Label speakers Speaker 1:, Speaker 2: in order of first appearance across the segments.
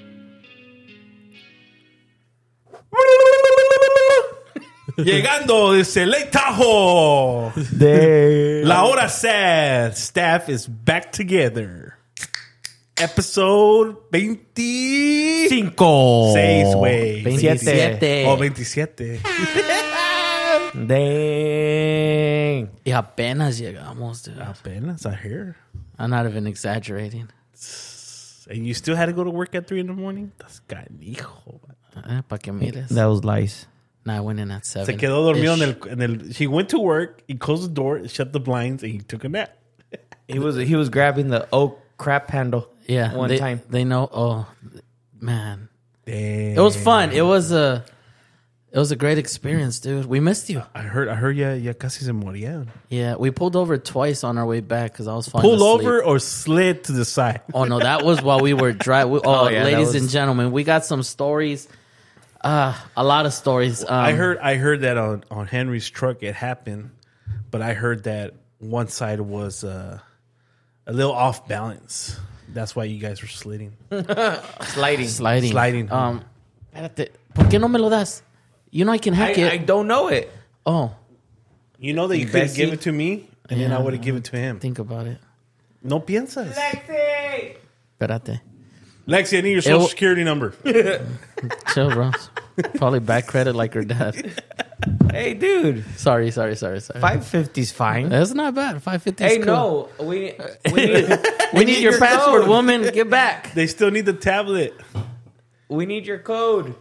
Speaker 1: Llegando desde Lake Tahoe.
Speaker 2: De...
Speaker 1: La hora sad. Staff is back together. Episode 26,
Speaker 3: Oh,
Speaker 2: 5.
Speaker 1: güey. Oh,
Speaker 2: 27.
Speaker 1: O 27.
Speaker 2: Dang.
Speaker 3: Y apenas llegamos, dude.
Speaker 1: Apenas, I hear.
Speaker 3: I'm not even exaggerating.
Speaker 1: And you still had to go to work at 3 in the morning? That's canijo.
Speaker 3: Eh, pa' que mires.
Speaker 2: That was lies.
Speaker 3: No, I went in at 7.
Speaker 1: Se quedó dormido en el, en el. He went to work, he closed the door, shut the blinds, and he took a nap.
Speaker 2: He was he was grabbing the oak crap handle.
Speaker 3: Yeah.
Speaker 2: One
Speaker 3: they,
Speaker 2: time.
Speaker 3: They know. Oh, man.
Speaker 1: Damn.
Speaker 3: It was fun. It was a... It was a great experience, dude. We missed you.
Speaker 1: I heard, I heard, ya, ya casi se morían.
Speaker 3: Yeah, we pulled over twice on our way back because I was falling
Speaker 1: Pull
Speaker 3: asleep.
Speaker 1: over or slid to the side.
Speaker 3: Oh no, that was while we were driving. Oh,
Speaker 2: Oh, yeah, that
Speaker 3: ladies and
Speaker 2: was-
Speaker 3: gentlemen, we got some stories. Uh, a lot of stories. Um,
Speaker 1: I heard I heard that on, on Henry's truck it happened, but I heard that one side was uh, a little off balance. That's why you guys were sliding.
Speaker 2: Sliding.
Speaker 3: sliding.
Speaker 1: sliding.
Speaker 3: Um, espérate, ¿por qué no me lo das? You know I can hack it.
Speaker 2: don't know it.
Speaker 3: oh,
Speaker 1: You know that you could
Speaker 2: Bessie?
Speaker 1: give it to me, and then I
Speaker 3: Yeah.
Speaker 1: would have given it to him.
Speaker 3: think about it.
Speaker 1: No piensas.
Speaker 3: Espérate.
Speaker 1: Lexi, I need your social
Speaker 3: Ew.
Speaker 1: security number.
Speaker 3: Chill, bro. Probably back credit like her dad.
Speaker 2: Hey, dude.
Speaker 3: Sorry, sorry, sorry, sorry.
Speaker 2: 550's fine.
Speaker 3: That's not bad. Five fifty.
Speaker 2: hey,
Speaker 3: cool.
Speaker 2: no. We, we need,
Speaker 3: We need your,
Speaker 2: your
Speaker 3: password,
Speaker 2: code.
Speaker 3: woman. Get back.
Speaker 1: they still need the tablet.
Speaker 2: we need your code.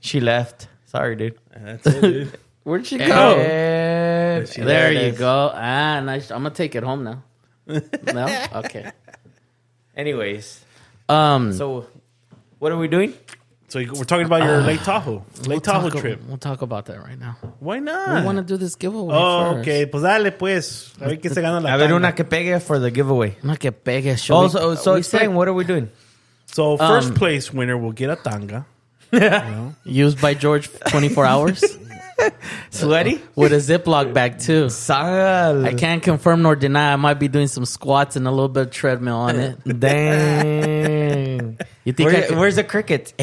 Speaker 2: she left. Sorry, dude.
Speaker 1: That's it, dude.
Speaker 3: Where'd she go?
Speaker 2: And
Speaker 1: She
Speaker 3: There
Speaker 1: left.
Speaker 3: you go. Ah, nice. I'm gonna take it home now. No, okay.
Speaker 2: Anyways,
Speaker 3: Um,
Speaker 2: so what are we doing?
Speaker 1: So you, we're talking about your Lake Tahoe, Lake
Speaker 3: we'll
Speaker 1: Tahoe
Speaker 3: talk, ab-
Speaker 1: trip.
Speaker 3: We'll talk about that right now.
Speaker 1: Why
Speaker 3: I
Speaker 1: not?
Speaker 3: want to do this giveaway.
Speaker 1: oh,
Speaker 3: first.
Speaker 1: okay. Pues dale, pues. A ver qué se gana la
Speaker 2: A ver,
Speaker 1: tanda.
Speaker 2: una que pegue for the giveaway.
Speaker 3: No que pegue. should we-
Speaker 2: Also, Oh, so
Speaker 3: we
Speaker 2: explain,
Speaker 3: said
Speaker 2: what are we doing?
Speaker 1: So first
Speaker 3: Um,
Speaker 1: place winner will get a tanga.
Speaker 3: used by George 24 hours
Speaker 2: Sweaty?
Speaker 3: with a Ziploc bag too. I
Speaker 2: Sal.
Speaker 3: can't confirm nor deny. I might be doing some squats and a little bit of treadmill on it.
Speaker 2: Dang.
Speaker 3: You think I
Speaker 2: Where,
Speaker 3: could,
Speaker 2: where's the cricket?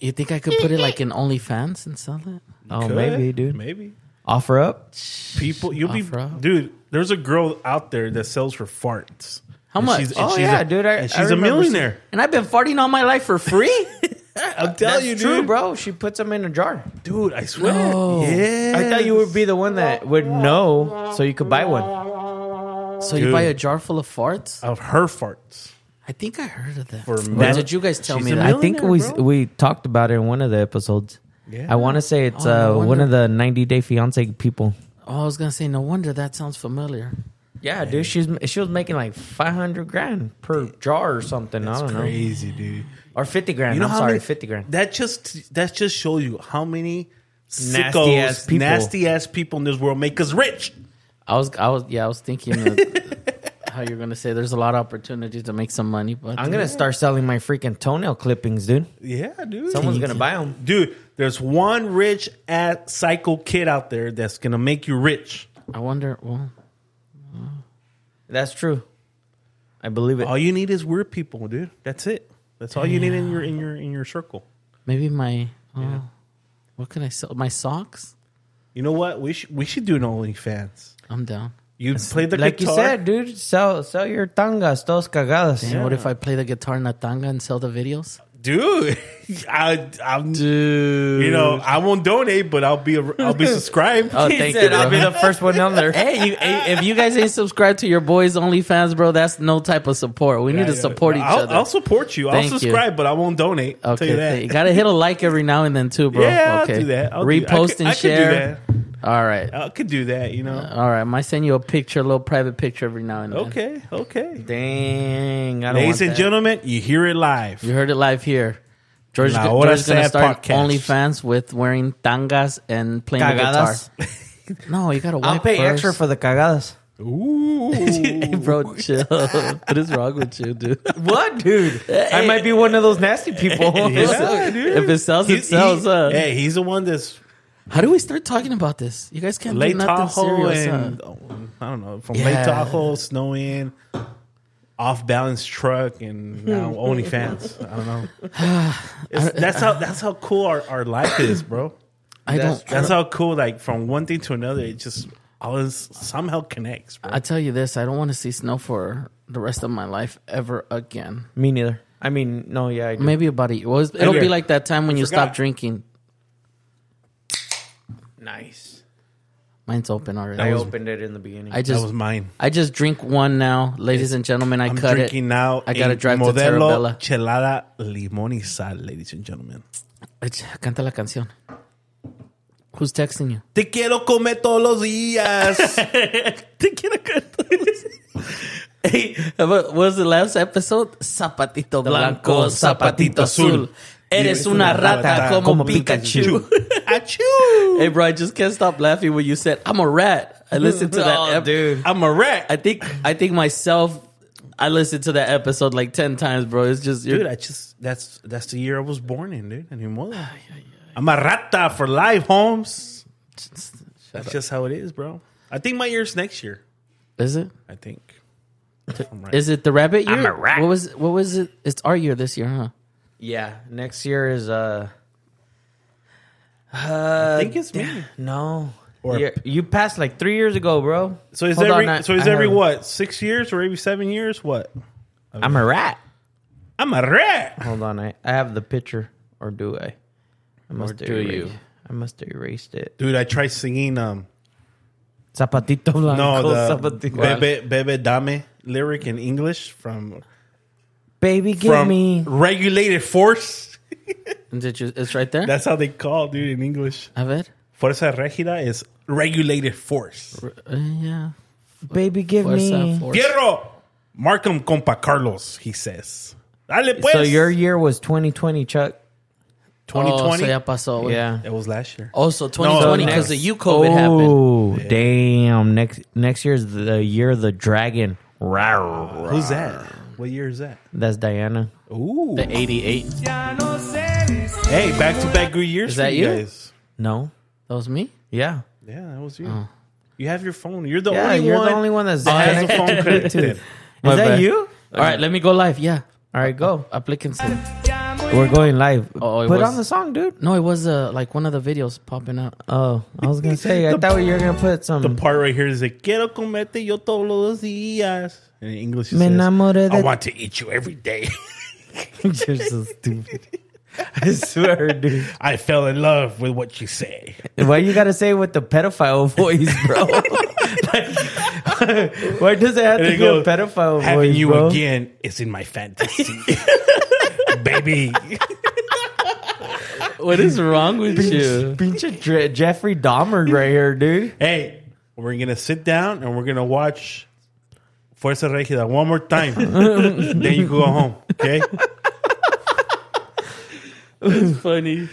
Speaker 3: you think I could put it like in OnlyFans and sell it?
Speaker 2: Oh,
Speaker 1: Could.
Speaker 2: maybe, dude.
Speaker 1: Maybe.
Speaker 2: Offer up.
Speaker 1: people you'll be
Speaker 3: Afro.
Speaker 1: dude there's a girl out there that sells her farts
Speaker 3: How much?
Speaker 1: she's,
Speaker 2: Oh,
Speaker 1: she's
Speaker 2: yeah,
Speaker 1: a,
Speaker 2: dude, I-
Speaker 1: and
Speaker 2: I
Speaker 1: she's a
Speaker 2: remember
Speaker 1: millionaire
Speaker 3: And I've been farting all my life for free.
Speaker 1: i'll tell you dude
Speaker 2: True, bro. She puts them in a jar.
Speaker 1: dude i swear
Speaker 3: No.
Speaker 1: yeah
Speaker 2: I thought you would be the one that would know, so you could buy one.
Speaker 3: so you
Speaker 1: Dude.
Speaker 3: buy a jar full of farts?
Speaker 1: of her farts
Speaker 3: I think I heard of that.
Speaker 1: For
Speaker 3: Or
Speaker 1: men.
Speaker 3: did you guys tell
Speaker 1: She's
Speaker 3: me
Speaker 1: a
Speaker 3: that?
Speaker 2: I
Speaker 1: millionaire.
Speaker 2: think we
Speaker 1: bro.
Speaker 2: we talked about it in one of the episodes.
Speaker 1: Yeah.
Speaker 2: I want to say it's
Speaker 3: Oh, no
Speaker 2: uh, one
Speaker 3: wonder.
Speaker 2: of the 90 Day Fiance people.
Speaker 3: Oh, I was gonna say no wonder that sounds familiar.
Speaker 2: Yeah, dude, she's she was making like 500 grand per jar or something. I don't know,
Speaker 1: crazy dude
Speaker 2: or 50 grand. I'm sorry, 50 grand.
Speaker 1: that just that just shows you how many
Speaker 2: Nasty
Speaker 1: sickos,
Speaker 2: ass people.
Speaker 1: nasty ass people in this world make us rich
Speaker 3: I was, I was, yeah, I was thinking that- how you're gonna say there's a lot of opportunities to make some money, but
Speaker 2: I'm gonna start selling my freaking toenail clippings, dude.
Speaker 1: yeah dude
Speaker 2: Someone's gonna buy them.
Speaker 1: dude there's one rich ass psycho kid out there that's gonna make you rich
Speaker 3: I wonder. Well,
Speaker 2: That's true. I believe it.
Speaker 1: all you need is weird people dude that's it that's all you need in your in your in your circle
Speaker 3: maybe my. Oh, What can I sell? My socks.
Speaker 1: You know what? We should we should do an OnlyFans.
Speaker 3: I'm down.
Speaker 1: You play the
Speaker 2: Like
Speaker 1: guitar.
Speaker 2: you said, dude, sell sell your tangas, todas cagadas.
Speaker 3: And what if I play the guitar in a tanga and sell the videos?
Speaker 1: dude. I I'm
Speaker 3: Dude,
Speaker 1: you know I won't donate, but I'll be a, I'll be subscribed.
Speaker 3: Oh,
Speaker 2: He
Speaker 3: thank
Speaker 2: said,
Speaker 3: you, bro.
Speaker 2: I'll be the first one on there.
Speaker 3: Hey, you, hey, if you guys ain't subscribed to your boys OnlyFans, bro, that's no type of support. We need to support each
Speaker 1: I'll,
Speaker 3: other.
Speaker 1: I'll support you.
Speaker 3: Thank
Speaker 1: I'll
Speaker 3: you.
Speaker 1: subscribe, but I won't donate. I'll
Speaker 3: okay,
Speaker 1: tell you that.
Speaker 3: th- you gotta hit a like every now and then too, bro.
Speaker 1: yeah,
Speaker 3: okay.
Speaker 1: I'll do that. I'll do- I
Speaker 3: Repost
Speaker 1: could-
Speaker 3: and
Speaker 1: I could do
Speaker 3: share. All right.
Speaker 1: that. I could do that. You know.
Speaker 3: All right, I might send you a picture, a little private picture every now and then.
Speaker 1: Okay. Okay.
Speaker 2: Dang, I don't
Speaker 1: Ladies and
Speaker 2: want that.
Speaker 1: gentlemen, you hear it live.
Speaker 3: You heard it live here. George,
Speaker 1: La Hora
Speaker 3: George's gonna
Speaker 1: Sad
Speaker 3: start
Speaker 1: podcast.
Speaker 3: OnlyFans with wearing tangas and playing the guitar.
Speaker 2: Cagadas.
Speaker 3: No, you gotta wipe
Speaker 2: I'll pay
Speaker 3: first.
Speaker 2: extra for the cagadas.
Speaker 1: Ooh.
Speaker 3: Hey, bro, chill. what is wrong with you, dude?
Speaker 2: What, dude? I might be one of those nasty people.
Speaker 1: Yeah, dude.
Speaker 3: If it sells,
Speaker 1: He's-
Speaker 3: it sells.
Speaker 1: he-
Speaker 3: uh,
Speaker 1: Hey, he's the one that's
Speaker 3: How do we start talking about this? You guys can't do
Speaker 1: late
Speaker 3: nothing
Speaker 1: Tahoe
Speaker 3: serious. huh?
Speaker 1: and oh, I don't know from
Speaker 3: Yeah.
Speaker 1: late Tahoe, snowing, off balance truck, and now OnlyFans. I don't know. It's, that's how that's how cool our, our life is, bro.
Speaker 3: I
Speaker 4: That's
Speaker 3: don't.
Speaker 4: true.
Speaker 1: That's how cool. Like from one thing to another, it just always somehow connects. Bro.
Speaker 3: I tell you this, I don't want to see snow for the rest of my life ever again.
Speaker 2: Me neither. I mean, no, yeah, I do.
Speaker 3: Maybe about a year. Well, it's- it'll
Speaker 1: Okay.
Speaker 3: be like that time when you
Speaker 1: Forgot.
Speaker 3: stop drinking.
Speaker 2: nice.
Speaker 3: Mine's open already.
Speaker 2: I
Speaker 3: I,
Speaker 2: opened it in the beginning.
Speaker 1: that
Speaker 3: just
Speaker 1: was mine.
Speaker 3: I just drink one now, ladies and gentlemen. I
Speaker 1: I'm
Speaker 3: cut
Speaker 1: drinking
Speaker 3: it.
Speaker 1: now.
Speaker 3: I gotta
Speaker 1: a
Speaker 3: drive to
Speaker 1: Modelo
Speaker 3: Terrabella.
Speaker 1: Chelada Limon y Sal, ladies and gentlemen.
Speaker 3: It's- Canta la canción. Who's texting you?
Speaker 1: Te quiero comer todos los días.
Speaker 3: Te quiero Hey, what was the last episode? Zapatito blanco, zapatito azul. Eres una rata como Pikachu.
Speaker 1: Achoo.
Speaker 3: Hey, bro, I just can't stop laughing when you said, I'm a rat. I listened to that
Speaker 2: Oh,
Speaker 3: ep-
Speaker 2: dude.
Speaker 1: I'm a rat.
Speaker 3: I think I think myself. I listened to that episode like ten times, bro. It's just
Speaker 1: dude,
Speaker 3: you're,
Speaker 1: I just that's that's the year I was born in, dude. And I'm a rata for life, Holmes. That's just how it is, bro. I think my year's next year.
Speaker 3: is it?
Speaker 1: I think.
Speaker 3: Is it the rabbit year?
Speaker 2: I'm a rat.
Speaker 3: What was what was it? It's our year this year, huh?
Speaker 2: yeah, next year is uh,
Speaker 1: I think it's me.
Speaker 2: no.
Speaker 1: Or-
Speaker 2: You're- you passed like three years ago, bro.
Speaker 1: So is
Speaker 3: Hold
Speaker 1: every
Speaker 3: on, I-
Speaker 1: so is
Speaker 3: I
Speaker 1: every
Speaker 3: have-
Speaker 1: what six years or every seven years? What?
Speaker 2: I'm a rat.
Speaker 1: I'm a rat.
Speaker 2: Hold on, I, I have the picture, or do I? I must
Speaker 3: do
Speaker 2: erase-
Speaker 3: you?
Speaker 2: I must have erased it.
Speaker 1: Dude, I tried singing um
Speaker 2: Zapatito blanco,
Speaker 1: no the
Speaker 2: zapatito.
Speaker 1: Bebe Bebe Dame lyric in English from
Speaker 2: Baby, give
Speaker 1: from
Speaker 2: me.
Speaker 1: regulated force.
Speaker 3: And Did you? It's right there.
Speaker 1: That's how they call dude in English.
Speaker 3: Have it?
Speaker 1: Fuerza regida is regulated force.
Speaker 3: Uh, yeah.
Speaker 2: Baby, give me.
Speaker 3: Forza, forza.
Speaker 1: Fierro, Markham compa Carlos. He says. Dale pues.
Speaker 2: So your year was 2020, Chuck.
Speaker 3: Oh,
Speaker 1: 2020.
Speaker 3: so ya pasó. güey.
Speaker 2: Yeah.
Speaker 1: It was last year.
Speaker 3: Oh, so 2020
Speaker 1: No, next.
Speaker 3: because the U COVID happened.
Speaker 2: Oh, damn! Next next year's the year of the dragon. Rawr.
Speaker 1: Who's that? What year is that?
Speaker 2: That's Diana.
Speaker 1: Ooh.
Speaker 3: The 88.
Speaker 1: Hey, back to back good years.
Speaker 3: Is
Speaker 1: for
Speaker 3: that you?
Speaker 1: guys.
Speaker 2: No.
Speaker 3: That was me.
Speaker 2: Yeah.
Speaker 1: Yeah, that was you. You have your phone. You're the
Speaker 2: Oh. Yeah,
Speaker 1: only
Speaker 2: you're
Speaker 1: one.
Speaker 2: the only one that's
Speaker 1: that has a
Speaker 2: connected
Speaker 1: phone connected.
Speaker 2: Is that
Speaker 3: bad.
Speaker 2: you?
Speaker 3: All right, let me go live. Yeah.
Speaker 2: All right, go.
Speaker 3: Applicants.
Speaker 2: We're going live.
Speaker 3: Oh, it
Speaker 2: Put
Speaker 3: was-
Speaker 2: on the song, dude.
Speaker 3: No, it was uh, like one of the videos popping up.
Speaker 2: Oh, I was gonna say. I
Speaker 1: The-
Speaker 2: thought you were gonna put some.
Speaker 1: The part right here is like, quiero comerte yo todos los días. And in English, it
Speaker 2: Me
Speaker 1: says,
Speaker 2: enamoré
Speaker 1: I
Speaker 2: de-
Speaker 1: want to eat you every day.
Speaker 2: you're so stupid. I swear, dude.
Speaker 1: I fell in love with what you say.
Speaker 2: Why you gotta say it with the pedophile voice, bro? Like, why does it have
Speaker 1: And
Speaker 2: to
Speaker 1: it
Speaker 2: be
Speaker 1: goes,
Speaker 2: a pedophile
Speaker 1: Having
Speaker 2: voice,
Speaker 1: you
Speaker 2: bro?
Speaker 1: again is in my fantasy. Baby.
Speaker 3: What is wrong with you?
Speaker 2: Pinche Dre- Jeffrey Dahmer right here, dude.
Speaker 1: Hey, we're going to sit down and we're going to watch Fuerza Regida one more time. then you go home, okay?
Speaker 3: Funny.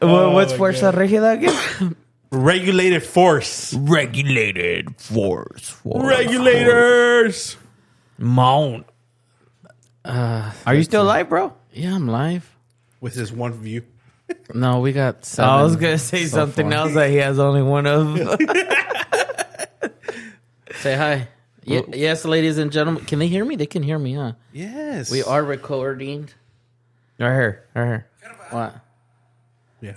Speaker 2: Wha- What's
Speaker 1: my
Speaker 2: Fuerza Regida again?
Speaker 1: Regulated force.
Speaker 2: Regulated force.
Speaker 1: Regulators.
Speaker 2: Mount. Are you still alive, bro?
Speaker 3: Yeah, I'm live.
Speaker 1: With this one view.
Speaker 3: No, we got. Seven.
Speaker 2: I was gonna say
Speaker 3: so
Speaker 2: something
Speaker 3: far.
Speaker 2: else that he has only one of.
Speaker 3: Say hi. Ye- yes, ladies and gentlemen. Can they hear me? They can hear me, huh?
Speaker 1: Yes.
Speaker 3: We are recording.
Speaker 2: right here, right here.
Speaker 3: What?
Speaker 1: Yeah.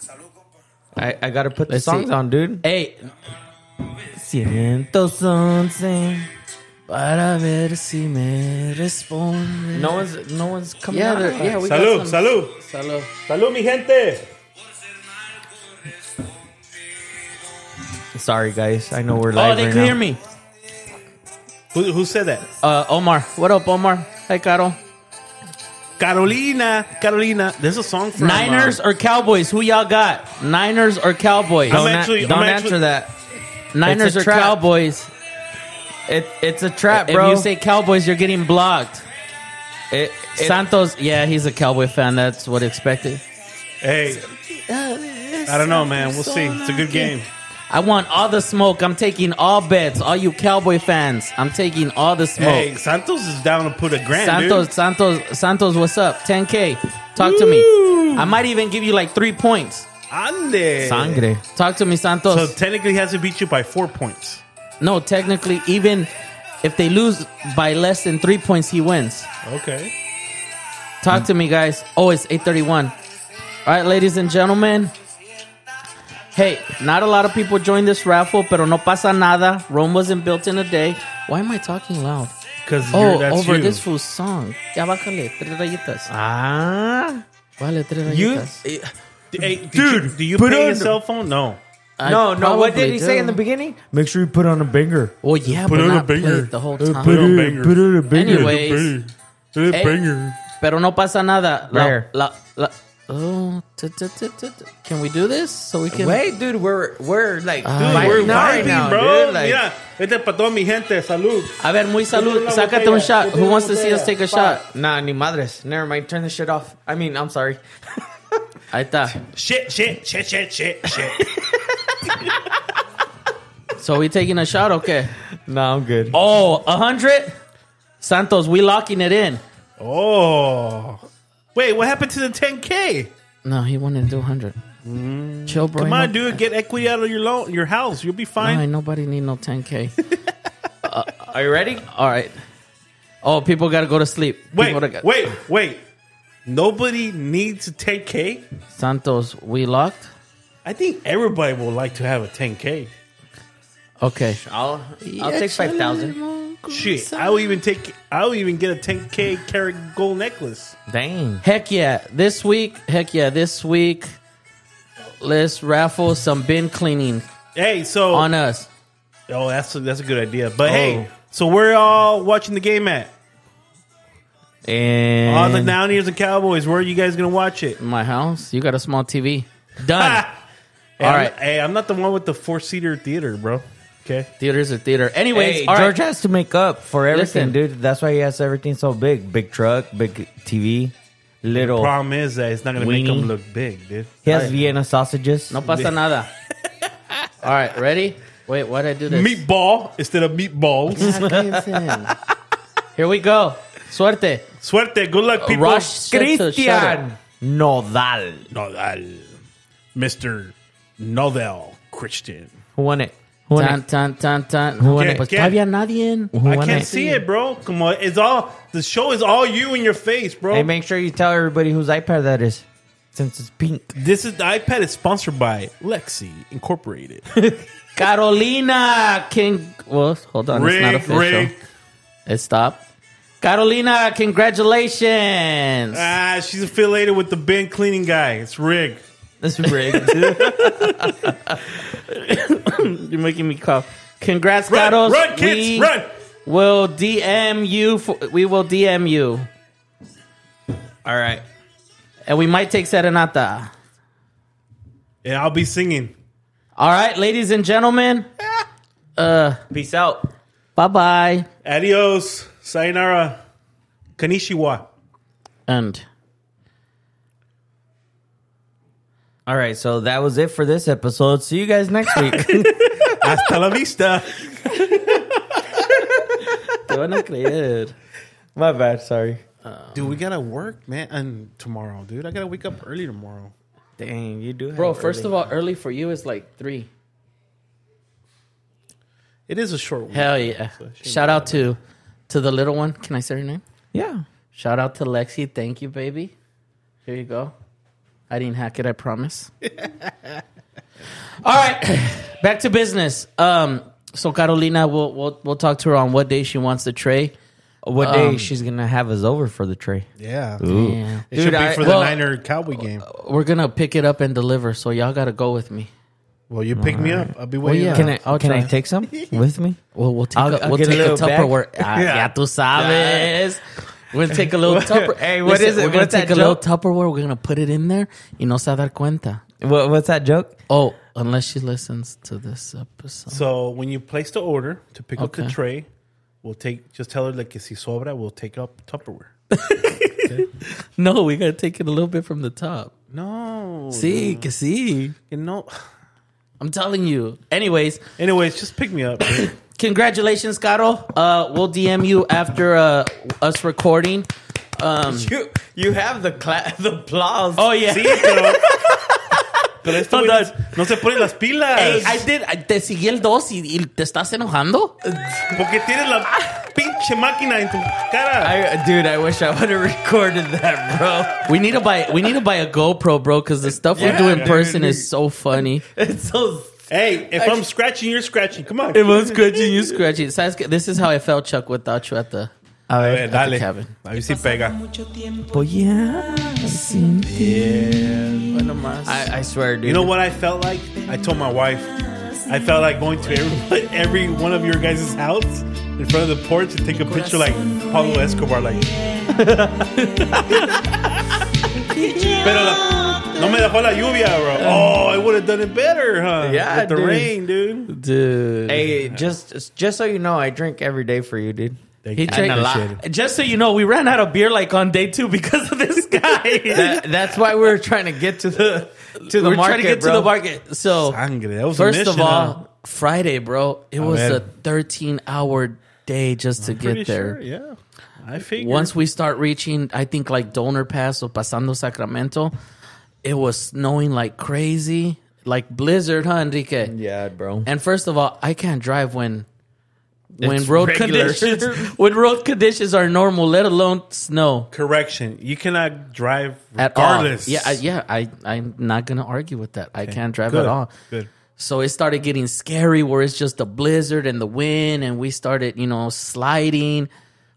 Speaker 2: I, I gotta put the
Speaker 3: Let's
Speaker 2: songs
Speaker 3: see.
Speaker 2: on, dude.
Speaker 3: Hey,
Speaker 2: Siento something.
Speaker 3: para ver si me responde.
Speaker 2: No one's no one's coming
Speaker 3: Yeah,
Speaker 2: out.
Speaker 3: they're- yeah, we
Speaker 1: Salud,
Speaker 3: got some.
Speaker 1: salud.
Speaker 3: Salud.
Speaker 1: Salud, mi gente.
Speaker 2: Sorry, guys. I know we're live.
Speaker 3: Oh, they
Speaker 2: right
Speaker 3: can
Speaker 2: now.
Speaker 3: hear me.
Speaker 1: Who, who said that?
Speaker 3: Uh, Omar, what up, Omar? Hey, Caro.
Speaker 1: Carolina, Carolina. There's a song from uh,
Speaker 3: Niners or Cowboys? Who y'all got? Niners or Cowboys?
Speaker 1: I'm
Speaker 2: Don't, a-
Speaker 1: actually- I'm
Speaker 2: don't
Speaker 1: actually-
Speaker 2: answer that.
Speaker 3: Niners
Speaker 2: a
Speaker 3: or
Speaker 2: trap.
Speaker 3: Cowboys?
Speaker 2: It, it's a trap,
Speaker 3: If
Speaker 2: bro.
Speaker 3: you say Cowboys, you're getting blocked.
Speaker 2: It- it-
Speaker 3: Santos, yeah, he's a Cowboy fan. That's what expected.
Speaker 1: hey, I don't know, man. We'll see. It's a good game.
Speaker 3: I want all the smoke. I'm taking all bets. All you Cowboy fans, I'm taking all the smoke.
Speaker 1: Hey, Santos is down to put a grand.
Speaker 3: Santos, Santos, Santos, what's up? 10K. Talk to me.
Speaker 1: Woo.
Speaker 3: I might even give you like three points.
Speaker 1: dude. Ande.
Speaker 2: sangre.
Speaker 3: Talk to me,
Speaker 1: So
Speaker 3: Santos.
Speaker 1: technically, he has to beat you by four points.
Speaker 3: no, technically, even if they lose by less than three points, he wins.
Speaker 1: Okay.
Speaker 3: Talk to me, guys. Oh, it's 831. All right, ladies and gentlemen. Hey, not a lot of people joined this raffle, pero no pasa nada. Rome wasn't built in a day. Why am I talking loud?
Speaker 1: Because
Speaker 3: Oh,
Speaker 1: that's
Speaker 3: over
Speaker 1: you.
Speaker 3: this fool's song. Ya bájale, tres rayitas.
Speaker 2: Ah.
Speaker 3: Vale, tres
Speaker 2: You-
Speaker 3: rayitas.
Speaker 1: Hey, dude, do you
Speaker 2: put
Speaker 1: pay your
Speaker 2: on-
Speaker 1: cell phone? No.
Speaker 3: I
Speaker 2: no, no. What did
Speaker 3: probably
Speaker 2: he say
Speaker 3: do.
Speaker 2: in the beginning? Make sure you put on a banger.
Speaker 3: Oh, yeah,
Speaker 1: Put
Speaker 3: but
Speaker 1: it on a
Speaker 3: not
Speaker 1: banger.
Speaker 3: played the whole time.
Speaker 1: it- on banger. put
Speaker 2: on a
Speaker 3: Anyways, eh, pero no pasa nada. La-
Speaker 2: Rare.
Speaker 3: la- la- oh, t- t- t- t- t- can we do this? So we can.
Speaker 2: Wait, dude, we're we're like
Speaker 3: Dude,
Speaker 1: Dude, we're
Speaker 3: Right now,
Speaker 1: vibing,
Speaker 3: right now,
Speaker 1: bro.
Speaker 3: dude, like-
Speaker 1: Mira, este para toda mi gente. Salud.
Speaker 3: A ver, muy salud.
Speaker 1: Una
Speaker 3: Sácate
Speaker 1: botella.
Speaker 3: un shot.
Speaker 1: Una
Speaker 3: Who wants to see us
Speaker 1: botella.
Speaker 3: take a shot?
Speaker 2: Nah, ni madres. Never mind. Turn the shit off. I mean, I'm sorry.
Speaker 3: Ahí está.
Speaker 1: Shit, shit, shit, shit, shit, shit.
Speaker 3: So we taking a shot, okay?
Speaker 2: no, I'm good.
Speaker 3: Oh, a hundred. Santos, we locking it in.
Speaker 1: oh. Wait, what happened to the 10K?
Speaker 3: No, he wanted to do hundred. Chill, bro.
Speaker 1: Come
Speaker 3: Ain't
Speaker 1: on,
Speaker 3: no-
Speaker 1: dude. Get equity out of your loan, your house. You'll be
Speaker 3: No,
Speaker 1: fine.
Speaker 3: ain't nobody need no ten k. Uh,
Speaker 2: Are you ready?
Speaker 3: All right. Oh, people gotta go to sleep. People
Speaker 1: wait,
Speaker 3: gotta-
Speaker 1: wait, wait. Nobody needs a 10K.
Speaker 3: Santos, we locked.
Speaker 1: I think everybody would like to have a 10K.
Speaker 3: Okay.
Speaker 2: I'll I'll take five thousand.
Speaker 1: Shit, I will even take. I will even get a 10K carat gold necklace.
Speaker 2: Dang.
Speaker 3: Heck yeah, this week. Heck yeah, this week. Let's raffle some bin cleaning
Speaker 1: Hey, so
Speaker 3: on Oh. us.
Speaker 1: oh, that's a, that's a good idea. But hey, so we're all watching the game at
Speaker 2: And
Speaker 1: all the Downers and Cowboys. Where are you guys gonna watch it?
Speaker 3: In my house, you got a small TV. Done.
Speaker 1: Hey,
Speaker 3: All
Speaker 1: I'm-
Speaker 3: right.
Speaker 1: hey, I'm not the one with the four seater theater, bro. Okay,
Speaker 3: Theater's a theater. Anyways,
Speaker 2: Hey,
Speaker 3: all right.
Speaker 2: George has to make up for everything,
Speaker 3: Listen.
Speaker 2: dude. That's why he has everything so big: big truck, big TV, little.
Speaker 1: problem is that it's not gonna make
Speaker 2: Weenie.
Speaker 1: them look big, dude.
Speaker 2: He has Vienna sausages.
Speaker 3: No pasa nada. All right, ready? Wait, why did I do this?
Speaker 1: Meatball instead of meatballs.
Speaker 3: Here we go. Suerte.
Speaker 1: Suerte, good luck, people.
Speaker 3: Rush said to shut it.
Speaker 2: Christian Nodal.
Speaker 1: Nodal, Mister Nodal Christian.
Speaker 2: Who won it? Who won
Speaker 3: Tan,
Speaker 2: it?
Speaker 3: tan, tan, tan.
Speaker 2: Who won
Speaker 1: ¿Qué?
Speaker 2: it?
Speaker 3: Pues todavía nadie.
Speaker 2: Who
Speaker 1: I
Speaker 2: won
Speaker 1: can't
Speaker 2: it?
Speaker 1: see it, bro. Come on, it's all the show is all you in your face, bro.
Speaker 2: Hey, make sure you tell everybody whose iPad that is, since it's pink.
Speaker 1: This is the iPad is sponsored by Lexi Incorporated.
Speaker 3: Carolina King. Well, hold on. it's not
Speaker 1: Rick,
Speaker 3: official.
Speaker 1: Rick.
Speaker 3: It stopped. Carolina, congratulations.
Speaker 1: Ah, she's affiliated with the bin cleaning guy. It's Rig.
Speaker 2: This rigged. dude.
Speaker 3: You're making me cough. Congrats,
Speaker 1: Run,
Speaker 3: Carlos.
Speaker 1: run, kids,
Speaker 3: we
Speaker 1: run.
Speaker 3: Will DM you. For, we will DM you,
Speaker 2: All right.
Speaker 3: and we might take Serenata.
Speaker 1: And I'll be singing.
Speaker 3: All right, ladies and gentlemen.
Speaker 2: Peace out.
Speaker 3: Bye bye.
Speaker 1: Adios, sayonara, konnichiwa.
Speaker 3: And
Speaker 2: All right, so that was it for this episode. See you guys next week.
Speaker 1: Hasta la vista.
Speaker 3: te van a creer.
Speaker 2: My bad. Sorry.
Speaker 1: Dude, we gotta work, man. And tomorrow, dude, I gotta wake up early tomorrow.
Speaker 2: Dang, you do,
Speaker 3: Bro, first of all, early for you is like three.
Speaker 1: It is a short week.
Speaker 3: Hell yeah. Shout out to to the little one. Can I say her name?
Speaker 2: yeah.
Speaker 3: Shout out to Lexi. Thank you, baby. Here you go. I didn't hack it, I promise. All right. Back to business. Um, so Carolina we'll, we'll we'll talk to her on what day she wants the tray.
Speaker 2: What
Speaker 3: Um,
Speaker 2: day she's gonna have us over for the tray?
Speaker 1: Yeah.
Speaker 3: Yeah.
Speaker 1: It
Speaker 2: Dude,
Speaker 1: should be
Speaker 2: I-
Speaker 1: for the
Speaker 3: well-
Speaker 1: Niner Cowboy game.
Speaker 3: We're gonna pick it up and deliver, so y'all gotta go with me.
Speaker 1: Well, you pick me up. I'll be waiting.
Speaker 3: yeah.
Speaker 2: Can I?
Speaker 3: I'll
Speaker 2: can I
Speaker 3: try.
Speaker 2: take some with me?
Speaker 3: We'll we'll take
Speaker 2: I'll-
Speaker 3: a,
Speaker 2: I'll
Speaker 3: we'll
Speaker 2: get a
Speaker 3: take a,
Speaker 2: little back.
Speaker 3: Tupperware. Ah,
Speaker 2: Yeah.
Speaker 3: yeah, tú sabes. We're gonna take a little Tupperware.
Speaker 2: Hey, what is it?
Speaker 3: We're gonna
Speaker 2: What's
Speaker 3: take
Speaker 2: that
Speaker 3: a little
Speaker 2: joke?
Speaker 3: Tupperware. We're gonna put it in there. You know, se va a dar cuenta.
Speaker 2: What, what's that joke?
Speaker 3: Oh, unless she listens to this episode.
Speaker 1: So when you place the order to pick up the
Speaker 3: Okay.
Speaker 1: tray, we'll take. Just tell her like que si sobra, we'll take up Tupperware.
Speaker 3: no, we gotta take it a little bit from the top.
Speaker 1: No,
Speaker 3: See, que see.
Speaker 1: you know.
Speaker 3: I'm telling you. Anyways,
Speaker 1: Anyways, just pick me up. dude.
Speaker 3: congratulations, Caro. Uh, we'll DM you after uh, us recording. Um,
Speaker 2: You you have the cla- the applause.
Speaker 3: oh yeah.
Speaker 1: Sí, pero. Pero esto güey, no se ponen las pilas.
Speaker 3: Hey, I did. I- te seguí el dos y, y te estás enojando.
Speaker 1: porque tienes la. pinche máquina en tu cara.
Speaker 2: I, dude, I wish I would have recorded that, bro.
Speaker 3: We need to buy. We need to buy a GoPro, bro, because the stuff we
Speaker 1: Yeah,
Speaker 3: do in
Speaker 1: dude.
Speaker 3: person is so funny.
Speaker 2: It's so.
Speaker 1: Hey, if I'm scratching, you're scratching. Come on.
Speaker 3: If I'm scratching, you scratching. Sasuke, this is how I felt, Chuck, without you at the.
Speaker 1: A ver, dale.
Speaker 3: Kevin.
Speaker 1: A ver si pega.
Speaker 2: I, I swear, dude.
Speaker 1: You know what I felt like? I told my wife. I felt like going to every, every one of your guys' house in front of the porch and take a picture like Pablo Escobar. Like. Pero la- no me dejó la lluvia, bro. Oh, I would have done it better, huh?
Speaker 2: Yeah,
Speaker 1: With the
Speaker 2: dude.
Speaker 1: rain, dude.
Speaker 3: Dude.
Speaker 2: Hey, just just so you know, I drink every day for you, dude.
Speaker 1: Thank
Speaker 3: He
Speaker 1: you.
Speaker 3: checked-
Speaker 1: Appreciate it.
Speaker 3: Just so you know, we ran out of beer like on day two because of this guy.
Speaker 2: That, that's why we're trying to get to the to the
Speaker 3: We're
Speaker 2: market,
Speaker 3: trying to get
Speaker 2: bro.
Speaker 3: to the market. So
Speaker 1: Sangre. That was a
Speaker 3: first of
Speaker 1: mission,
Speaker 3: all,
Speaker 1: huh?
Speaker 3: Friday, bro, it was
Speaker 1: ver.
Speaker 3: a 13 hour day just to
Speaker 1: Pretty
Speaker 3: get
Speaker 1: sure,
Speaker 3: there.
Speaker 1: yeah. I figured.
Speaker 3: Once we start reaching, I think like Donor Pass or Pasando Sacramento, it was snowing like crazy, like blizzard, huh, Enrique?
Speaker 2: Yeah, bro.
Speaker 3: And first of all, I can't drive when when
Speaker 2: It's
Speaker 3: road
Speaker 2: regular.
Speaker 3: conditions when road conditions are normal, let alone snow
Speaker 1: Correction. You cannot drive
Speaker 3: at
Speaker 1: regardless.
Speaker 3: all. Yeah, I, yeah, I I'm not gonna argue with that. I can't drive
Speaker 1: Good.
Speaker 3: at all.
Speaker 1: Good.
Speaker 3: So it started getting scary where it's just the blizzard and the wind and we started, you know, sliding.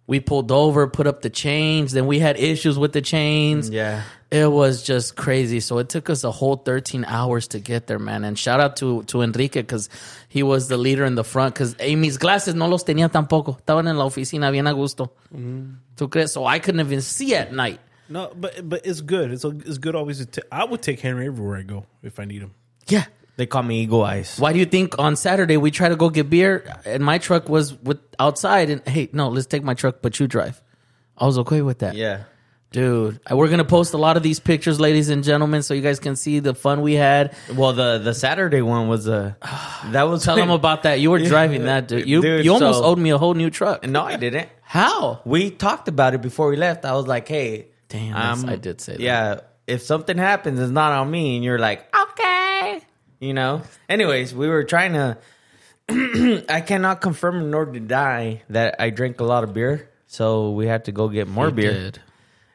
Speaker 3: We pulled over, put up the chains, then we had issues with the chains.
Speaker 2: Yeah.
Speaker 3: It was just crazy. So it took us a whole 13 hours to get there, man. And shout out to, to Enrique because he was the leader in the front. Because hey, mis glasses no los tenía tampoco. Estaban en la oficina bien a gusto. ¿Tú crees? So I couldn't even see at night.
Speaker 1: No, but but it's good. It's it's good always. To t- I would take Henry everywhere I go if I need him.
Speaker 3: Yeah.
Speaker 2: They call me Eagle Eyes.
Speaker 3: Why do you think on Saturday we try to go get beer and my truck was with outside and hey, no, let's take my truck, but you drive. I was okay with that.
Speaker 2: Yeah.
Speaker 3: Dude, I- we're going to post a lot of these pictures, ladies and gentlemen, so you guys can see the fun we had.
Speaker 2: Well, the the Saturday one was a that was
Speaker 3: Tell them about that. You were driving that, dude. You
Speaker 2: Dude,
Speaker 3: you almost
Speaker 2: so-
Speaker 3: owed me a whole new truck.
Speaker 2: No, I didn't.
Speaker 3: How?
Speaker 2: We talked about it before we left. I was like, "Hey, um,
Speaker 3: Damn, that's- I did say that.
Speaker 2: Yeah, if something happens, it's not on me." And you're like, "Okay," you know. Anyways, we were trying to. I cannot confirm nor deny that I drink a lot of beer, so we had to go get more beer.
Speaker 3: Dude.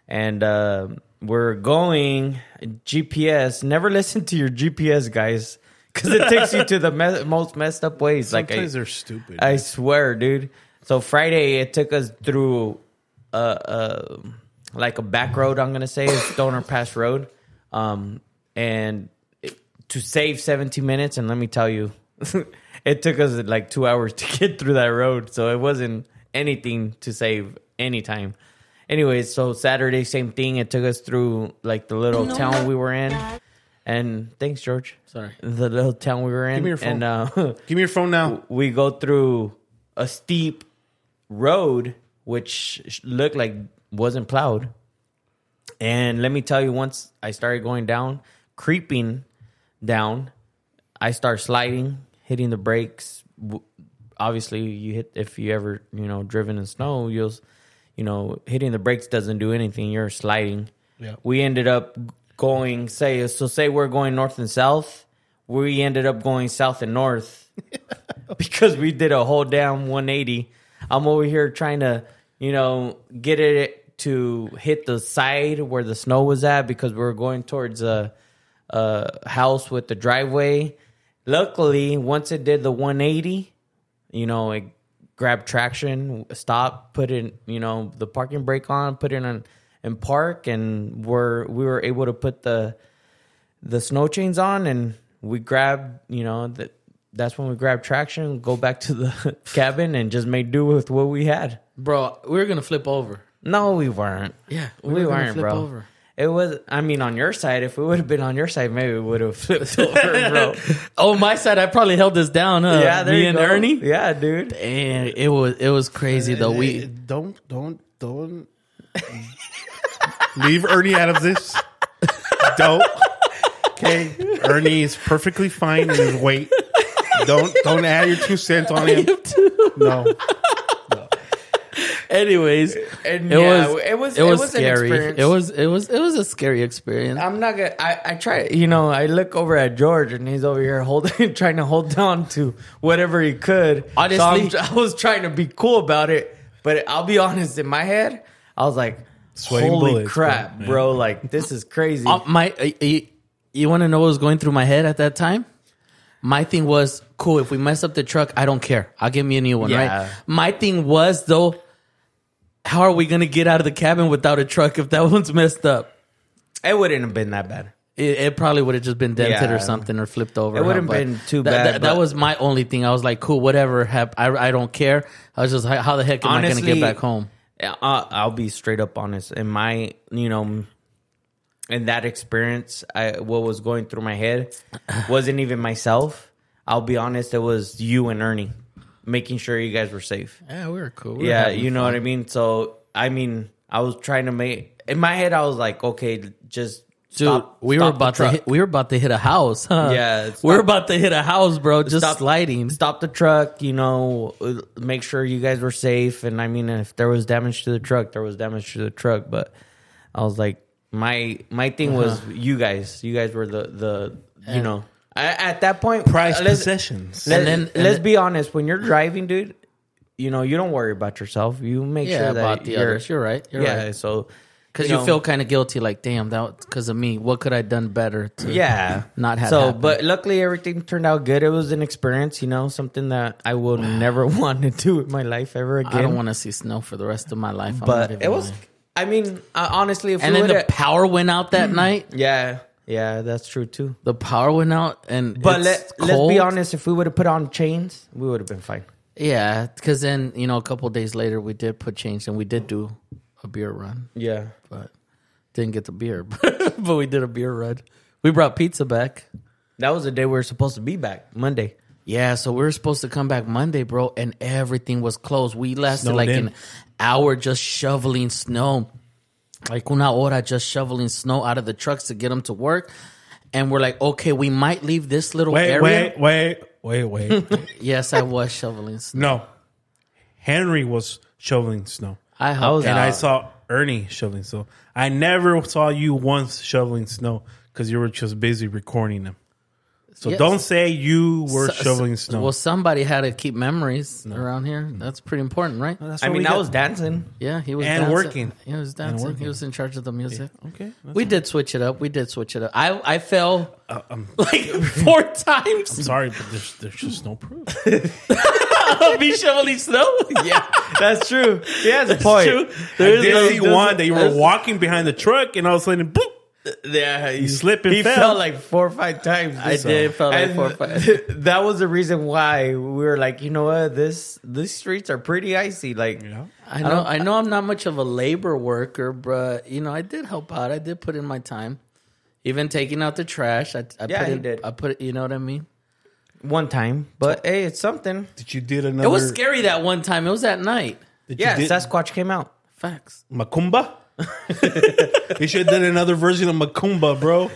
Speaker 2: and uh, we're going GPS. Never listen to your GPS, guys, because it takes you to the me- most messed up ways. like I,
Speaker 1: Sometimes they're stupid.
Speaker 2: I swear, dude. So Friday, it took us through uh, uh like a back road. I'm gonna say it's Donor Pass Road, um, and it- to save 17 minutes. And let me tell you, it took us like two hours to get through that road. So it wasn't anything to save any time. Anyways, so Saturday, same thing. It took us through like the little town we were in, and thanks, George.
Speaker 3: Sorry.
Speaker 2: the little town we were in,
Speaker 1: me your phone.
Speaker 2: and uh,
Speaker 1: Give me your phone now.
Speaker 2: we go through a steep road which sh- looked like wasn't plowed and let me tell you once i started going down creeping down i start sliding hitting the brakes W- obviously you hit if you ever you know driven in snow you'll s- you know hitting the brakes doesn't do anything you're sliding
Speaker 1: Yeah.
Speaker 2: we ended up going say so say we're going north and south we ended up going south and north because we did a whole damn 180. I'm over here trying to, you know, get it to hit the side where the snow was at because we were going towards a, a house with the driveway. Luckily, once it did the 180, you know, it grabbed traction, stopped, put in, you know, the parking brake on, put in an, and park, and we're we were able to put the the snow chains on and we grabbed, you know, that that's when we grabbed traction, go back to the cabin and just made do with what we had.
Speaker 3: Bro, we were going to flip over.
Speaker 2: No, we weren't.
Speaker 3: Yeah, we
Speaker 2: we,
Speaker 3: were gonna
Speaker 2: weren't,
Speaker 3: flip
Speaker 2: bro.
Speaker 3: over.
Speaker 2: It was I mean on your side, if we would have been on your side, maybe we would have flipped over, bro.
Speaker 3: Oh, my side, I probably held this down, huh?
Speaker 2: yeah, there
Speaker 3: Me
Speaker 2: you
Speaker 3: and
Speaker 2: go.
Speaker 3: Ernie.
Speaker 2: Yeah, dude.
Speaker 3: And it was it was crazy though.
Speaker 1: Hey,
Speaker 3: We
Speaker 1: Eh, don't don't don't leave Ernie out of this. Don't. Okay, Ernie is perfectly fine in his weight. Don't don't add your two cents on him. No,
Speaker 3: anyways,
Speaker 2: And
Speaker 3: it
Speaker 2: yeah,
Speaker 3: was
Speaker 2: it was
Speaker 3: it was,
Speaker 2: an
Speaker 3: scary.
Speaker 2: experience. Uh,
Speaker 3: It was it was it was a scary experience.
Speaker 2: I'm not gonna. I, I try. You know, I look over at George, and he's over here holding, trying to hold down to whatever he could. So I'm-
Speaker 3: Honestly-
Speaker 2: I was trying to be cool about it, But I'll be honest, in my head, I was like,
Speaker 1: Sweating
Speaker 2: holy
Speaker 1: bullets,
Speaker 2: crap,
Speaker 1: bro.
Speaker 2: bro. Like, this is crazy.
Speaker 3: Uh, my, uh, you, you want to know what was going through my head at that time? My thing was cool. If we mess up the truck, I don't care. I'll give me a new one,
Speaker 2: Yeah.
Speaker 3: right? My thing was though, how are we gonna get out of the cabin without a truck if that one's messed up?
Speaker 2: it wouldn't have been that bad.
Speaker 3: It, it probably would have just been dented
Speaker 2: Yeah.
Speaker 3: or something or flipped over.
Speaker 2: It
Speaker 3: huh?
Speaker 2: wouldn't
Speaker 3: But
Speaker 2: been too
Speaker 3: that-
Speaker 2: bad,
Speaker 3: That, that
Speaker 2: but-
Speaker 3: was my only thing. I was like, cool, whatever. Hap- I I don't care. I was just, how how the heck am I gonna
Speaker 2: Honestly,
Speaker 3: get back home?
Speaker 2: I- I'll be straight up honest. In my, you know, in that experience, I what was going through my head wasn't even myself. I'll be honest. It was you and Ernie making sure you guys were safe.
Speaker 3: Yeah, we were cool.
Speaker 2: yeah, you know what I mean. So I mean, I was trying to make in my head. I was like, okay, just
Speaker 3: Dude,
Speaker 2: stop.
Speaker 3: we
Speaker 2: stop
Speaker 3: were
Speaker 2: the
Speaker 3: about to
Speaker 2: truck.
Speaker 3: hit, we were about to hit a house. Huh?
Speaker 2: Yeah,
Speaker 3: we
Speaker 2: stop-
Speaker 3: are about to hit a house, bro. Just
Speaker 2: Stop-
Speaker 3: sliding.
Speaker 2: stop the truck. You know, uh, make sure you guys were safe. And I mean, if there was damage to the truck, there was damage to the truck. But I was like, my my thing
Speaker 3: Uh-huh.
Speaker 2: was you guys. You guys were the the you know. I, at that point,
Speaker 1: Price
Speaker 2: let's-
Speaker 1: possessions.
Speaker 2: Let,
Speaker 3: And then- and
Speaker 2: let's
Speaker 3: then-
Speaker 2: be honest. When you're driving, dude, you know you don't worry about yourself. You make
Speaker 3: Yeah,
Speaker 2: sure that
Speaker 3: about the
Speaker 2: you're,
Speaker 3: others. You're right. You're
Speaker 2: yeah,
Speaker 3: right.
Speaker 2: so
Speaker 3: Because you,
Speaker 2: know,
Speaker 3: feel kind of guilty, like, damn, that because of me. What could I done better? To,
Speaker 2: yeah,
Speaker 3: not have
Speaker 2: so.
Speaker 3: happened.
Speaker 2: But luckily, everything turned out good. It was an experience, you know, something that I will never want to do in my life ever again.
Speaker 3: I don't want to see snow for the rest of my life. I'm not
Speaker 2: but
Speaker 3: even
Speaker 2: it was.
Speaker 3: lying.
Speaker 2: I mean, uh, honestly, if
Speaker 3: And
Speaker 2: we
Speaker 3: then the
Speaker 2: would've-
Speaker 3: power went out that night.
Speaker 2: yeah, yeah, that's true too.
Speaker 3: The power went out, and
Speaker 2: But
Speaker 3: it's
Speaker 2: let let's
Speaker 3: cold.
Speaker 2: be honest, if we would have put on chains, we would have been fine.
Speaker 3: Yeah, because then you know, a couple days later, we did put change, and we did do a beer run,
Speaker 2: Yeah,
Speaker 3: but didn't get the beer, but we did a beer run. We brought pizza back.
Speaker 2: that was the day we were supposed to be back Monday.
Speaker 3: Yeah, so we were supposed to come back Monday, bro, and everything was closed. We lasted
Speaker 1: Snowed
Speaker 3: like
Speaker 1: in.
Speaker 3: an hour just shoveling snow. Like una hora just shoveling snow out of the trucks to get them to work. And we're like, okay, we might leave this little
Speaker 1: Wait,
Speaker 3: area.
Speaker 1: wait, wait, wait, wait.
Speaker 3: Yes, I was shoveling snow.
Speaker 1: no. Henry was shoveling snow.
Speaker 3: I, was
Speaker 1: and I
Speaker 3: out.
Speaker 1: saw Ernie shoveling snow. I never saw you once shoveling snow because you were just busy recording them. So
Speaker 3: Yes.
Speaker 1: don't say you were
Speaker 3: So-
Speaker 1: shoveling
Speaker 3: so-
Speaker 1: snow.
Speaker 3: Well, somebody had to keep memories around here. That's pretty important, right?
Speaker 1: That's
Speaker 2: I
Speaker 1: what
Speaker 2: mean,
Speaker 1: we
Speaker 2: I
Speaker 1: got.
Speaker 2: was dancing.
Speaker 3: Yeah, he was
Speaker 1: And
Speaker 3: dancing.
Speaker 1: working.
Speaker 3: He was dancing. He
Speaker 1: working.
Speaker 3: was in charge of the music.
Speaker 1: okay. that's-
Speaker 3: We did switch it up. We did switch it up. I I fell
Speaker 1: um,
Speaker 3: like four times.
Speaker 1: Sorry, but there's there's just no proof.
Speaker 3: be shoveling snow.
Speaker 2: Yeah, that's true. Yeah, that's
Speaker 3: That's
Speaker 2: point.
Speaker 3: true.
Speaker 1: I
Speaker 3: There is no-
Speaker 1: did see
Speaker 3: there's-
Speaker 1: one that you were
Speaker 3: there's-
Speaker 1: walking behind the truck, and all of a sudden, boop,
Speaker 2: Yeah, he,
Speaker 1: slipped and
Speaker 2: he
Speaker 1: fell.
Speaker 2: like four or five times.
Speaker 3: I did fell like four or five.
Speaker 2: that was the reason why we were like, you know what, this these streets are pretty icy. Like,
Speaker 3: I know. I, know. I'm not much of a labor worker, but you know, I did help out. I did put in my time, even taking out the trash. I, I
Speaker 2: Yeah,
Speaker 3: put
Speaker 2: he
Speaker 3: in,
Speaker 2: did.
Speaker 3: I put. You know what I mean?
Speaker 2: one time, but hey, it's something.
Speaker 1: Did you did another?
Speaker 3: It was scary that one time. It was at night.
Speaker 1: Did
Speaker 2: Yeah,
Speaker 1: you did
Speaker 2: Sasquatch came out.
Speaker 3: Facts.
Speaker 1: Macumba. you should have done another version of Macumba, bro.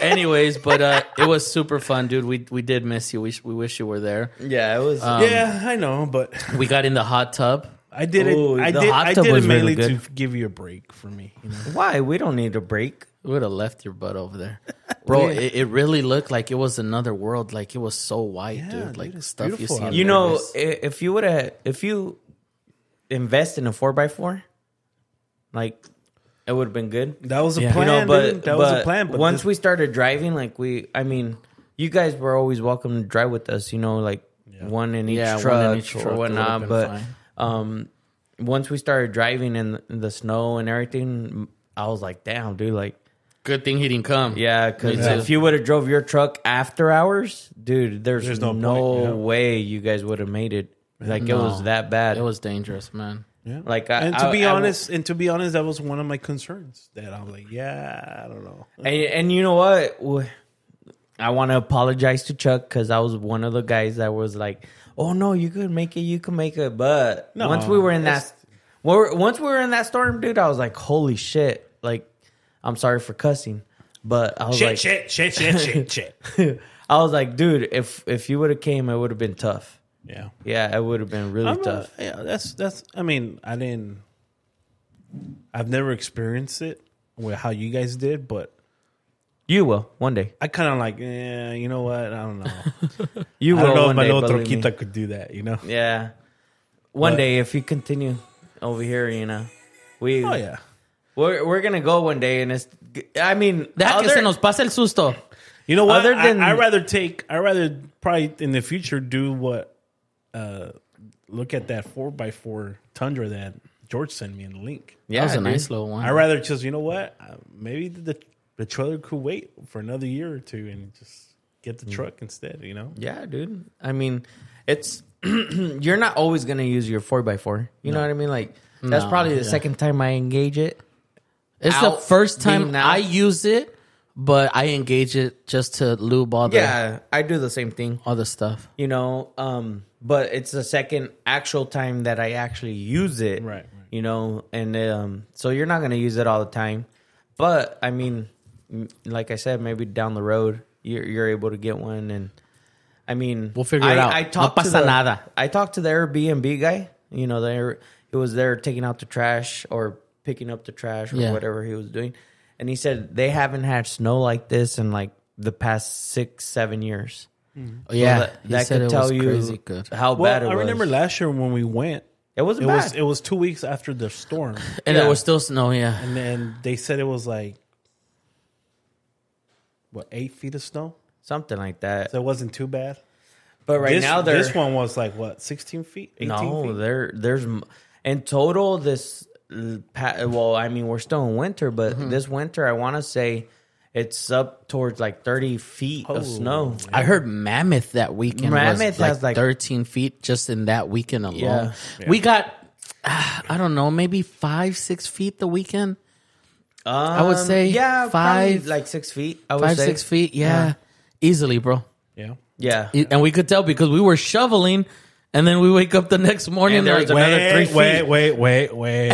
Speaker 3: Anyways, but uh, it was super fun, dude. We we did miss you. We sh- we wish you were there.
Speaker 2: Yeah, it was.
Speaker 3: Um,
Speaker 1: yeah, I know, but
Speaker 3: We got in the hot tub.
Speaker 1: I did
Speaker 2: Ooh,
Speaker 1: it. I
Speaker 2: the
Speaker 1: did.
Speaker 2: hot
Speaker 1: I
Speaker 2: tub
Speaker 1: did
Speaker 2: was
Speaker 1: it mainly
Speaker 2: really good.
Speaker 1: to give you a break for me. You know?
Speaker 2: why we don't need a break.
Speaker 3: We would have left your butt over there, bro. it, it really looked like it was another world. Like it was so white, dude.
Speaker 1: dude,
Speaker 3: Like
Speaker 1: it's
Speaker 3: stuff you
Speaker 1: beautiful
Speaker 3: see.
Speaker 1: out
Speaker 3: in
Speaker 1: there.
Speaker 2: You know,
Speaker 3: movies.
Speaker 2: i- if you would have, if you invest in a four x four, like it would have been good.
Speaker 1: That was a
Speaker 3: Yeah. You
Speaker 1: plan.
Speaker 2: you know, but
Speaker 1: dude. that
Speaker 2: but
Speaker 1: was a plan. But
Speaker 2: once
Speaker 1: this-
Speaker 2: we started driving, like we, I mean, you guys were always welcome to drive with us. You know, like one in each
Speaker 3: Yeah,
Speaker 2: truck
Speaker 3: one in each truck, it
Speaker 2: or
Speaker 3: would've
Speaker 2: whatnot.
Speaker 3: been
Speaker 2: But
Speaker 3: fine.
Speaker 2: um, once we started driving in the, in the snow and everything, I was like, damn, dude, like.
Speaker 3: good thing he didn't come.
Speaker 2: Yeah, because
Speaker 3: Me too.
Speaker 2: if you would have drove your truck after hours, dude, there's,
Speaker 1: There's
Speaker 2: no,
Speaker 1: no point, yeah.
Speaker 2: way you guys would have made it. Like it was
Speaker 3: No.
Speaker 2: that bad.
Speaker 3: it was dangerous, man.
Speaker 1: Yeah.
Speaker 2: like, I-
Speaker 1: and to
Speaker 2: I-
Speaker 1: be
Speaker 2: I-
Speaker 1: honest, and to be honest, that was one of my concerns. That I'm like, yeah, I don't know.
Speaker 2: And, and you know what? W- I want to apologize to Chuck because I was one of the guys that was like, "Oh no, you could make it, you could make it." But
Speaker 1: No,
Speaker 2: once we were in that,
Speaker 1: that's-
Speaker 2: we're, once we were in that storm, dude, I was like, "Holy shit!" Like, I'm sorry for cussing, but I was
Speaker 1: Shit,
Speaker 2: like,
Speaker 1: shit, shit, shit, shit, shit.
Speaker 2: I was like, dude, if if you would have came, it would have been tough.
Speaker 1: Yeah.
Speaker 2: Yeah, it would have been really
Speaker 1: I'm not-
Speaker 2: tough.
Speaker 1: yeah, that's that's. I mean, I didn't. I've never experienced it with how you guys did, but
Speaker 2: You will one day.
Speaker 1: I kind of like, yeah, you know what? I don't know.
Speaker 2: You
Speaker 1: I
Speaker 2: will
Speaker 1: don't know if
Speaker 2: one
Speaker 1: my
Speaker 2: day.
Speaker 1: little
Speaker 2: believe me.
Speaker 1: troquita could do that. You know,
Speaker 2: Yeah, one
Speaker 1: But-
Speaker 2: day if you continue. over here. You know, we
Speaker 1: Oh yeah.
Speaker 2: we're we're gonna go one day, and it's. I mean,
Speaker 3: Deja
Speaker 2: other-
Speaker 3: que se nos pase el susto.
Speaker 1: You know what?
Speaker 2: Other than-
Speaker 1: I, I'd rather take. I'd rather probably in the future do what. Uh, look at that four x four tundra that George sent me in the link.
Speaker 2: yeah,
Speaker 3: that was a
Speaker 2: dude.
Speaker 3: nice little one.
Speaker 1: I'd rather just you know what? Uh, maybe the the trailer could wait for another year or two and just get the truck instead. You know?
Speaker 2: Mm. Yeah, dude. I mean, it's you're not always gonna use your four x four. You know what I mean? Like that's
Speaker 3: No,
Speaker 2: probably the
Speaker 3: yeah.
Speaker 2: second time I engage it.
Speaker 3: It's the
Speaker 2: out,
Speaker 3: first time
Speaker 2: being out.
Speaker 3: I used it, but I engage it just to lube all the
Speaker 2: Yeah, I do the same thing.
Speaker 3: all the stuff.
Speaker 2: You know, um, but it's the second actual time that I actually use it.
Speaker 1: Right, right.
Speaker 2: You know, and um, so you're not gonna use it all the time, but I mean, m- like I said, maybe down the road you're you're able to get one, and I mean,
Speaker 3: We'll figure it
Speaker 2: I-
Speaker 3: out.
Speaker 2: I
Speaker 3: No
Speaker 2: talked to
Speaker 3: pasa
Speaker 2: the-
Speaker 3: nada.
Speaker 2: I talked to the Airbnb guy. You know, there he was there taking out the trash or picking up the trash or
Speaker 3: Yeah.
Speaker 2: whatever he was doing, and he said they haven't had snow like this in like the past six seven years.
Speaker 3: yeah,
Speaker 2: that,
Speaker 3: he
Speaker 2: that
Speaker 3: said
Speaker 2: could
Speaker 3: it
Speaker 2: tell
Speaker 3: was
Speaker 2: you
Speaker 3: crazy good.
Speaker 2: how bad
Speaker 1: Well, I
Speaker 2: it was.
Speaker 1: remember last year when we went.
Speaker 2: it
Speaker 1: It
Speaker 2: wasn't bad.
Speaker 1: was it was two weeks after the storm,
Speaker 3: and
Speaker 2: yeah.
Speaker 3: it was still snow. Yeah,
Speaker 1: and then they said it was like what eight feet of snow.
Speaker 2: something like that.
Speaker 1: So it wasn't too bad.
Speaker 2: but right
Speaker 1: this,
Speaker 2: now they're
Speaker 1: this one was like what sixteen feet, eighteen
Speaker 2: no,
Speaker 1: feet.
Speaker 2: there there's m- in total this l- pa- well, I mean we're still in winter, but
Speaker 3: Mm-hmm.
Speaker 2: this winter I want to say it's up towards like 30 feet
Speaker 1: Oh,
Speaker 2: of snow.
Speaker 3: I heard Mammoth that weekend.
Speaker 2: Mammoth
Speaker 3: was like
Speaker 2: has, like-
Speaker 3: thirteen feet just in that weekend alone.
Speaker 2: Yeah.
Speaker 3: We got, ah, I don't know, maybe five, six feet the weekend. I would
Speaker 2: Um,
Speaker 3: say
Speaker 2: yeah, probably
Speaker 3: five,
Speaker 2: like six feet. I would
Speaker 3: five,
Speaker 2: say.
Speaker 3: six feet. Yeah, easily, bro.
Speaker 1: Yeah.
Speaker 2: Yeah,
Speaker 3: E- And we could tell because we were shoveling, and then we wake up the next morning.
Speaker 2: And
Speaker 3: they're
Speaker 2: there's
Speaker 3: like,
Speaker 2: another
Speaker 1: Wait,
Speaker 2: three feet.
Speaker 1: wait, wait, wait, wait.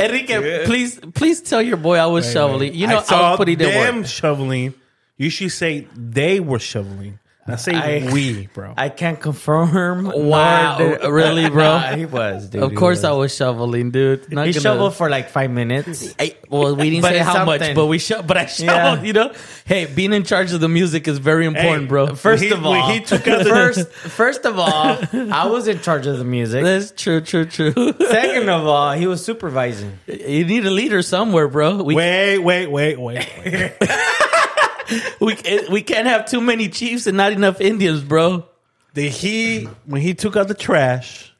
Speaker 3: Enrique, please, please tell your boy I was shoveling. You know, I, was putting in
Speaker 1: them
Speaker 3: work.
Speaker 1: shoveling. You should say they were shoveling. Not say
Speaker 2: I-
Speaker 1: we, bro.
Speaker 2: I can't confirm.
Speaker 3: Wow,
Speaker 2: nor do-
Speaker 3: really, bro?
Speaker 2: Nah, he was, dude.
Speaker 3: Of
Speaker 2: he
Speaker 3: course,
Speaker 2: was.
Speaker 3: I was shoveling, dude. Not
Speaker 2: He
Speaker 3: gonna-
Speaker 2: shoveled for like five minutes.
Speaker 3: I, well, we didn't
Speaker 2: But
Speaker 3: say
Speaker 2: it's
Speaker 3: how much,
Speaker 2: something.
Speaker 3: but we sho- but I shoveled. You know, hey, being in charge of the music is very important, bro.
Speaker 2: First
Speaker 1: He-
Speaker 2: of
Speaker 1: when
Speaker 2: all,
Speaker 1: he took out the-
Speaker 2: first, first of all, I was in charge of the music.
Speaker 3: that's true, true, true.
Speaker 2: Second of all, he was supervising.
Speaker 3: you need a leader somewhere, bro. We
Speaker 1: wait, wait, wait, wait, wait.
Speaker 3: we can't- we can't have too many chiefs and not enough Indians, bro.
Speaker 1: Did he when he took out the trash?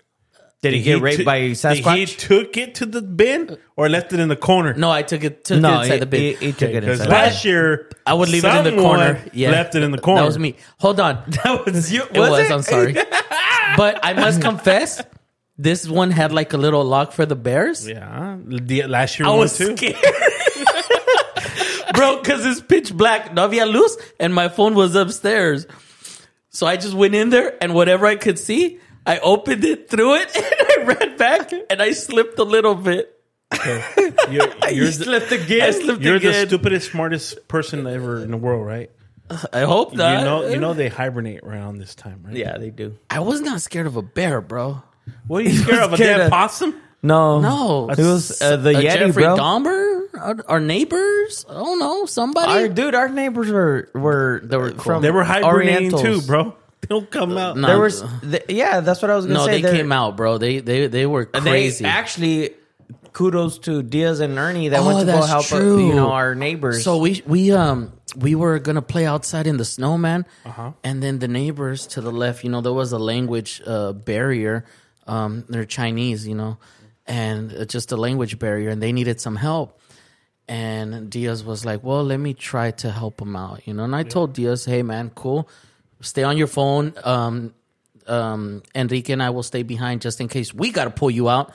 Speaker 2: Did he get raped
Speaker 1: took-
Speaker 2: by
Speaker 1: Did he
Speaker 2: Sasquatch?
Speaker 1: took it to the bin or left it in the corner?
Speaker 3: No, I took it took it
Speaker 2: no,
Speaker 3: inside
Speaker 2: he,
Speaker 3: the bin.
Speaker 2: he, he took it
Speaker 1: because
Speaker 2: inside.
Speaker 1: last year
Speaker 3: I would leave it in the
Speaker 1: someone
Speaker 3: corner. Yeah.
Speaker 1: left it in the corner.
Speaker 3: That was me. Hold on. That was you. It was.
Speaker 2: was it?
Speaker 3: I'm sorry. but I must confess, this one had like a little lock for the bears.
Speaker 1: Yeah, the- last year
Speaker 3: I
Speaker 1: we
Speaker 3: was
Speaker 1: went too.
Speaker 3: scared. Bro, because it's pitch black. No había luz, and my phone was upstairs. So I just went in there, and whatever I could see, I opened it, threw it, and I ran back, and I slipped a little bit.
Speaker 1: You're, you're the,
Speaker 3: slipped again. I slipped
Speaker 1: you're the
Speaker 3: again.
Speaker 1: stupidest, smartest person ever in the world, right?
Speaker 3: I hope not.
Speaker 1: You know, you know they hibernate around this time, right?
Speaker 2: yeah, they do.
Speaker 3: I was not scared of a bear, bro.
Speaker 1: What are you scared of? A
Speaker 2: Scared
Speaker 1: dead
Speaker 2: of-
Speaker 1: possum?
Speaker 2: No,
Speaker 3: No,
Speaker 2: it was uh, the
Speaker 3: Uh,
Speaker 2: Yeti,
Speaker 3: Jeffrey
Speaker 2: bro.
Speaker 3: Dahmer, our, our neighbors. I don't know
Speaker 2: Our
Speaker 3: somebody.
Speaker 2: dude, our neighbors were were they were from
Speaker 1: They were hibernating
Speaker 2: Orientals.
Speaker 1: too, bro. They don't come out.
Speaker 3: no.
Speaker 2: There was, th- yeah, that's what I was gonna
Speaker 3: no,
Speaker 2: say.
Speaker 3: they
Speaker 2: There-
Speaker 3: came out, bro. They they they were crazy.
Speaker 2: They actually kudos to Diaz and Ernie that
Speaker 3: Oh,
Speaker 2: went to go
Speaker 3: that's
Speaker 2: help uh,
Speaker 3: true.
Speaker 2: you know our neighbors.
Speaker 3: so we we um we were gonna play outside in the snowman, and then the neighbors to the left, you know, there was a language uh, barrier. Um, they're Chinese, you know, and uh, just a language barrier, and they needed some help. And Diaz was like, "Well, let me try to help him out," you know. And I told Diaz, "Hey, man, cool, stay on your phone. Um, um, Enrique and I will stay behind just in case we got to pull you out."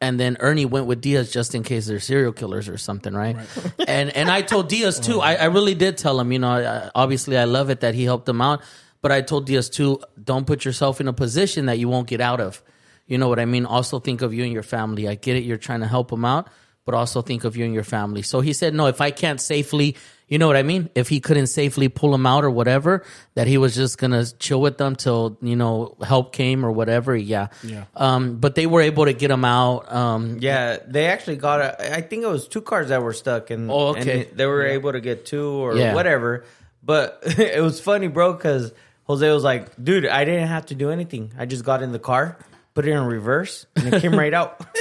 Speaker 3: And then Ernie went with Diaz just in case they're serial killers or something, right? and and I told Diaz too. I, I really did tell him, you know. I, I- obviously, I love it that he helped him out, but I told Diaz too, don't put yourself in a position that you won't get out of. You know what I mean? Also think of you and your family. I get it, you're trying to help them out, but also think of you and your family. So he said, no, if I can't safely, you know what I mean? If he couldn't safely pull them out or whatever, that he was just gonna chill with them till, you know, help came or whatever. Yeah.
Speaker 1: Yeah.
Speaker 3: Um, but they were able to get them out. Um,
Speaker 2: yeah, they actually got. A, I think it was two cars that were stuck, and
Speaker 3: Oh, okay.
Speaker 2: and they were able to get two or
Speaker 3: Yeah.
Speaker 2: whatever. But it was funny, bro, because Jose was like, "Dude, I didn't have to do anything. I just got in the car, put it in reverse, and it came right out."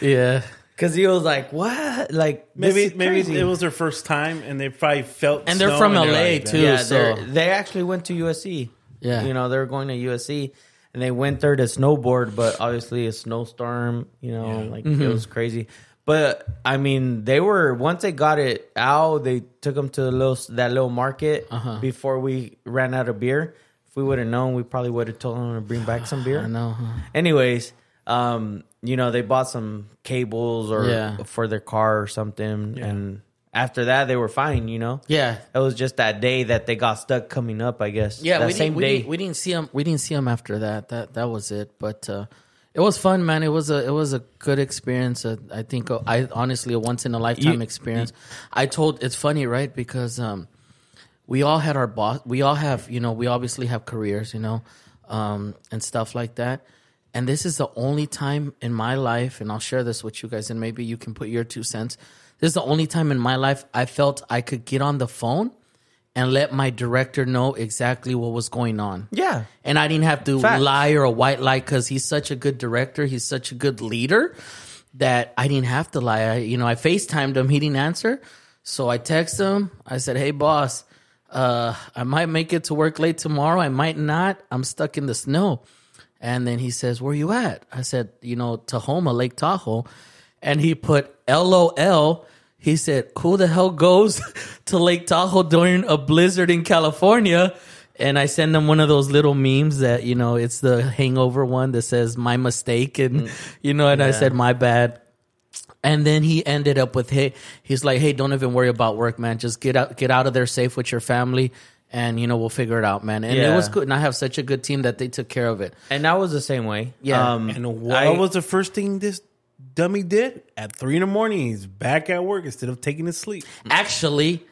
Speaker 3: Yeah.
Speaker 2: because he was like, "What? Like this
Speaker 1: Maybe
Speaker 2: is
Speaker 1: maybe
Speaker 2: crazy.
Speaker 1: it was their first time, and they probably felt.
Speaker 3: And they're
Speaker 1: snow
Speaker 3: from
Speaker 1: and
Speaker 3: LA
Speaker 1: like,
Speaker 3: too.
Speaker 2: yeah."
Speaker 3: so-
Speaker 2: they're- They actually went to USC.
Speaker 3: Yeah.
Speaker 2: you know they were going to USC and they went there to snowboard, but obviously a snowstorm. You know, like
Speaker 3: Mm-hmm.
Speaker 2: it was crazy. But I mean, they were once they got it out, they took them to the little that little market
Speaker 3: Uh-huh.
Speaker 2: before we ran out of beer. If we would have known, we probably would have told them to bring back some beer.
Speaker 3: I know. huh?
Speaker 2: Anyways, um, you know, they bought some cables or
Speaker 3: Yeah.
Speaker 2: for their car or something, and after that, they were fine. You know,
Speaker 3: Yeah.
Speaker 2: it was just that day that they got stuck coming up. I guess.
Speaker 3: Yeah,
Speaker 2: that
Speaker 3: we
Speaker 2: same
Speaker 3: didn't, we
Speaker 2: day.
Speaker 3: Didn't, we didn't see him. We didn't see him after that. That that was it. But uh, it was fun, man. It was a it was a good experience. Uh, I think uh, I honestly a once in a lifetime experience. I told it's funny, right? Because um, we all had our boss. We all have you know. We obviously have careers, you know, um, and stuff like that. And this is the only time in my life, and I'll share this with you guys, and maybe you can put your two cents. This is the only time in my life I felt I could get on the phone and let my director know exactly what was going on.
Speaker 2: Yeah.
Speaker 3: And I didn't have to
Speaker 2: Facts.
Speaker 3: lie or a white lie because he's such a good director. He's such a good leader that I didn't have to lie. I, you know, I FaceTimed him. He didn't answer. So I texted him. I said, Hey, boss, uh, I might make it to work late tomorrow. I might not. I'm stuck in the snow. And then he says, Where you at? I said, You know, Tahoma, Lake Tahoe. And he put LOL. He said, Who the hell goes to Lake Tahoe during a blizzard in California? And I send him one of those little memes that, you know, it's the hangover one that says, My mistake. And, you know, and I said, My bad. And then he ended up with hey, he's like, hey, don't even worry about work, man. Just get out, get out of there safe with your family, and you know we'll figure it out, man. And it
Speaker 2: Yeah.
Speaker 3: was good. And I have such a good team that they took care of it.
Speaker 2: and I was the same way. Um,
Speaker 3: Yeah.
Speaker 1: And what
Speaker 2: I-
Speaker 1: was the first thing this dummy did at three in the morning? He's back at work instead of taking a sleep.
Speaker 3: Actually,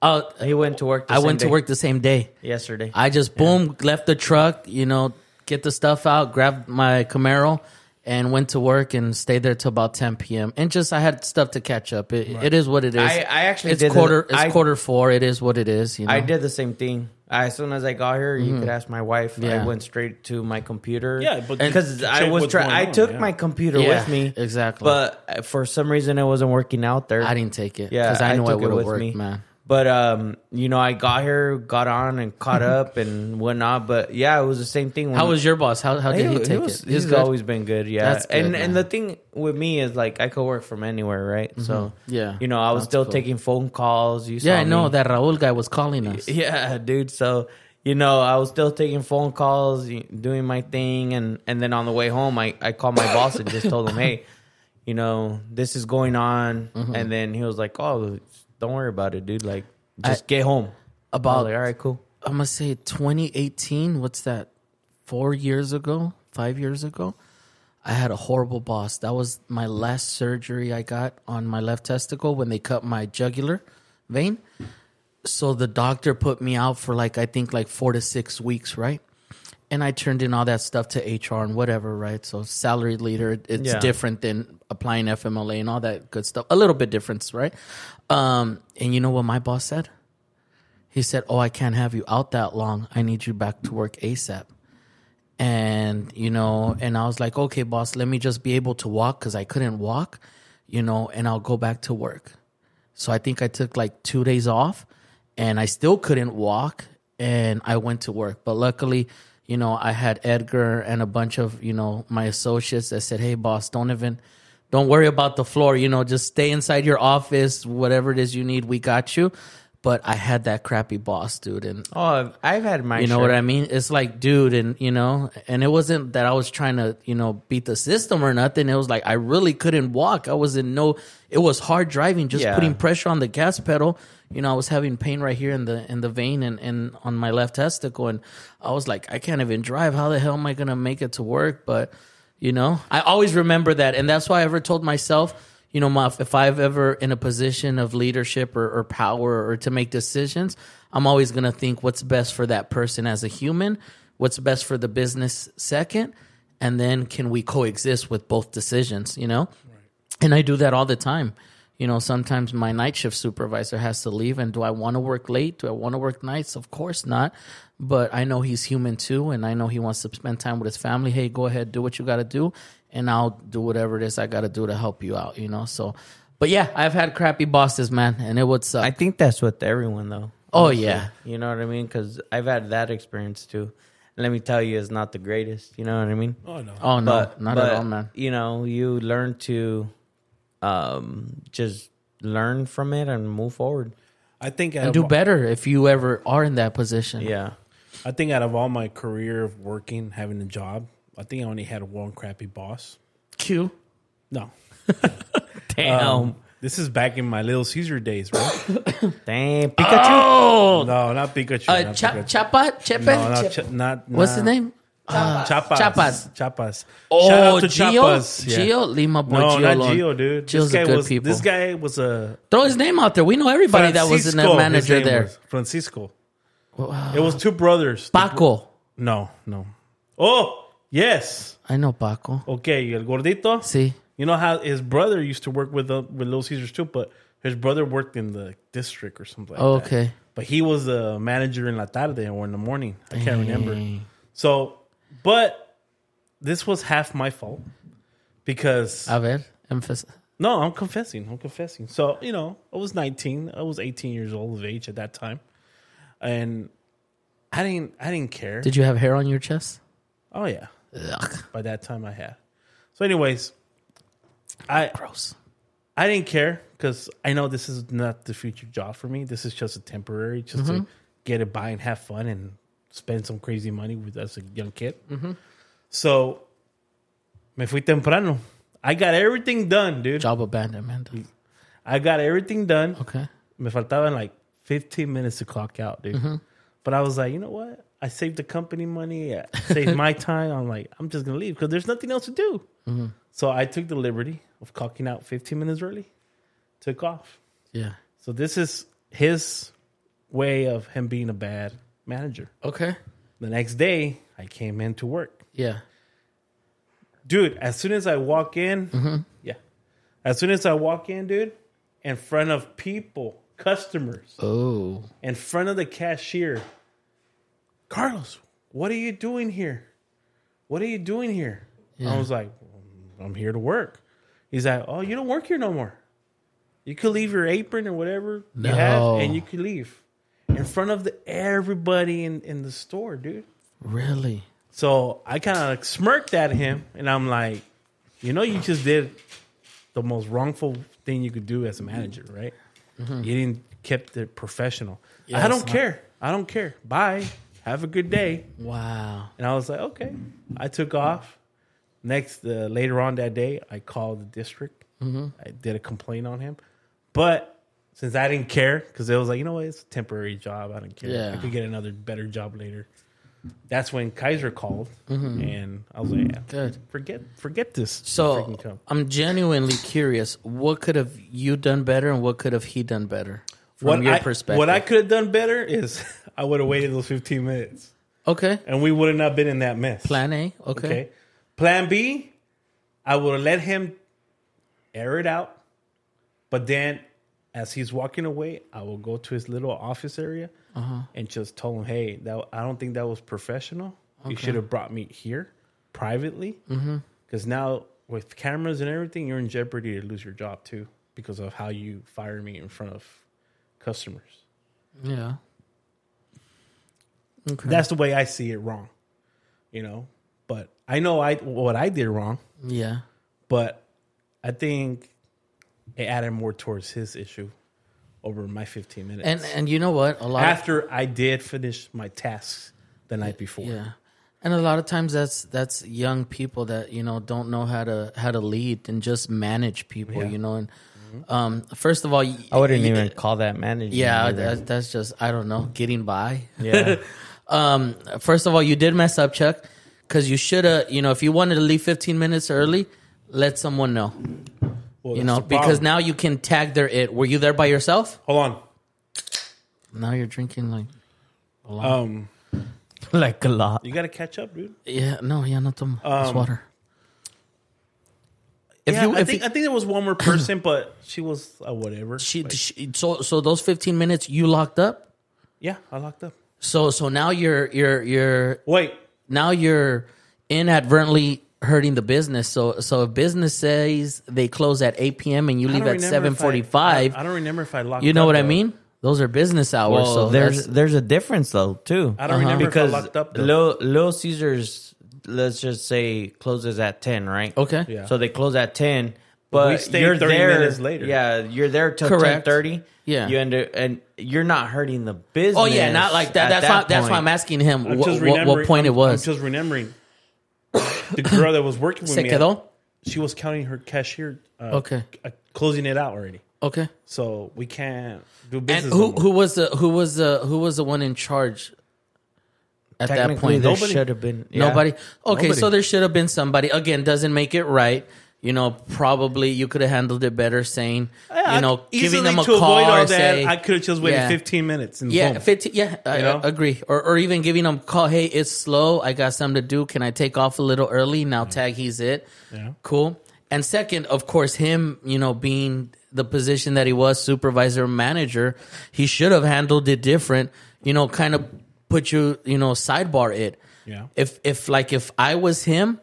Speaker 3: uh,
Speaker 2: he went to work. The
Speaker 3: I
Speaker 2: same
Speaker 3: went to
Speaker 2: day
Speaker 3: work the same day.
Speaker 2: yesterday.
Speaker 3: I just boom left the truck, you know, get the stuff out, grabbed my Camaro, and went to work and stayed there till about ten p.m. And just I had stuff to catch up. It, it is what it is.
Speaker 2: I- I actually
Speaker 3: it's
Speaker 2: did the-
Speaker 3: quarter it's
Speaker 2: I-
Speaker 3: quarter four. It is what it is. You know, Mm-hmm.
Speaker 2: I did the same thing. I, as soon as I got here, you could ask my wife.
Speaker 3: Yeah.
Speaker 2: I went straight to my computer.
Speaker 1: Yeah, but to
Speaker 2: because
Speaker 1: check
Speaker 2: I was
Speaker 1: what's
Speaker 2: trying,
Speaker 1: going
Speaker 2: I
Speaker 1: on,
Speaker 2: took
Speaker 1: yeah.
Speaker 2: my computer
Speaker 3: Yeah,
Speaker 2: with me
Speaker 3: exactly.
Speaker 2: But uh, for some reason, it wasn't working out there.
Speaker 3: I didn't take it
Speaker 2: Yeah,
Speaker 3: because I knew I,
Speaker 2: took it
Speaker 3: would have
Speaker 2: with
Speaker 3: worked,
Speaker 2: me.
Speaker 3: man.
Speaker 2: But um, you know, I got here, got on, and caught up and whatnot. But yeah, it was the same thing. When
Speaker 3: How was your boss? How how did he,
Speaker 2: was-
Speaker 3: take
Speaker 2: was-
Speaker 3: it?
Speaker 2: He's
Speaker 3: good?
Speaker 2: always been good, yeah.
Speaker 3: That's good,
Speaker 2: and
Speaker 3: man. Mm-hmm.
Speaker 2: and the thing with me is like I could work from anywhere, right? So
Speaker 3: Yeah,
Speaker 2: you know, I was
Speaker 3: that's
Speaker 2: still
Speaker 3: cool.
Speaker 2: taking phone calls. You
Speaker 3: yeah.
Speaker 2: saw
Speaker 3: I know
Speaker 2: me.
Speaker 3: that Raul guy was calling us.
Speaker 2: Yeah, dude. So you know, I was still taking phone calls, y- doing my thing, and and then on the way home, I I called my boss and just told him, hey, you know, this is going on,
Speaker 3: Mm-hmm.
Speaker 2: and then he was like, oh, don't worry about it, dude. Like, just get home. I was
Speaker 3: About
Speaker 2: like, all right, cool.
Speaker 3: I'm gonna say 2018. What's that? Four years ago, five years ago, I had a horrible boss. That was my last surgery I got on my left testicle when they cut my jugular vein. So the doctor put me out for like I think like four to six weeks, right? And I turned in all that stuff to HR and whatever, right? So salary leader, it's
Speaker 2: Yeah.
Speaker 3: different than applying FMLA and all that good stuff. A little bit difference, right? Um, and you know what my boss said? he said, "Oh, I can't have you out that long. I need you back to work ASAP." And you know, and I was like, "Okay, boss, let me just be able to walk cuz I couldn't walk, you know, and I'll go back to work." So I think I took like 2 days off and I still couldn't walk and I went to work. But luckily, you know, I had Edgar and a bunch of, you know, my associates that said, "Hey, boss, don't even don't worry about the floor. You know, just stay inside your office. Whatever it is you need, we got you. But I had that crappy boss, dude, and
Speaker 2: Oh, I've, I've had my.
Speaker 3: you know
Speaker 2: share.
Speaker 3: what I mean? It's like, dude, and you know, and it wasn't that I was trying to, you know, beat the system or nothing. It was like I really couldn't walk. I was in no. It was hard driving, just
Speaker 2: Yeah.
Speaker 3: putting pressure on the gas pedal. You know, I was having pain right here in the in the vein and and on my left testicle, and I was like, I can't even drive. How the hell am I gonna make it to work? But you know, I always remember that, and that's why I ever told myself. You know, Ma, if I've ever in a position of leadership or, or power or to make decisions, I'm always going to think what's best for that person as a human, what's best for the business second, and then can we coexist with both decisions, you know? And I do that all the time. You know, sometimes my night shift supervisor has to leave, and do I want to work late? Do I want to work nights? Of course not. but I know he's human too, and I know he wants to spend time with his family. Hey, go ahead, do what you got to do, and I'll do whatever it is I got to do to help you out. You know, so. But yeah, I've had crappy bosses, man, and it would suck.
Speaker 2: I think that's with everyone though.
Speaker 3: oh yeah,
Speaker 2: You know what I mean? Because I've had that experience too. And let me tell you, it's not the greatest. You know what I mean?
Speaker 1: Oh no.
Speaker 3: oh no,
Speaker 2: but
Speaker 3: not
Speaker 2: but,
Speaker 3: at all, man.
Speaker 2: You know, you learn to um, just learn from it and move forward.
Speaker 1: I think out
Speaker 3: And
Speaker 1: of,
Speaker 3: do better if you ever are in that position.
Speaker 2: Yeah,
Speaker 1: I think out of all my career of working, having a job, I think I only had one crappy boss.
Speaker 3: Q.
Speaker 1: No.
Speaker 2: damn,
Speaker 1: This is back in my Little Caesar days, bro.
Speaker 2: damn, Pikachu.
Speaker 3: Oh,
Speaker 1: no, not Pikachu.
Speaker 3: uh,
Speaker 1: not
Speaker 3: Cha-
Speaker 1: Pikachu.
Speaker 3: Chapa, Chepe,
Speaker 1: no, not,
Speaker 3: Chepe.
Speaker 1: Ch- not
Speaker 3: What's
Speaker 1: nah.
Speaker 3: his name?
Speaker 1: Chapas.
Speaker 3: Chapas.
Speaker 1: Chapas.
Speaker 3: Oh,
Speaker 1: Shout out to
Speaker 3: Gio,
Speaker 1: Chapas. Yeah.
Speaker 3: Gio, leave my boy
Speaker 1: No,
Speaker 3: Gio
Speaker 1: not
Speaker 3: alone.
Speaker 1: Gio, dude.
Speaker 3: Gio's
Speaker 1: this guy
Speaker 3: a good
Speaker 1: was
Speaker 3: people.
Speaker 1: this guy was a
Speaker 3: Throw his name out there. We know everybody that was in
Speaker 1: Francisco,
Speaker 3: that
Speaker 1: his
Speaker 3: manager
Speaker 1: name
Speaker 3: there.
Speaker 1: was. Francisco. It was two brothers.
Speaker 3: Paco.
Speaker 1: No, no. Oh, yes.
Speaker 3: I know Paco.
Speaker 1: Okay, el gordito.
Speaker 3: See,
Speaker 1: You know how his brother used to work with uh, with Little Caesars too, but his brother worked in the district or something. Like that.
Speaker 3: okay.
Speaker 1: But he was a manager in La Tarde or in the morning. I can't remember. So, but this was half my fault because
Speaker 3: A ver, emphasis.
Speaker 1: no, I'm confessing. I'm confessing. So, you know, I was 19. I was 18 years old of age at that time. And I didn't I didn't care.
Speaker 3: Did you have hair on your chest?
Speaker 1: oh yeah.
Speaker 3: Ugh,
Speaker 1: By that time I had. So anyways, I
Speaker 3: gross.
Speaker 1: I didn't care because I know this is not the future job for me. This is just a temporary, just to get it by and have fun and spend some crazy money with as a young kid. So, me fui temprano. I got everything done, dude.
Speaker 3: Job abandonment.
Speaker 1: I got everything done.
Speaker 3: Okay.
Speaker 1: Me faltaban like 15 minutes to clock out, dude. But I was like, you know what? I saved the company money. I saved my time. I'm like, I'm just gonna leave because there's nothing else to do. So I took the liberty of clocking out 15 minutes early. Took off.
Speaker 3: Yeah.
Speaker 1: So this is his way of him being a bad manager.
Speaker 3: Okay.
Speaker 1: The next day, I came in to work.
Speaker 3: Yeah.
Speaker 1: Dude, as soon as I walk in, yeah. As soon as I walk in, dude, in front of people, customers,
Speaker 3: Oh.
Speaker 1: in front of the cashier, Carlos, what are you doing here? What are you doing here? I was like, I'm here to work. He's like, Oh, you don't work here no more. You could leave your apron or whatever you have,
Speaker 3: No.
Speaker 1: and you could leave in front of the, everybody in, in the store, dude.
Speaker 3: Really?
Speaker 1: So I kind of like smirked at him, and I'm like, You know, you just did the most wrongful thing you could do as a manager, right? You didn't kept it professional. I don't
Speaker 3: Mm-hmm. it's not-
Speaker 1: care. I don't care. Bye. Have a good day.
Speaker 3: Wow.
Speaker 1: And I was like, okay. I took off. Next, uh, later on that day, I called the district.
Speaker 3: Mm-hmm.
Speaker 1: I did a complaint on him. But since I didn't care, because it was like, you know what? It's a temporary job. I don't care.
Speaker 3: Yeah.
Speaker 1: I could get another better job later. That's when Kaiser called. And I was like, yeah,
Speaker 3: Mm-hmm. Good.
Speaker 1: forget forget this.
Speaker 3: So
Speaker 1: freaking com-
Speaker 3: I'm genuinely curious. What could have you done better, and what could have he done better from
Speaker 1: what
Speaker 3: your
Speaker 1: I,
Speaker 3: perspective?
Speaker 1: What I could have done better is I would have waited those 15 minutes
Speaker 3: okay.
Speaker 1: and we would have not been in that mess.
Speaker 3: Plan A. Okay.
Speaker 1: Okay. Plan B, I would let him air it out. But then as he's walking away, I will go to his little office area
Speaker 3: Uh-huh.
Speaker 1: and just tell him, hey, that I don't think that was professional. You should have brought me here privately.
Speaker 3: Mm-hmm.
Speaker 1: Because now with cameras and everything, you're in jeopardy to lose your job too because of how you fire me in front of customers.
Speaker 3: Yeah. Okay.
Speaker 1: That's the way I see it wrong. You know, but I know I what I did wrong.
Speaker 3: yeah.
Speaker 1: but I think it added more towards his issue over my 15 minutes.
Speaker 3: And and you know what? A lot. of-
Speaker 1: after I did finish my tasks the night before,
Speaker 3: Yeah. And a lot of times that's that's young people that you know don't know how to how to lead and just manage people, you know. And
Speaker 1: Mm-hmm.
Speaker 3: um, first of all, y-
Speaker 2: I wouldn't
Speaker 3: y-
Speaker 2: even call that managing.
Speaker 3: Yeah,
Speaker 2: either.
Speaker 3: that, that's just I don't know getting by.
Speaker 2: yeah.
Speaker 3: Um, first of all, you did mess up, Chuck, because you should have. You know, if you wanted to leave 15 minutes early, let someone know.
Speaker 1: Well,
Speaker 3: You
Speaker 1: that's
Speaker 3: know,
Speaker 1: the problem.
Speaker 3: because now you can tag their it. Were you there by yourself?
Speaker 1: hold
Speaker 3: Now you're drinking like
Speaker 1: on, um,
Speaker 2: like a lot.
Speaker 1: you got to catch up, dude.
Speaker 3: yeah, no, yeah, not them. it's
Speaker 1: Um,
Speaker 3: water.
Speaker 1: If
Speaker 3: If
Speaker 1: yeah,
Speaker 3: you,
Speaker 1: I
Speaker 3: if
Speaker 1: think
Speaker 3: you-
Speaker 1: I think there was one more person, but she was uh, whatever.
Speaker 3: she,
Speaker 1: Like,
Speaker 3: she, so so those 15 minutes you locked up.
Speaker 1: yeah, I locked up.
Speaker 3: So so now you're you're you're
Speaker 1: Wait,
Speaker 3: now you're inadvertently hurting the business. So so if business says they close at 8 p.m. and you
Speaker 1: I
Speaker 3: leave
Speaker 1: don't
Speaker 3: at
Speaker 1: remember if I-
Speaker 3: 7:45,
Speaker 1: I, I don't remember if I locked.
Speaker 3: you know
Speaker 1: up,
Speaker 3: what I
Speaker 1: though.
Speaker 3: mean? Those are business hours.
Speaker 2: Well,
Speaker 3: so
Speaker 2: there's
Speaker 3: there's
Speaker 2: there's a difference though too.
Speaker 1: I don't remember
Speaker 2: because
Speaker 1: if I locked up. Though.
Speaker 2: Little, Little Caesars, let's just say closes at ten, right?
Speaker 3: okay.
Speaker 1: Yeah.
Speaker 2: So they close at ten, but
Speaker 1: We stayed
Speaker 2: you're
Speaker 1: 30
Speaker 2: there.
Speaker 1: minutes later.
Speaker 2: Yeah, you're there till ten
Speaker 3: Correct.
Speaker 2: thirty.
Speaker 3: Yeah.
Speaker 2: you end up, and you're not hurting the business.
Speaker 3: Oh yeah, not like that.
Speaker 2: at
Speaker 3: That's why that's why I'm
Speaker 2: point.
Speaker 3: asking him
Speaker 1: I'm
Speaker 3: wh-
Speaker 1: just
Speaker 3: wh- what,
Speaker 1: remembering-
Speaker 3: point it
Speaker 1: I'm-
Speaker 3: was.
Speaker 1: I'm just remembering the girl that was working with
Speaker 3: Se
Speaker 1: me.
Speaker 3: quedó?
Speaker 1: She was counting her cashier. Uh,
Speaker 3: Okay.
Speaker 1: c- uh, closing it out already.
Speaker 3: Okay.
Speaker 1: So we can't do
Speaker 3: And
Speaker 1: business. no
Speaker 3: who
Speaker 1: more.
Speaker 3: who was the who was the who was the one in charge at that
Speaker 2: Technically,
Speaker 3: point?
Speaker 2: there
Speaker 1: Nobody-
Speaker 2: should have been yeah.
Speaker 3: Nobody. Okay,
Speaker 2: Nobody.
Speaker 3: so there should have been somebody. Again, doesn't make it right. You know, probably you could have handled it better saying,
Speaker 1: I-
Speaker 3: you know, giving
Speaker 1: easily
Speaker 3: them a call or say,
Speaker 1: I could have just waited
Speaker 3: yeah.
Speaker 1: 15 minutes. And
Speaker 3: yeah,
Speaker 1: boom.
Speaker 3: 15, yeah, I,
Speaker 1: You know?
Speaker 3: I agree. Or, or even giving them a call, hey, it's slow. I got something to do. Can I take off a little early? Now tag, he's it.
Speaker 1: Mm. Yeah.
Speaker 3: Cool. And second, of course, him, you know, being the position that he was, supervisor, manager, he should have handled it different, you know, kind of put you, you know, sidebar it.
Speaker 1: Yeah.
Speaker 3: If, if like, if I was him,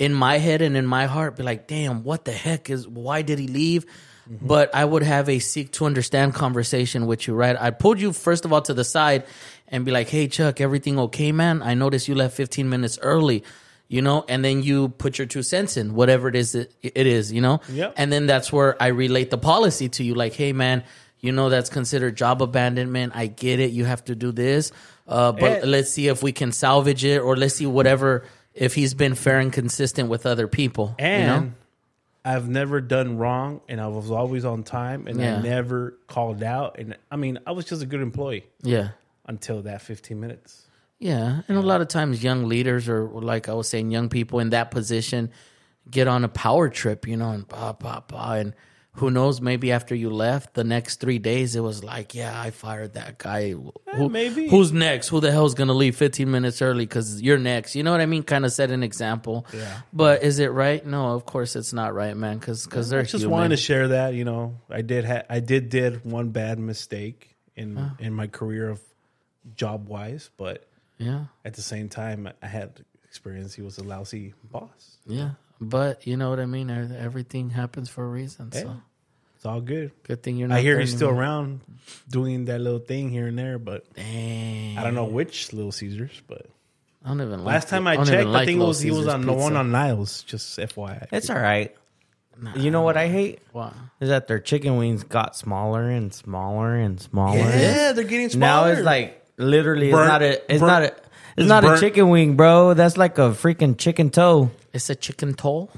Speaker 3: in my head and in my heart be like, damn, what the heck is why did he leave? But I would have a seek to understand conversation with you, right? I pulled you first of all to the side and be like, hey Chuck, everything okay, man? I noticed you left 15 minutes early, you know, and then you put your two cents in, whatever it is it, it is, you know?
Speaker 1: Yep.
Speaker 3: And then that's where I relate the policy to you, like, hey man, you know that's considered job abandonment. I get it, you have to do this. Uh,
Speaker 1: Eh.
Speaker 3: but let's see if we can salvage it or let's see whatever if he's been fair and consistent with other people
Speaker 1: And
Speaker 3: you know?
Speaker 1: I've never done wrong, and I was always on time, and
Speaker 3: Yeah.
Speaker 1: I never called out. And I mean, I was just a good employee
Speaker 3: yeah
Speaker 1: until that 15 minutes.
Speaker 3: yeah and a lot of times young leaders or like i was saying young people in that position get on a power trip you know and blah blah blah and who knows maybe after you left the next three days it was like yeah i fired that guy who,
Speaker 1: Eh, maybe.
Speaker 3: who's next who the hell's gonna leave 15 minutes early because you're next you know what i mean kind of set an example
Speaker 1: Yeah.
Speaker 3: but is it right no of course it's not right man because because they're
Speaker 1: I just
Speaker 3: human.
Speaker 1: wanted to share that. You know, I did. Ha- I did did one bad mistake in in my career of job wise, but
Speaker 3: yeah
Speaker 1: at the same time, I had experience. He was a lousy boss.
Speaker 3: Yeah, but you know what I mean. Ev- Everything happens for a reason. So
Speaker 1: It's all good.
Speaker 3: good thing you're not.
Speaker 1: I hear
Speaker 3: there
Speaker 1: he's still
Speaker 3: anymore.
Speaker 1: around doing that little thing here and there, but
Speaker 3: Dang.
Speaker 1: I don't know which Little Caesars. But
Speaker 3: I don't even.
Speaker 1: last time I
Speaker 3: don't even
Speaker 1: checked, I
Speaker 3: like
Speaker 1: think it
Speaker 3: Little
Speaker 1: was he was
Speaker 3: Caesar's
Speaker 1: on the one
Speaker 3: pizza.
Speaker 1: on Niles. Just FYI,
Speaker 2: It's all right. You know what I hate
Speaker 3: Wow.
Speaker 2: is that their chicken wings got smaller and smaller and smaller.
Speaker 1: yeah, they're getting smaller.
Speaker 2: Now it's like literally,
Speaker 1: Burnt-
Speaker 2: it's not a, it's
Speaker 1: burnt-
Speaker 2: not a, it's,
Speaker 1: it's
Speaker 2: not
Speaker 1: burnt.
Speaker 2: a chicken wing, bro. That's like a freaking chicken toe.
Speaker 3: It's a chicken toll.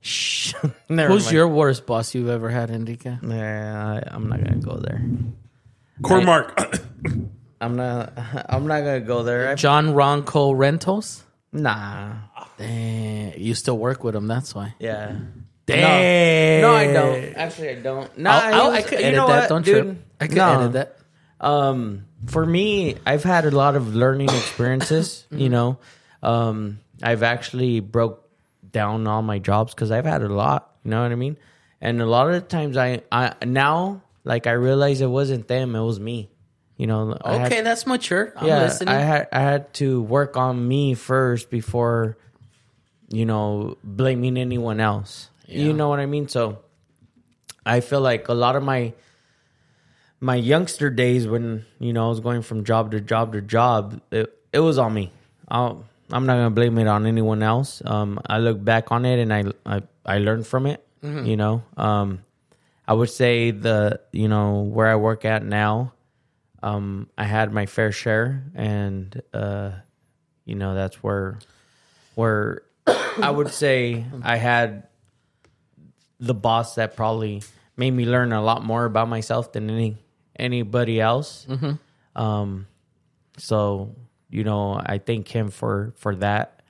Speaker 2: Shh. Never
Speaker 3: Who's
Speaker 2: mind.
Speaker 3: your worst boss you've ever had, Enrique?
Speaker 2: Nah, I- I'm not gonna go there.
Speaker 1: Cormark.
Speaker 2: I'm not. I'm not gonna go there. I,
Speaker 3: John Ronco Rentals.
Speaker 2: nah.
Speaker 3: Dang, you still work with him. That's why.
Speaker 2: Yeah.
Speaker 3: Dang.
Speaker 2: No, I don't. Actually, I don't. No,
Speaker 3: I'll, I'll-
Speaker 2: I
Speaker 3: I
Speaker 2: was-
Speaker 3: could
Speaker 2: you
Speaker 3: edit
Speaker 2: know
Speaker 3: that.
Speaker 2: what,
Speaker 3: don't
Speaker 2: dude?
Speaker 3: trip. I could
Speaker 2: No.
Speaker 3: edit that.
Speaker 2: um for me i've had a lot of learning experiences you know um i've actually broke down all my jobs because i've had a lot you know what i mean and a lot of the times i i now like i realize it wasn't them it was me you know I had-
Speaker 3: Okay, that's mature. I'm
Speaker 2: yeah
Speaker 3: listening.
Speaker 2: i had i had to work on me first before you know blaming anyone else you know what i mean so i feel like a lot of my my youngster days when you know I was going from job to job to job, it, it was on me. I'll, I'm not gonna blame it on anyone else. Um, I look back on it and I I, I learned from it.
Speaker 3: Mm-hmm.
Speaker 2: You know, um, I would say the you know where I work at now, um, I had my fair share, and uh, you know that's where where I would say I had the boss that probably made me learn a lot more about myself than any anybody else. Um, so you know, I thank him for for that,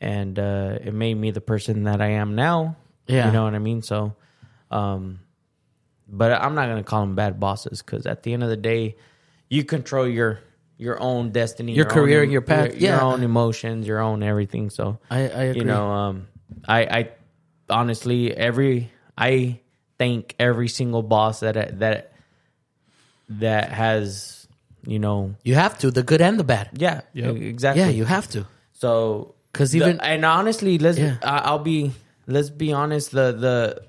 Speaker 2: and uh, it made me the person that I am now.
Speaker 3: Yeah.
Speaker 2: you know what I mean. So, um, but I'm not gonna call them bad bosses because at the end of the day, you control your your own destiny,
Speaker 3: Your
Speaker 2: own
Speaker 3: career
Speaker 2: em-
Speaker 3: and your path.
Speaker 2: your,
Speaker 3: Yeah.
Speaker 2: own emotions, your own everything. So
Speaker 3: I, I agree.
Speaker 2: you know um i i honestly every i thank every single boss that that that has you know,
Speaker 3: You have to, the good and the bad.
Speaker 2: yeah,
Speaker 1: Yep.
Speaker 2: e- exactly.
Speaker 3: Yeah, you have to.
Speaker 2: So,
Speaker 3: 'Cause
Speaker 2: the-
Speaker 3: even-
Speaker 2: and honestly, let's
Speaker 3: Yeah.
Speaker 2: I, I'll be let's be honest. The the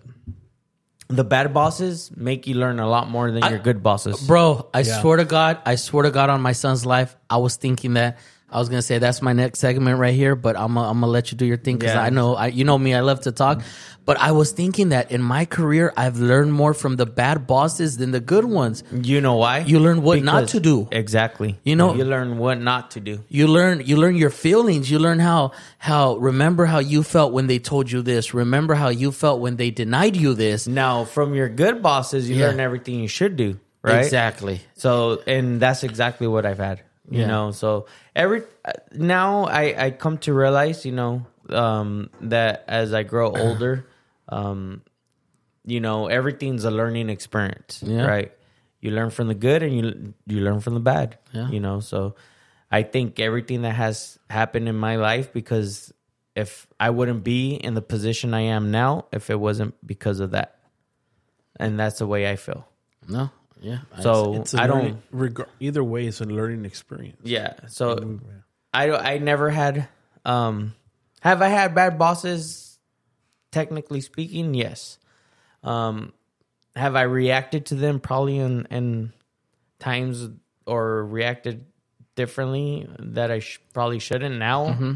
Speaker 2: the bad bosses make you learn a lot more than your good bosses.
Speaker 3: Bro, I
Speaker 1: Yeah.
Speaker 3: swear to God, I swear to God on my son's life, I was thinking that. I was gonna say that's my next segment right here, but I'm gonna, I'm gonna let you do your thing because
Speaker 2: Yeah.
Speaker 3: I know I, you know me, I love to talk. But I was thinking that in my career, I've learned more from the bad bosses than the good ones.
Speaker 2: you know why?
Speaker 3: You learn what not to do.
Speaker 2: Exactly.
Speaker 3: You know-
Speaker 2: you learn what not to do.
Speaker 3: you learn you learn your feelings you learn how how remember how you felt when they told you this remember how you felt when they denied you this
Speaker 2: Now, from your good bosses, you
Speaker 3: Yeah.
Speaker 2: learn everything you should do, right?
Speaker 3: exactly
Speaker 2: So, and that's exactly what I've had, you
Speaker 3: Yeah.
Speaker 2: know. So every uh, now I I come to realize, you know, um, that as I grow older, um, you know, everything's a learning experience,
Speaker 3: Yeah.
Speaker 2: right? You learn from the good and you you learn from the bad,
Speaker 3: Yeah.
Speaker 2: you know. So I think everything that has happened in my life because if I wouldn't be in the position I am now if it wasn't because of that. And that's the way I feel.
Speaker 3: no yeah
Speaker 2: So
Speaker 1: It's a
Speaker 2: I don't
Speaker 1: learning- reg- either way, it's a learning experience.
Speaker 2: Yeah.
Speaker 1: Mm-hmm.
Speaker 2: So I don't- I never had um have I had bad bosses technically speaking? Yes. Um have I reacted to them probably in in times or reacted differently that I sh- probably shouldn't now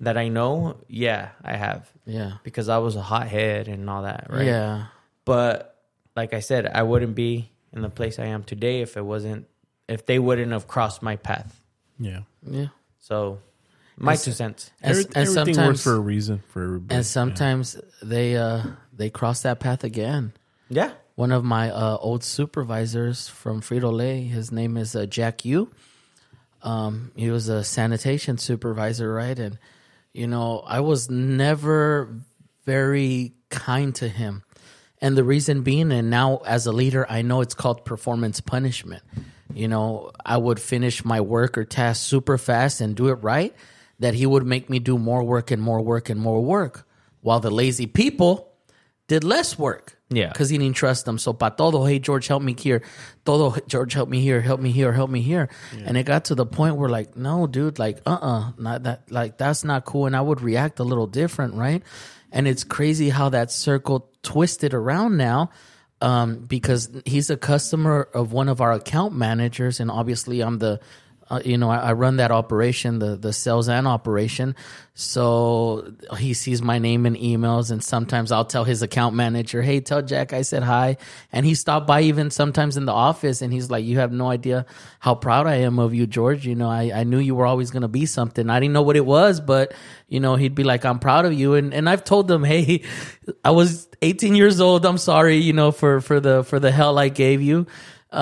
Speaker 2: that I know? Yeah, I have.
Speaker 3: yeah
Speaker 2: Because I was a hothead and all that, right?
Speaker 3: yeah
Speaker 2: but like I said, I wouldn't be in the place I am today if it wasn't if they wouldn't have crossed my path.
Speaker 1: Yeah.
Speaker 3: yeah
Speaker 2: So my two cents.
Speaker 3: and,
Speaker 1: Every-
Speaker 3: and
Speaker 1: everything works
Speaker 3: sometimes
Speaker 1: for a reason for everybody.
Speaker 3: and sometimes they uh they cross that path again
Speaker 2: Yeah.
Speaker 3: one of my uh, old supervisors from Frito Lay. His name is uh, Jack Yu. Um, he was a sanitation supervisor, right? And you know, I was never very kind to him, and the reason being, and now as a leader, I know it's called performance punishment. You know, I would finish my work or task super fast and do it right. That he would make me do more work and more work and more work, while the lazy people did less work.
Speaker 2: Yeah.
Speaker 3: Because he didn't trust them. So pa todo, hey George, help me here. Todo, George, help me here, help me here, help me here. And it got to the point where like, no, dude, like, uh uh not that like that's not cool. And I would react a little different, right? And it's crazy how that circle twisted around now. Um, because he's a customer of one of our account managers, and obviously I'm the uh, you know, I, I run that operation, the the sales and operation. So he sees my name in emails, and sometimes I'll tell his account manager, "Hey, tell Jack I said hi." And he stopped by even sometimes in the office, and he's like, "You have no idea how proud I am of you, George. You know, I, I knew you were always going to be something. I didn't know what it was, but you know, he'd be like, "I'm proud of you." And and I've told them, "Hey, I was 18 years old. I'm sorry, you know, for for the for the hell I gave you."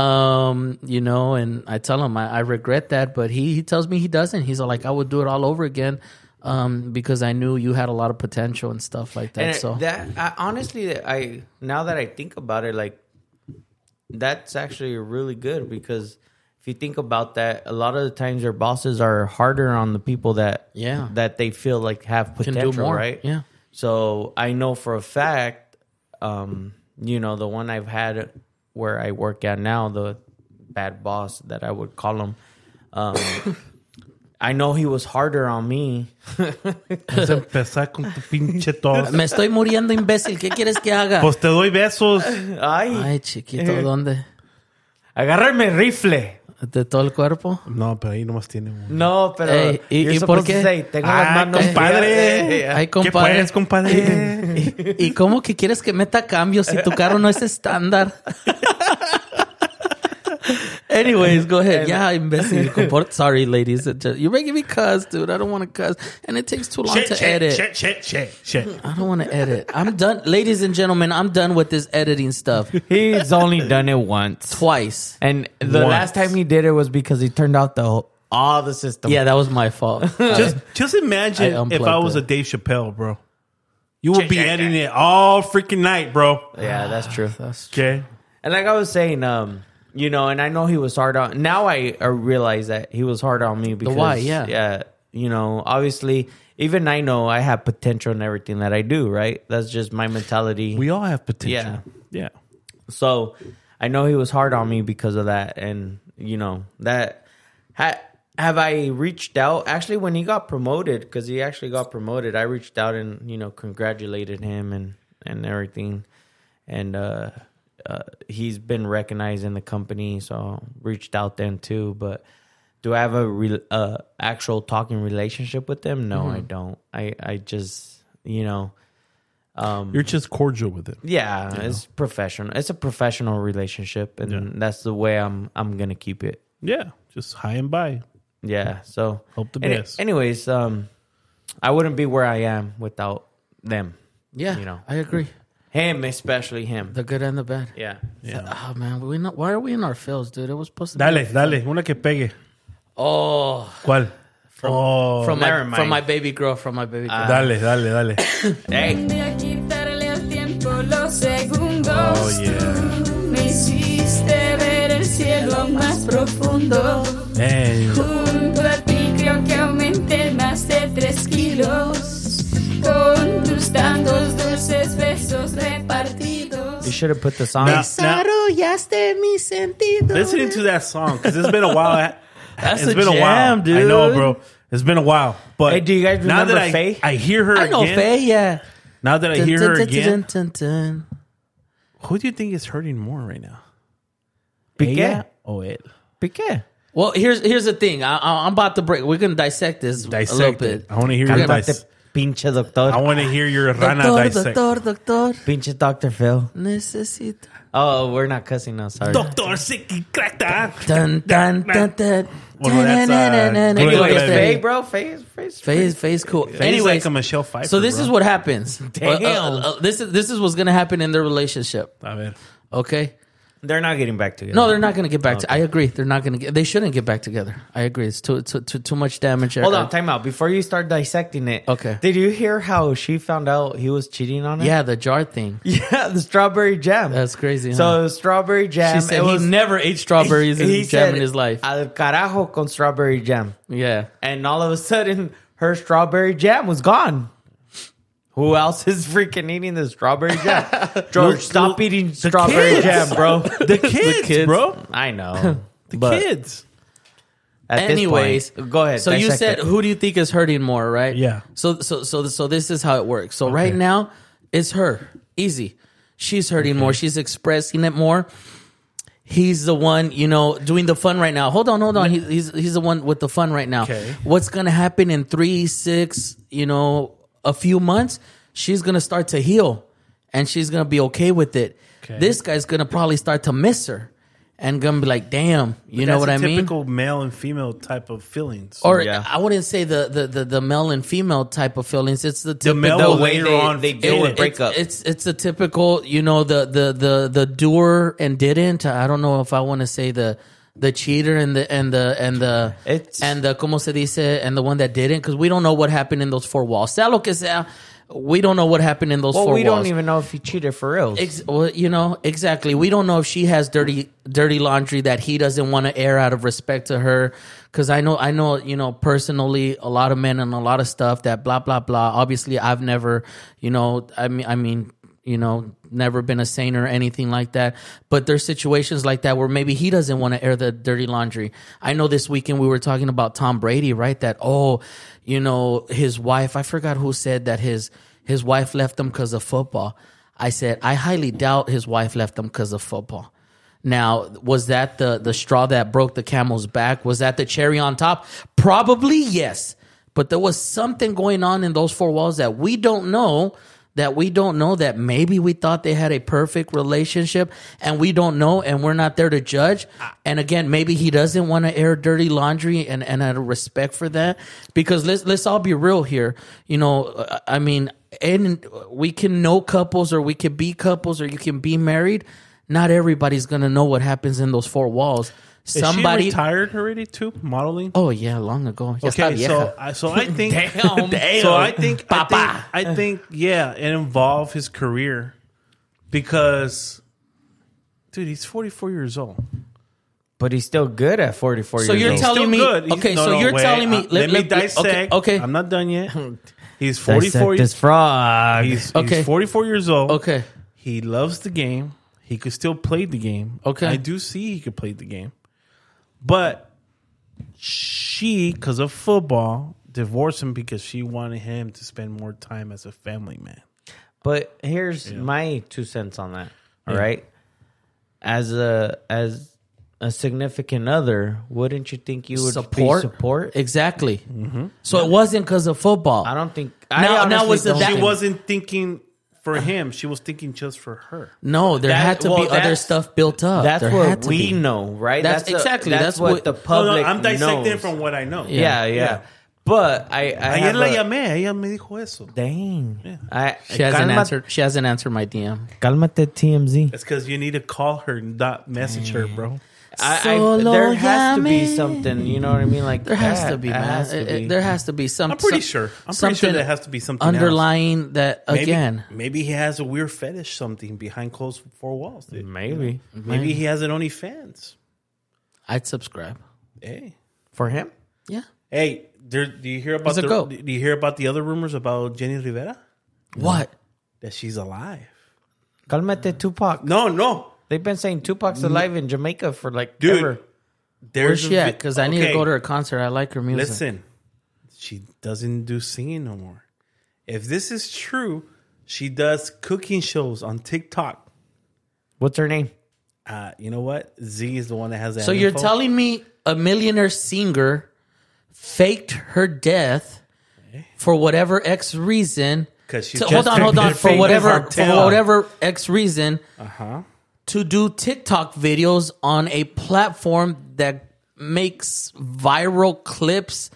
Speaker 3: um you know and i tell him I, I regret that but he he tells me he doesn't he's like i would do it all over again um because i knew you had a lot of potential and stuff like that
Speaker 2: And
Speaker 3: so
Speaker 2: that I, honestly, I now that I think about it, like that's actually really good because if you think about that, a lot of the times your bosses are harder on the people that
Speaker 3: Yeah.
Speaker 2: that they feel like have
Speaker 3: do
Speaker 2: potential,
Speaker 3: more,
Speaker 2: right?
Speaker 3: yeah.
Speaker 2: So I know for a fact, um, you know, the one I've had where I work at now, the bad boss that I would call him. Um, I know he was harder on me
Speaker 1: Vas a empezar con tu pinche tos.
Speaker 3: me estoy muriendo imbécil qué quieres que haga
Speaker 1: Pues te doy besos.
Speaker 2: Ay,
Speaker 3: ay chiquito dónde
Speaker 2: agárrame el rifle.
Speaker 3: de todo el cuerpo
Speaker 1: No, pero ahí nomás tiene uno.
Speaker 2: No, pero
Speaker 3: Ey, ¿y-
Speaker 2: you're
Speaker 3: y
Speaker 2: supposed
Speaker 3: por qué?
Speaker 2: to
Speaker 3: Ah,
Speaker 2: say, tengo
Speaker 1: Ay,
Speaker 2: las manos
Speaker 1: compadre.
Speaker 2: frías.
Speaker 3: ay
Speaker 1: ¿Qué
Speaker 3: compadre
Speaker 1: puedes, compadre?
Speaker 3: y cómo que quieres que meta cambios si tu carro no es estándar Anyways, go ahead. Yeah, imbécil. compor- Sorry, ladies. It just- You're making me cuss, dude. I don't want to cuss. And it takes too long to edit.
Speaker 1: shit, shit, shit, shit.
Speaker 3: I don't want to edit. I'm done, ladies and gentlemen. I'm done with this editing stuff
Speaker 2: He's only done it once.
Speaker 3: twice.
Speaker 2: And the
Speaker 1: Once.
Speaker 2: last time he did it was because he turned out the whole, all the system.
Speaker 3: Yeah, that was my fault.
Speaker 1: Just, just
Speaker 3: I
Speaker 1: imagine if
Speaker 3: unplugged
Speaker 1: I was
Speaker 3: it.
Speaker 1: a Dave Chappelle, bro. You would be editing it all freaking night, bro.
Speaker 2: Yeah, that's true.
Speaker 1: Okay.
Speaker 2: And like I was saying, um, you know, and I know he was hard on. Now I, I realize that he was hard on me because
Speaker 3: why, yeah.
Speaker 2: yeah, you know, obviously, even I know I have potential in everything that I do. Right? That's just my mentality.
Speaker 1: We all have potential.
Speaker 2: So I know he was hard on me because of that, and you know that ha, have I reached out actually when he got promoted because he actually got promoted. I reached out and you know congratulated him and and everything, and uh, uh, he's been recognized in the company, so reached out then too. But do I have a re- uh, actual talking relationship with them? No, I don't. I I just you know. Um,
Speaker 1: You're just cordial with it.
Speaker 2: yeah, it's professional. It's a professional relationship, and that's the way I'm I'm gonna keep it.
Speaker 1: Yeah, just high and by.
Speaker 2: Yeah. So
Speaker 1: Hope the
Speaker 2: any-
Speaker 1: best.
Speaker 2: Anyways, um, I wouldn't be where I am without them.
Speaker 3: Yeah,
Speaker 2: You know.
Speaker 3: I agree.
Speaker 2: Him, especially him.
Speaker 3: The good and the bad.
Speaker 2: yeah.
Speaker 1: Yeah.
Speaker 3: Oh man, we not, why are we in our fields, dude? It was supposed to be
Speaker 1: Dale, dale, una que pegue.
Speaker 3: oh
Speaker 1: ¿Cuál? oh,
Speaker 3: from my
Speaker 2: never mind.
Speaker 3: from my baby girl, from my
Speaker 2: Ah,
Speaker 3: baby girl.
Speaker 1: dale, dale, dale.
Speaker 2: Hey.
Speaker 4: a quitarle al tiempo los segundos.
Speaker 1: Oh, yeah.
Speaker 4: Me hiciste ver el cielo más profundo.
Speaker 1: Man.
Speaker 4: Junto a ti creo que aumenté más de tres kilos. Con tus tantos dulces besos repartidos.
Speaker 2: You should have put the song.
Speaker 1: Now- now- listening to that song because it's been a while.
Speaker 2: That's
Speaker 1: it's
Speaker 2: a
Speaker 1: been a while,
Speaker 2: jam,
Speaker 1: I know,
Speaker 2: dude.
Speaker 1: bro. It's been a while, but
Speaker 2: Hey, do you guys
Speaker 1: now that
Speaker 2: remember
Speaker 1: I,
Speaker 2: Faye?
Speaker 1: I hear her
Speaker 3: I know
Speaker 1: again,
Speaker 3: Faye, yeah.
Speaker 1: now that I hear her again,
Speaker 3: Dun, dun,
Speaker 1: who do you think is hurting more right now?
Speaker 2: Piqué?
Speaker 1: Ella o él?
Speaker 2: Piqué.
Speaker 3: Well, here's here's the thing. I, I, I'm about to break. We're gonna dissect this a little
Speaker 1: Dissect
Speaker 3: bit.
Speaker 1: it. I want to hear your
Speaker 2: Cálmate,
Speaker 1: dis-
Speaker 2: pinche doctor.
Speaker 1: I want to hear your rana
Speaker 3: doctor,
Speaker 1: dissect.
Speaker 3: doctor, doctor,
Speaker 2: pinche Dr. Phil.
Speaker 3: necesito.
Speaker 2: Oh, we're not cussing now. Sorry.
Speaker 1: Doctor Siki Cracta.
Speaker 3: Dun dun dun dun.
Speaker 1: Well, no, that's, uh, Blue
Speaker 2: Anyway,
Speaker 1: Velvet.
Speaker 2: Faye, bro. Faye is Faye is-
Speaker 3: Face, face, cool.
Speaker 1: Anyways,
Speaker 3: Anyways,
Speaker 1: like a Michelle Pfeiffer.
Speaker 3: so this
Speaker 1: bro.
Speaker 3: is what happens.
Speaker 2: Damn.
Speaker 3: Uh, uh, uh, this is this is what's gonna happen in their relationship.
Speaker 1: A ver.
Speaker 3: Okay.
Speaker 2: They're not getting back together.
Speaker 3: No, they're not gonna get back. to I agree. They're not gonna get. They shouldn't get back together. I agree. It's too too too, too much damage.
Speaker 2: Hold on, time out. Before you start dissecting it,
Speaker 3: Okay.
Speaker 2: Did you hear how she found out he was cheating on her?
Speaker 3: Yeah, the jar thing.
Speaker 2: yeah, the strawberry jam.
Speaker 3: That's crazy.
Speaker 2: So
Speaker 3: huh?
Speaker 2: it was strawberry jam.
Speaker 3: she said
Speaker 2: it was
Speaker 3: he never ate strawberries and jam
Speaker 2: said,
Speaker 3: in his life.
Speaker 2: Al carajo con strawberry jam.
Speaker 3: yeah.
Speaker 2: And all of a sudden, her strawberry jam was gone. Who else is freaking eating the strawberry jam? George, stop eating strawberry
Speaker 1: kids.
Speaker 2: jam, bro.
Speaker 1: The kids,
Speaker 3: kids.
Speaker 1: bro.
Speaker 2: I know.
Speaker 1: The
Speaker 2: But
Speaker 1: kids.
Speaker 2: At
Speaker 3: Anyways,
Speaker 2: Anyways, this point, go ahead.
Speaker 3: So you
Speaker 2: dissect
Speaker 3: said
Speaker 2: it.
Speaker 3: who do you think is hurting more, right?
Speaker 1: Yeah.
Speaker 3: So so so so this is how it works. So right now it's her. Easy. She's hurting more. She's expressing it more. He's the one, you know, doing the fun right now. Hold on, hold on. He, he's he's the one with the fun right now.
Speaker 1: Okay.
Speaker 3: What's gonna happen in three, six, you know, a few months? She's gonna start to heal, and she's gonna be okay with it.
Speaker 1: Okay.
Speaker 3: This guy's gonna probably start to miss her, and gonna be like, "Damn," you know
Speaker 1: That's
Speaker 3: what
Speaker 1: a
Speaker 3: I mean?
Speaker 1: Typical male and female type of feelings.
Speaker 3: or
Speaker 2: Yeah.
Speaker 3: I wouldn't say the, the the the male and female type of feelings. It's the typical,
Speaker 1: male
Speaker 2: the
Speaker 1: will
Speaker 2: way
Speaker 1: later
Speaker 2: they,
Speaker 1: on
Speaker 2: they
Speaker 1: feel
Speaker 2: deal with
Speaker 1: it.
Speaker 2: breakup.
Speaker 3: It's it's a typical, you know, the the the the doer and didn't. I don't know if I want to say the the cheater and the and the and the
Speaker 2: It's-
Speaker 3: and the como se dice and the one that didn't because we don't know what happened in those four walls. Sea lo que sea, we don't know what happened in those
Speaker 2: well,
Speaker 3: four
Speaker 2: we
Speaker 3: walls.
Speaker 2: don't even know if he cheated for real.
Speaker 3: Ex- well, you know exactly. We don't know if she has dirty, dirty laundry that he doesn't want to air out of respect to her. Because I know, I know, you know, personally, a lot of men and a lot of stuff that blah blah blah. Obviously, I've never, you know, I mean, I mean, you know, never been a saint or anything like that. But there's situations like that where maybe he doesn't want to air the dirty laundry. I know this weekend we were talking about Tom Brady, right? That oh, you know, his wife. I forgot who said that his his wife left him because of football. I said, I highly doubt his wife left him because of football. Now, was that the, the straw that broke the camel's back? Was that the cherry on top? Probably yes. But there was something going on in those four walls that we don't know, that we don't know, that maybe we thought they had a perfect relationship and we don't know and we're not there to judge. And again, maybe he doesn't want to air dirty laundry and, and out of respect for that. Because let's, let's all be real here. You know, uh, I mean, and we can know couples or we can be couples or you can be married not everybody's gonna know what happens in those four walls
Speaker 1: Is
Speaker 3: somebody
Speaker 1: she retired already too? Modeling.
Speaker 3: oh yeah long ago Ya está
Speaker 1: Okay, so
Speaker 3: vieja.
Speaker 1: I, so I think
Speaker 3: Damn.
Speaker 1: so I think I
Speaker 3: Papa.
Speaker 1: think, I think yeah, it involved his career because dude, he's 44 years old.
Speaker 2: but he's still good at 44
Speaker 3: So
Speaker 2: years
Speaker 3: you're
Speaker 2: old.
Speaker 3: telling- me-
Speaker 1: He's-
Speaker 3: okay, so you're telling me-
Speaker 1: uh,
Speaker 3: let-
Speaker 1: let, me
Speaker 3: let- let-
Speaker 1: dissect.
Speaker 3: okay, okay.
Speaker 1: I'm not done yet. He's
Speaker 2: Dissect
Speaker 1: 44
Speaker 2: this
Speaker 1: he's,
Speaker 2: frog.
Speaker 1: he's
Speaker 3: Okay.
Speaker 1: 44 years old.
Speaker 3: okay
Speaker 1: He loves the game. He could still play the game.
Speaker 3: Okay.
Speaker 1: I do see he could play the game. But she, because of football, divorced him because she wanted him to spend more time as a family man.
Speaker 2: But here's my two cents on that. All right, As a as a significant other, wouldn't you think you would
Speaker 3: Support?
Speaker 2: be support?
Speaker 3: Exactly. So it wasn't because of football.
Speaker 2: Mm-hmm. I don't think
Speaker 3: Now-
Speaker 2: I
Speaker 3: now
Speaker 2: honestly
Speaker 3: was the-
Speaker 2: don't
Speaker 3: that-
Speaker 1: She
Speaker 2: think-
Speaker 1: wasn't thinking for him. She was thinking just for her.
Speaker 3: no, there
Speaker 2: That-
Speaker 3: had to
Speaker 2: well,
Speaker 3: be other
Speaker 2: that's-
Speaker 3: stuff built up.
Speaker 2: That's
Speaker 3: There had
Speaker 2: what
Speaker 3: to
Speaker 2: we
Speaker 3: be.
Speaker 2: know, right?
Speaker 3: That's-
Speaker 2: a-
Speaker 3: exactly,
Speaker 2: That's,
Speaker 3: that's
Speaker 2: what,
Speaker 3: what-
Speaker 2: the
Speaker 1: No, no,
Speaker 2: public.
Speaker 1: I'm dissecting
Speaker 2: knows.
Speaker 1: it from what I know.
Speaker 2: Yeah, yeah. But I, I
Speaker 1: Ayer
Speaker 2: have
Speaker 1: la
Speaker 2: a-
Speaker 1: llamé. Ella me dijo eso.
Speaker 2: Dang. I,
Speaker 3: She hasn't
Speaker 2: calma-
Speaker 3: answered. She hasn't answered my DM.
Speaker 2: Cálmate, TMZ.
Speaker 1: It's because you need to call her, not message her, bro.
Speaker 2: I, I,
Speaker 3: Solo
Speaker 2: there has to be
Speaker 3: llame.
Speaker 2: something. You know what I mean? Like
Speaker 3: There has
Speaker 2: that,
Speaker 3: to be,
Speaker 2: that
Speaker 3: man.
Speaker 2: has to
Speaker 3: It- it-
Speaker 2: be.
Speaker 3: There has to be some.
Speaker 1: I'm pretty
Speaker 3: some-
Speaker 1: sure. I'm pretty sure
Speaker 3: something
Speaker 1: there has to be something else.
Speaker 3: underlying that
Speaker 1: Maybe-
Speaker 3: again.
Speaker 1: Maybe he has a weird fetish, something behind closed four walls.
Speaker 3: Mm,
Speaker 1: dude.
Speaker 2: Maybe
Speaker 1: Maybe he has an OnlyFans.
Speaker 3: I'd subscribe.
Speaker 1: Hey,
Speaker 2: for him.
Speaker 3: Yeah.
Speaker 1: hey, there, do you hear about
Speaker 3: He's a
Speaker 1: the,
Speaker 3: goat.
Speaker 1: do you hear about the other rumors about Jenny Rivera
Speaker 3: What?
Speaker 1: that she's alive?
Speaker 2: Calmate, Tupac.
Speaker 1: No, no,
Speaker 2: They've been saying Tupac's alive in Jamaica for like
Speaker 1: dude.
Speaker 2: ever.
Speaker 1: There's
Speaker 3: Where's she at?
Speaker 1: vi-
Speaker 3: Because I need to
Speaker 1: Okay,
Speaker 3: go to her concert. I like her music.
Speaker 1: Listen, she doesn't do singing no more. If this is true, she does cooking shows on TikTok.
Speaker 2: What's her name?
Speaker 1: Uh, you know what? Z is the one that has that.
Speaker 3: So you're
Speaker 1: info.
Speaker 3: telling me a millionaire singer faked her death for whatever X reason?
Speaker 1: 'Cause she
Speaker 3: to-
Speaker 1: just
Speaker 3: hold on, hold on.
Speaker 1: faked
Speaker 3: For
Speaker 1: her
Speaker 3: whatever, for
Speaker 1: tail.
Speaker 3: whatever X reason,
Speaker 1: Uh-huh.
Speaker 3: to do TikTok videos on a platform that makes viral clips.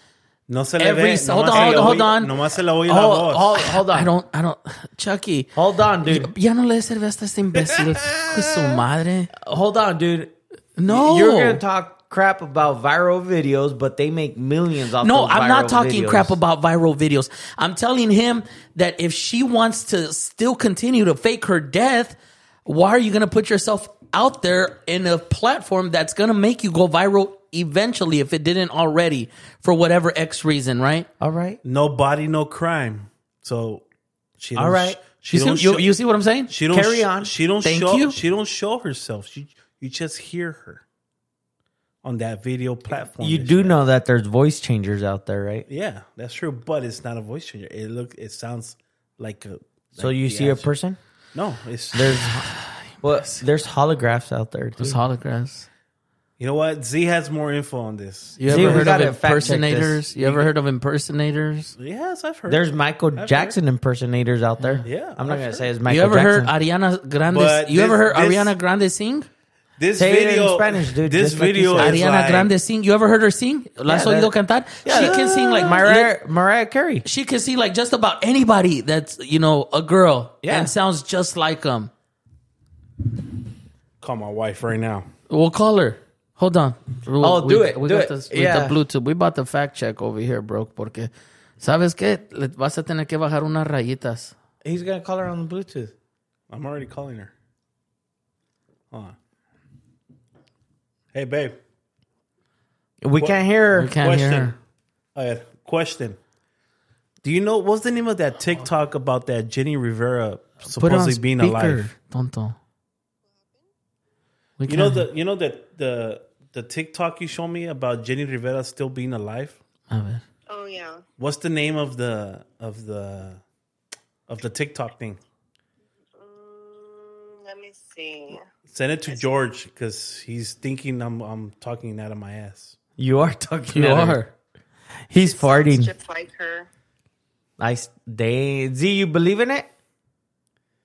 Speaker 1: No se le
Speaker 3: Every
Speaker 1: ve.
Speaker 3: s- hold
Speaker 1: nomás
Speaker 3: on,
Speaker 1: se le
Speaker 3: hold- hold
Speaker 1: oye-
Speaker 3: on.
Speaker 1: Nomás se le oye la
Speaker 2: Hold,
Speaker 1: voz.
Speaker 2: hold, hold on.
Speaker 3: I don't, I don't, Chucky.
Speaker 2: Hold on, dude.
Speaker 3: Ya no le des cerveza a este imbécil. hijo de su madre.
Speaker 2: Hold on, dude.
Speaker 3: No.
Speaker 2: You're gonna talk crap about viral videos, but they make millions off.
Speaker 3: No,
Speaker 2: those
Speaker 3: I'm
Speaker 2: viral
Speaker 3: not talking
Speaker 2: videos.
Speaker 3: crap about viral videos. I'm telling him that if she wants to still continue to fake her death, why are you going to put yourself out there in a platform that's going to make you go viral eventually if it didn't already for whatever X reason, right?
Speaker 2: All right.
Speaker 1: No body, no crime. So she don't
Speaker 2: All right.
Speaker 1: sh- she
Speaker 3: you,
Speaker 1: don't
Speaker 3: see, you,
Speaker 1: show-
Speaker 3: you see what I'm saying?
Speaker 1: she don't
Speaker 2: Carry
Speaker 1: sh-
Speaker 2: on.
Speaker 1: She don't
Speaker 3: Thank
Speaker 1: show
Speaker 3: you.
Speaker 1: she don't show herself. She you just hear her on that video platform.
Speaker 2: You
Speaker 1: that
Speaker 2: do
Speaker 1: she-
Speaker 2: know that there's voice changers out there, right?
Speaker 1: Yeah, that's true, but it's not a voice changer. It look it sounds like a
Speaker 2: So
Speaker 1: like
Speaker 2: you
Speaker 1: the
Speaker 2: see a
Speaker 1: actual-
Speaker 2: person?
Speaker 1: No, it's
Speaker 2: There's well, there's holographs out there. Too.
Speaker 3: It's holograms.
Speaker 1: You know what? Z has more info on this.
Speaker 3: You
Speaker 2: See,
Speaker 3: ever
Speaker 2: we
Speaker 3: heard of
Speaker 2: gotta fact check this.
Speaker 3: impersonators? You ever heard of impersonators?
Speaker 1: Yes, I've heard.
Speaker 2: There's Michael
Speaker 1: I've
Speaker 2: Jackson impersonators out there.
Speaker 1: Yeah,
Speaker 2: I'm not
Speaker 1: I've
Speaker 2: gonna
Speaker 1: heard.
Speaker 2: say it's Michael
Speaker 3: You ever
Speaker 2: Jackson.
Speaker 3: heard Ariana Grande?
Speaker 1: But
Speaker 3: you ever
Speaker 1: this-
Speaker 3: heard
Speaker 1: this-
Speaker 3: Ariana Grande sing?
Speaker 1: this
Speaker 2: Say it in
Speaker 1: video
Speaker 2: Spanish, dude,
Speaker 1: This
Speaker 2: just like you
Speaker 1: video
Speaker 2: said.
Speaker 1: is
Speaker 3: Ariana
Speaker 1: like,
Speaker 3: Grande sing. You ever heard her sing? ¿La has
Speaker 2: Yeah,
Speaker 3: oído
Speaker 2: that-
Speaker 3: cantar? she can sing like
Speaker 2: Mariah, Mariah Carey.
Speaker 3: She can sing like just about anybody that's you know a girl
Speaker 2: Yeah.
Speaker 3: and sounds just like them.
Speaker 1: Call my wife right now.
Speaker 3: We'll call her. Hold on.
Speaker 2: Oh,
Speaker 3: We-
Speaker 2: do it,
Speaker 3: We
Speaker 2: do
Speaker 3: got
Speaker 2: it.
Speaker 3: this with
Speaker 2: Yeah.
Speaker 3: the Bluetooth. We bought the fact check over here, bro. Porque sabes qué, Le vas a tener que bajar unas rayitas.
Speaker 2: He's gonna call her on the Bluetooth.
Speaker 1: I'm already calling her. Hold on. Hey, babe.
Speaker 2: We can't hear.
Speaker 3: We
Speaker 2: her.
Speaker 3: can't hear.
Speaker 1: Question.
Speaker 3: her.
Speaker 1: Uh, question. Do you know what's the name of that TikTok about that Jenny Rivera
Speaker 3: Put it on
Speaker 1: supposedly being
Speaker 3: speaker,
Speaker 1: alive?
Speaker 3: Tonto. We
Speaker 1: You know
Speaker 3: can't-
Speaker 1: the you know the the the TikTok you showed me about Jenny Rivera still being alive.
Speaker 3: A ver.
Speaker 5: Oh yeah.
Speaker 1: What's the name of the of the of the TikTok thing?
Speaker 5: Mm, let me see.
Speaker 1: Send it to George because he's thinking I'm I'm talking out of my ass.
Speaker 2: You are talking.
Speaker 3: You
Speaker 2: at her.
Speaker 3: are.
Speaker 2: He's farting.
Speaker 5: Just like her.
Speaker 2: I s- Dang. Z, you believe in it?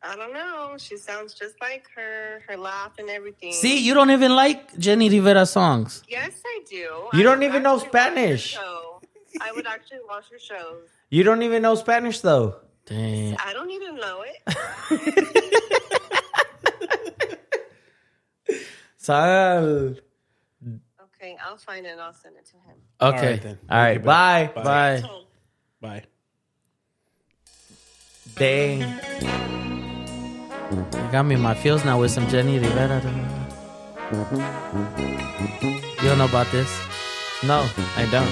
Speaker 5: I don't know. She sounds just like her. Her laugh and everything.
Speaker 3: See, you don't even like Jenny Rivera songs.
Speaker 5: Yes, I do.
Speaker 2: You
Speaker 5: I
Speaker 2: don't
Speaker 5: would
Speaker 2: even know
Speaker 5: actually watch her
Speaker 2: Spanish.
Speaker 5: show. I would actually watch her shows.
Speaker 2: You don't even know Spanish though.
Speaker 3: Damn.
Speaker 5: I don't even know it.
Speaker 2: Sal.
Speaker 5: Okay, I'll find it. and I'll send it to him.
Speaker 1: All right,
Speaker 3: Okay.
Speaker 1: then.
Speaker 2: All right.
Speaker 1: Okay,
Speaker 2: Bye.
Speaker 1: Bye.
Speaker 3: Bye.
Speaker 5: Oh,
Speaker 1: Bye.
Speaker 2: Dang.
Speaker 3: You got me in my feels now with some Jenny Rivera. You don't know about this?
Speaker 2: No, I don't.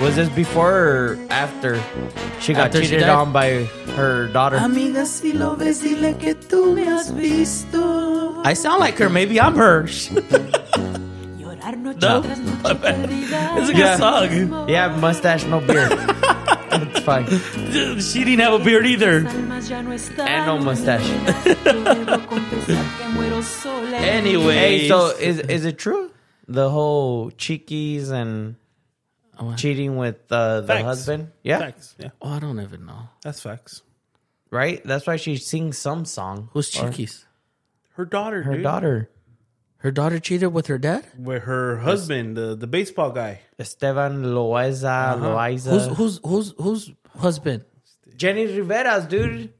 Speaker 2: Was this before or after she Um, got
Speaker 3: After she
Speaker 2: cheated
Speaker 3: died?
Speaker 2: on by her daughter?
Speaker 3: Amiga, si lo ves, dile que tú me has visto. I sound like her. Maybe I'm her.
Speaker 6: Llorar no
Speaker 3: No? It's a good
Speaker 2: Yeah.
Speaker 3: song.
Speaker 2: Yeah, mustache, no beard. it's fine.
Speaker 3: She didn't have a beard either.
Speaker 2: And no mustache.
Speaker 3: Anyway.
Speaker 2: Hey, so is is it true? The whole cheekies and
Speaker 3: what?
Speaker 2: cheating with uh, the
Speaker 1: Facts.
Speaker 2: husband. Yeah,
Speaker 1: Facts. Yeah,
Speaker 3: Oh, I don't even know.
Speaker 1: that's facts.
Speaker 2: right. That's why she sings some song.
Speaker 3: Who's Cheeky's?
Speaker 1: Her daughter,
Speaker 2: Her
Speaker 1: dude.
Speaker 2: daughter,
Speaker 3: Her daughter cheated with her dad?
Speaker 1: with her husband, the the baseball guy.
Speaker 2: Esteban Loaiza, Loaiza.
Speaker 3: Uh-huh. Who's who's who's who's husband?
Speaker 2: Jenny Rivera's dude?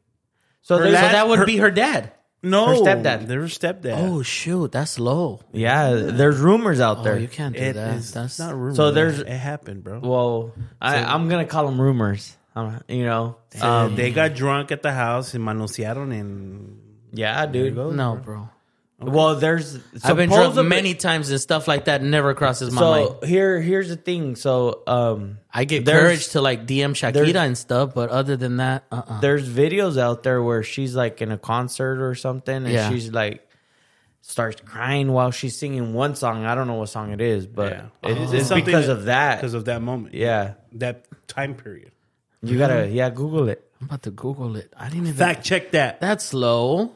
Speaker 2: So
Speaker 1: Her
Speaker 2: there's
Speaker 1: last-
Speaker 3: so that would
Speaker 1: her-
Speaker 3: be her dad.
Speaker 1: No,
Speaker 2: Her stepdad.
Speaker 1: Their stepdad.
Speaker 3: Oh shoot, that's low.
Speaker 2: yeah, there's rumors out
Speaker 3: Oh,
Speaker 2: there.
Speaker 3: you can't do
Speaker 1: it
Speaker 3: that.
Speaker 1: is
Speaker 3: that's
Speaker 1: not rumor.
Speaker 2: so there's-
Speaker 1: it happened, bro.
Speaker 2: Well, I, I'm gonna call them rumors. Um, you know, um,
Speaker 1: they got drunk at the house and manosearon and
Speaker 2: yeah, dude.
Speaker 3: no, bro.
Speaker 2: Well, there's
Speaker 3: I've been drunk
Speaker 2: supposedly-
Speaker 3: many times and stuff like that never crosses my mind.
Speaker 2: So here, here's the thing. So um,
Speaker 3: I get
Speaker 2: there's-
Speaker 3: courage to like DM
Speaker 2: there's-
Speaker 3: Shakira and stuff, but other than that, uh uh
Speaker 2: there's videos out there where she's like in a concert or something, and
Speaker 3: Yeah.
Speaker 2: she's like starts crying while she's singing one song. I don't know what song it is, but
Speaker 1: Yeah.
Speaker 2: it's,
Speaker 1: Oh.
Speaker 2: it's
Speaker 1: Something
Speaker 2: because
Speaker 1: that-
Speaker 2: of that.
Speaker 1: because of that moment.
Speaker 2: yeah,
Speaker 1: that time period.
Speaker 2: you gotta
Speaker 1: Mm-hmm.
Speaker 2: yeah Google it.
Speaker 3: I'm about to Google it. I didn't even.
Speaker 1: Fact check that.
Speaker 3: That's low.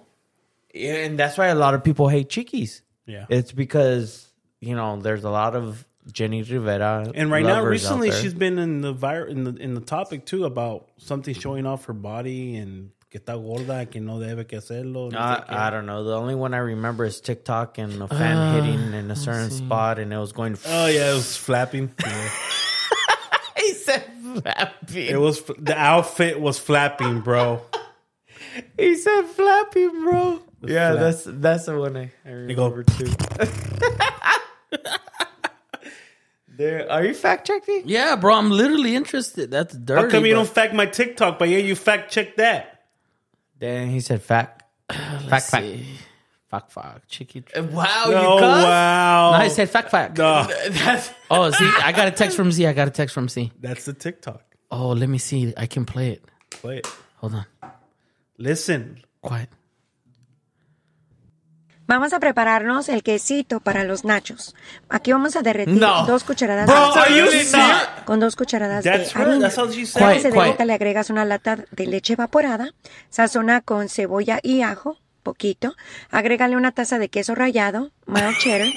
Speaker 2: Yeah, and that's why a lot of people hate Cheekies.
Speaker 1: Yeah.
Speaker 2: It's because you know there's a lot of Jenny Rivera,
Speaker 1: and right now,
Speaker 2: lovers out
Speaker 1: recently,
Speaker 2: there.
Speaker 1: she's been in the vir- in the in the topic too about something showing off her body and que está gorda, que no debe que hacerlo. no sé qué.
Speaker 2: I, I don't know. The only one I remember is TikTok and a fan hitting in a certain spot, and it was going.
Speaker 1: Ah, Oh yeah, it was flapping. Yeah.
Speaker 2: he said
Speaker 1: It
Speaker 2: flappy.
Speaker 1: was the outfit was flapping, bro.
Speaker 2: He said flappy, bro. Yeah,
Speaker 1: flap.
Speaker 2: that's that's the one I, I
Speaker 1: go-
Speaker 2: remember too. there, are you fact checking?
Speaker 3: Yeah, bro. I'm literally interested. That's dirty.
Speaker 1: How come you
Speaker 3: bro.
Speaker 1: don't fact my TikTok? But yeah, you fact check that.
Speaker 2: Then he said fact. Fact, fact.
Speaker 3: See. Fuck, fuck. Chicky.
Speaker 2: Wow,
Speaker 1: Oh wow!
Speaker 3: I said fuck, fuck.
Speaker 1: Duh.
Speaker 3: Oh, see, I got a text from Z. I got a text from Z.
Speaker 1: that's the TikTok.
Speaker 3: Oh, let me see. I can play it.
Speaker 1: Play it.
Speaker 3: Hold on.
Speaker 1: Listen,
Speaker 3: Quiet.
Speaker 6: Vamos a prepararnos el quesito para los nachos. Aquí vamos a derretir
Speaker 2: No.
Speaker 6: dos cucharadas
Speaker 1: bro,
Speaker 6: de
Speaker 1: are you
Speaker 6: aceite
Speaker 1: serious?
Speaker 6: con dos cucharadas de
Speaker 1: That's right.
Speaker 6: harina.
Speaker 1: That's all she said.
Speaker 6: Cuando
Speaker 3: Quiet,
Speaker 6: se
Speaker 3: quiet.
Speaker 6: derrita le agregas una lata de leche evaporada, sazona con cebolla y ajo, poquito, agrégale una taza de queso rallado, mild cheddar,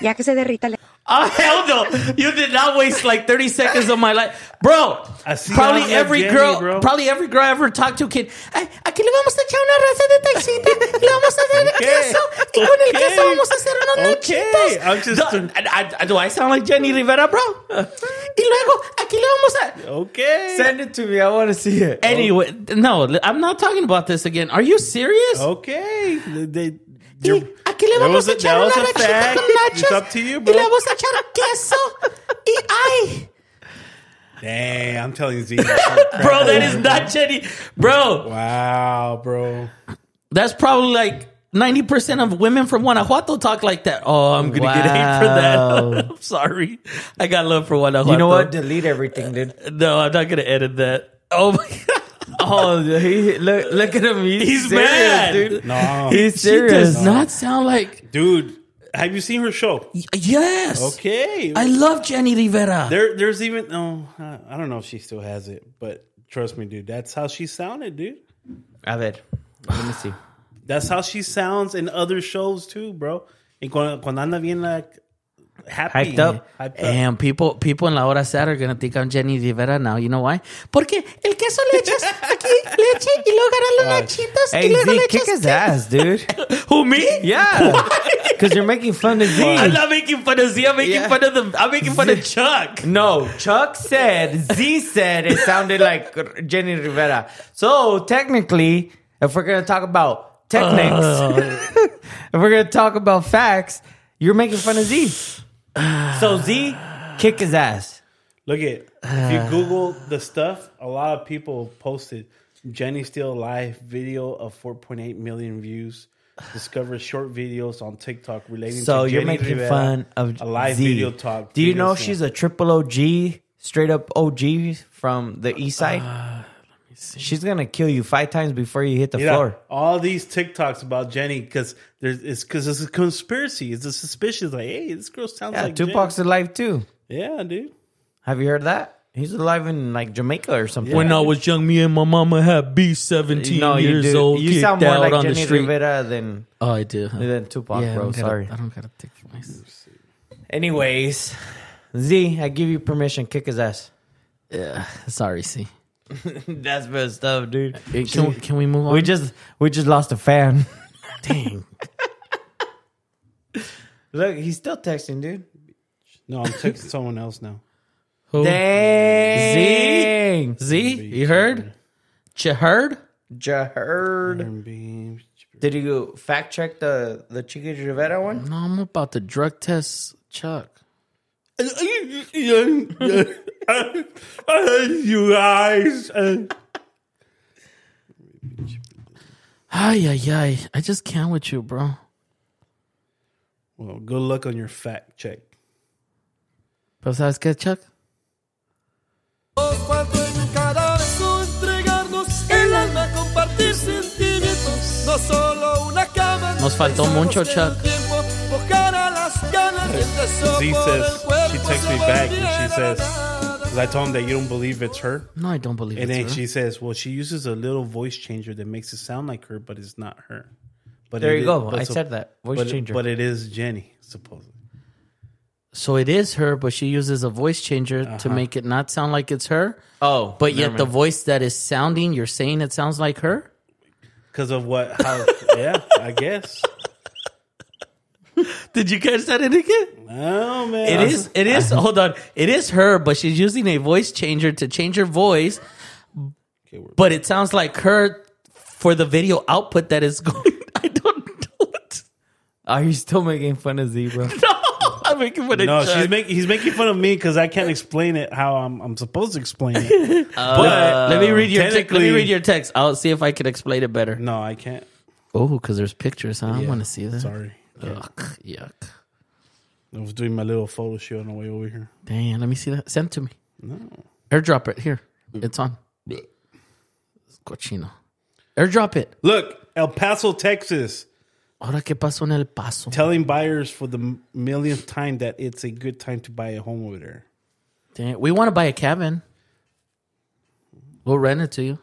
Speaker 6: ya que se derrita le
Speaker 3: Oh hell no! You did not waste like thirty seconds of my life, bro.
Speaker 1: I see how
Speaker 3: Probably
Speaker 1: you
Speaker 3: every
Speaker 1: Jenny,
Speaker 3: girl,
Speaker 1: bro.
Speaker 3: probably every girl I ever talked to, kid. "Ay, aquí le vamos a echar una raza de taxita, le vamos a hacer el
Speaker 1: Okay.
Speaker 3: queso, y con el queso
Speaker 1: Okay.
Speaker 3: vamos a hacer unos
Speaker 1: Okay.
Speaker 3: nachitos.
Speaker 1: I'm just-
Speaker 3: do, I, I- do I sound like Jenny Rivera, bro? y luego aquí le vamos a.
Speaker 1: okay.
Speaker 2: Send it to me. I want to see it.
Speaker 3: Anyway, no, I'm not talking about this again. Are you serious?
Speaker 2: Oh.
Speaker 1: okay. They, they-
Speaker 3: Y
Speaker 1: Oh, you're-
Speaker 3: aquí le
Speaker 1: That was
Speaker 3: vamos a
Speaker 1: a- that
Speaker 3: echar una
Speaker 1: was a
Speaker 3: rachita
Speaker 1: fact.
Speaker 3: con nachos.
Speaker 1: It's up to you,
Speaker 3: y
Speaker 1: bro.
Speaker 3: le vamos a echar queso. Y ay.
Speaker 1: Damn, I'm telling you, Z.
Speaker 3: bro. That is not Jenny, bro.
Speaker 1: wow, bro.
Speaker 3: That's probably like ninety percent of women from Guanajuato talk like that. Oh, I'm gonna get hate for that. I'm sorry. I got love for Guanajuato.
Speaker 2: You know what? Delete everything, dude.
Speaker 3: No, I'm not gonna edit that. Oh my god.
Speaker 2: Oh, he, look, look at him. He's,
Speaker 3: He's
Speaker 2: serious,
Speaker 3: mad.
Speaker 2: dude.
Speaker 1: No,
Speaker 2: He's
Speaker 3: She does
Speaker 2: serious.
Speaker 3: not sound like.
Speaker 1: dude. Have you seen her show?
Speaker 3: Yes.
Speaker 1: Okay.
Speaker 3: I love Jenny Rivera.
Speaker 1: there, there's even no. I don't know if she still has it, but trust me, dude. That's how she sounded, dude.
Speaker 2: A ver, let me see.
Speaker 1: That's how she sounds in other shows too, bro. And cuando, cuando anda bien like happy,
Speaker 2: Hyped up.
Speaker 1: hyped up.
Speaker 3: Damn, people, people in La Hora Sad are gonna think I'm Jenny Rivera now. You know why? Porque el queso le echas aquí leche y luego agarras los nachitos y
Speaker 2: Hey,
Speaker 3: luego le
Speaker 2: Z,
Speaker 3: echas
Speaker 2: kick his ass, dude.
Speaker 3: Who me?
Speaker 2: Yeah. Because you're making fun of
Speaker 3: I'm
Speaker 2: Z.
Speaker 3: not making fun of Z. I'm making
Speaker 2: Yeah.
Speaker 3: fun of the. I'm making fun of Chuck.
Speaker 2: No, Chuck said, Z said it sounded like Jenny Rivera. So technically, if we're going to talk about techniques, Uh. if we're going to talk about facts, you're making fun of Z. So Z, kick his ass.
Speaker 1: Look at if you Google the stuff, a lot of people posted Jenny Still Live video of 4.8 million views. Discover short videos on TikTok relating
Speaker 2: So
Speaker 1: to
Speaker 2: you're
Speaker 1: Jenny
Speaker 2: making
Speaker 1: Rivera,
Speaker 2: fun of
Speaker 1: a live
Speaker 2: Z.
Speaker 1: video talk.
Speaker 2: Do you
Speaker 1: Uh,
Speaker 2: know she's a triple OG, straight up OG from the East Side? She's gonna kill you five times before you hit the
Speaker 1: Mira,
Speaker 2: floor.
Speaker 1: all these TikToks about Jenny because there's it's because it's a conspiracy. It's a suspicion. It's like, hey, this girl sounds
Speaker 2: Yeah,
Speaker 1: like
Speaker 2: Tupac's
Speaker 1: Jenny.
Speaker 2: alive too.
Speaker 1: Yeah, dude.
Speaker 2: Have you heard that? He's alive in like Jamaica or something.
Speaker 1: When
Speaker 3: When I was young, me and my mama had B seventeen
Speaker 2: no, you
Speaker 3: years
Speaker 2: do.
Speaker 3: old.
Speaker 2: you
Speaker 3: kicked
Speaker 2: sound more
Speaker 3: out
Speaker 2: like
Speaker 3: on
Speaker 2: Jenny
Speaker 3: the street.
Speaker 2: Rivera than
Speaker 3: Oh, I do. huh?
Speaker 2: than Tupac,
Speaker 3: I
Speaker 2: bro.
Speaker 3: don't gotta-
Speaker 2: Sorry.
Speaker 3: I don't gotta take voice.
Speaker 2: Anyways, Z, I give you permission. Kick his ass.
Speaker 3: Yeah, sorry, C.
Speaker 2: That's messed up, dude.
Speaker 3: Can, can we move on?
Speaker 2: We just we just lost a fan.
Speaker 1: Dang.
Speaker 2: Look, he's still texting, dude.
Speaker 1: No, I'm texting someone else now.
Speaker 3: Who?
Speaker 2: Dang. Z.
Speaker 3: Z, you heard? You heard?
Speaker 2: Jaherd.
Speaker 1: R&B.
Speaker 2: Did you fact check the the Chica Rivera one?
Speaker 3: No, I'm about to drug test Chuck.
Speaker 1: you guys. uh,
Speaker 3: Ay, ay, ay. I just can't with you, bro.
Speaker 1: Well, good luck on your fact check.
Speaker 3: Pero ¿sabes qué, Chuck? Nos faltó mucho, Chuck.
Speaker 1: Z says Eh, she texts me back and she says, "Cause I told him that you don't believe it's her."
Speaker 3: No, I don't believe
Speaker 1: And
Speaker 3: it's
Speaker 1: then
Speaker 3: her.
Speaker 1: she says, "Well, she uses a little voice changer that makes it sound like her, but it's not her." But
Speaker 2: There
Speaker 1: it
Speaker 2: you
Speaker 1: is-
Speaker 2: go.
Speaker 1: but
Speaker 2: I
Speaker 1: so-
Speaker 2: said that. Voice
Speaker 1: but,
Speaker 2: changer.
Speaker 1: But it is Jenny, supposedly.
Speaker 3: So it is her, but she uses a voice changer to make it not sound like it's her.
Speaker 2: oh,
Speaker 3: But yet the voice that is sounding, you're saying it sounds like her?
Speaker 1: Because of what? How? yeah, I guess.
Speaker 3: Did you catch that, Enrique?
Speaker 1: Oh man,
Speaker 3: It is, it is, hold on. It is her, but she's using a voice changer to change her voice, but it sounds like her for the video output that is going. I don't know. what- Ah,
Speaker 2: Are you still making fun of Z, bro?
Speaker 3: No, I'm making fun of
Speaker 1: No,
Speaker 3: Chuck.
Speaker 1: she's making he's making fun of me because I can't explain it how I'm I'm supposed to explain it. but
Speaker 3: Uh, Let me read your text. Let me
Speaker 1: Uh, technically-
Speaker 3: read your text. I'll see if I can explain it better.
Speaker 1: No, I can't.
Speaker 3: Oh, because there's pictures. Huh? I want to see that.
Speaker 1: Sorry,
Speaker 3: Ugh, yuck.
Speaker 1: I was doing my little photo shoot on the way over here.
Speaker 3: Damn. Let me see that. Send it to me.
Speaker 1: No,
Speaker 3: Airdrop it here.
Speaker 2: Mm.
Speaker 3: It's on. Cochino. Airdrop it.
Speaker 1: look, El Paso, Texas,
Speaker 3: Ahora qué pasó en el paso.
Speaker 1: telling buyers for the m- millionth time that it's a good time to buy a home over there.
Speaker 3: Damn, We want to buy a cabin. We'll rent it to you.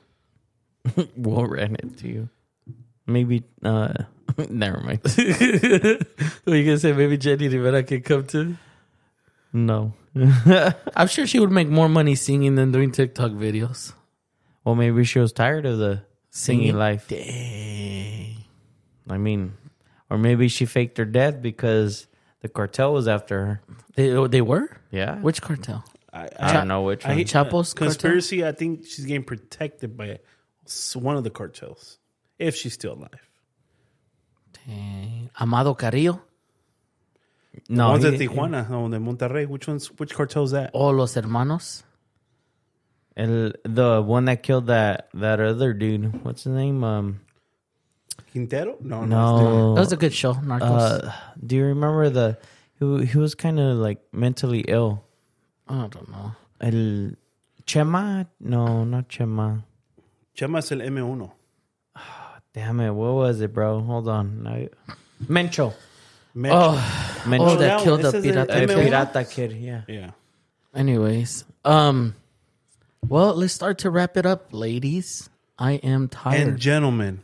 Speaker 2: we'll rent it to you. Maybe. uh Never mind.
Speaker 3: What you gonna say? Maybe Jenny Rivera can come too.
Speaker 2: No.
Speaker 3: I'm sure she would make more money singing than doing TikTok videos.
Speaker 2: Well, maybe she was tired of the singing
Speaker 3: Singing?
Speaker 2: life.
Speaker 3: Mm-hmm. Dang.
Speaker 2: I mean, or maybe she faked her death because the cartel was after her.
Speaker 3: They oh, they were.
Speaker 2: Yeah.
Speaker 3: Which cartel?
Speaker 1: I,
Speaker 2: I don't know which
Speaker 1: I
Speaker 2: one.
Speaker 1: hate-
Speaker 3: Chapo's
Speaker 1: conspiracy. I think she's getting protected by s- one of the cartels if she's still alive.
Speaker 3: Dang. Eh, Amado Carrillo.
Speaker 2: no,
Speaker 1: One's
Speaker 2: he- Oh.
Speaker 1: de Tijuana, one de Monterrey. Which one's which cartel's that?
Speaker 3: O Oh, los hermanos.
Speaker 2: el- the one that killed that that other dude. What's his name? Um,
Speaker 1: Quintero? No,
Speaker 2: no.
Speaker 3: That was a good show, Narcos.
Speaker 2: Uh, do you remember the? He, he was kind of like mentally ill.
Speaker 3: I don't know.
Speaker 2: El Chema? No, not Chema.
Speaker 1: Chamas el M1.
Speaker 2: Damn it! What was it, bro? Hold on. I, Mencho.
Speaker 1: Metro.
Speaker 3: Oh,
Speaker 2: Mencho.
Speaker 3: Oh, that
Speaker 1: one.
Speaker 3: killed
Speaker 1: This
Speaker 3: the
Speaker 1: is a
Speaker 3: pirata
Speaker 2: El
Speaker 1: M1.
Speaker 3: kid.
Speaker 2: pirata kid. Yeah.
Speaker 1: Yeah.
Speaker 3: anyways. Um, well, let's start to wrap it up, ladies. I am tired.
Speaker 1: And gentlemen,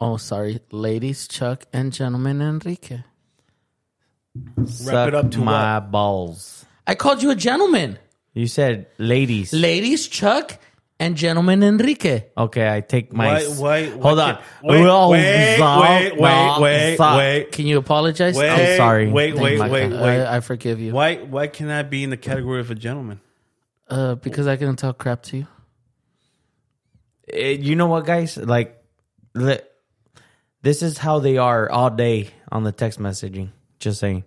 Speaker 3: oh, sorry, ladies, Chuck and gentlemen, Enrique.
Speaker 1: wrap it up to
Speaker 2: my
Speaker 1: what?
Speaker 2: balls.
Speaker 3: I called you a gentleman,
Speaker 2: You said ladies.
Speaker 3: ladies, Chuck and gentlemen, Enrique.
Speaker 2: Okay, I take my.
Speaker 1: Why- why- why
Speaker 2: hold on.
Speaker 1: can't- wait,
Speaker 2: We'll
Speaker 1: wait,
Speaker 2: resolve
Speaker 1: wait, wait,
Speaker 2: that
Speaker 1: wait,
Speaker 2: thought.
Speaker 1: wait.
Speaker 3: Can you apologize?
Speaker 1: Wait,
Speaker 3: I'm sorry.
Speaker 2: sorry.
Speaker 1: Wait,
Speaker 3: Thank
Speaker 1: wait,
Speaker 3: my
Speaker 1: wait,
Speaker 3: God.
Speaker 1: wait.
Speaker 3: I, I forgive you.
Speaker 1: why, why can I be in the category of a gentleman?
Speaker 3: Uh, because I can talk crap to you.
Speaker 2: Eh, you know what, guys? Like, le- this is how they are all day on the text messaging. Just saying.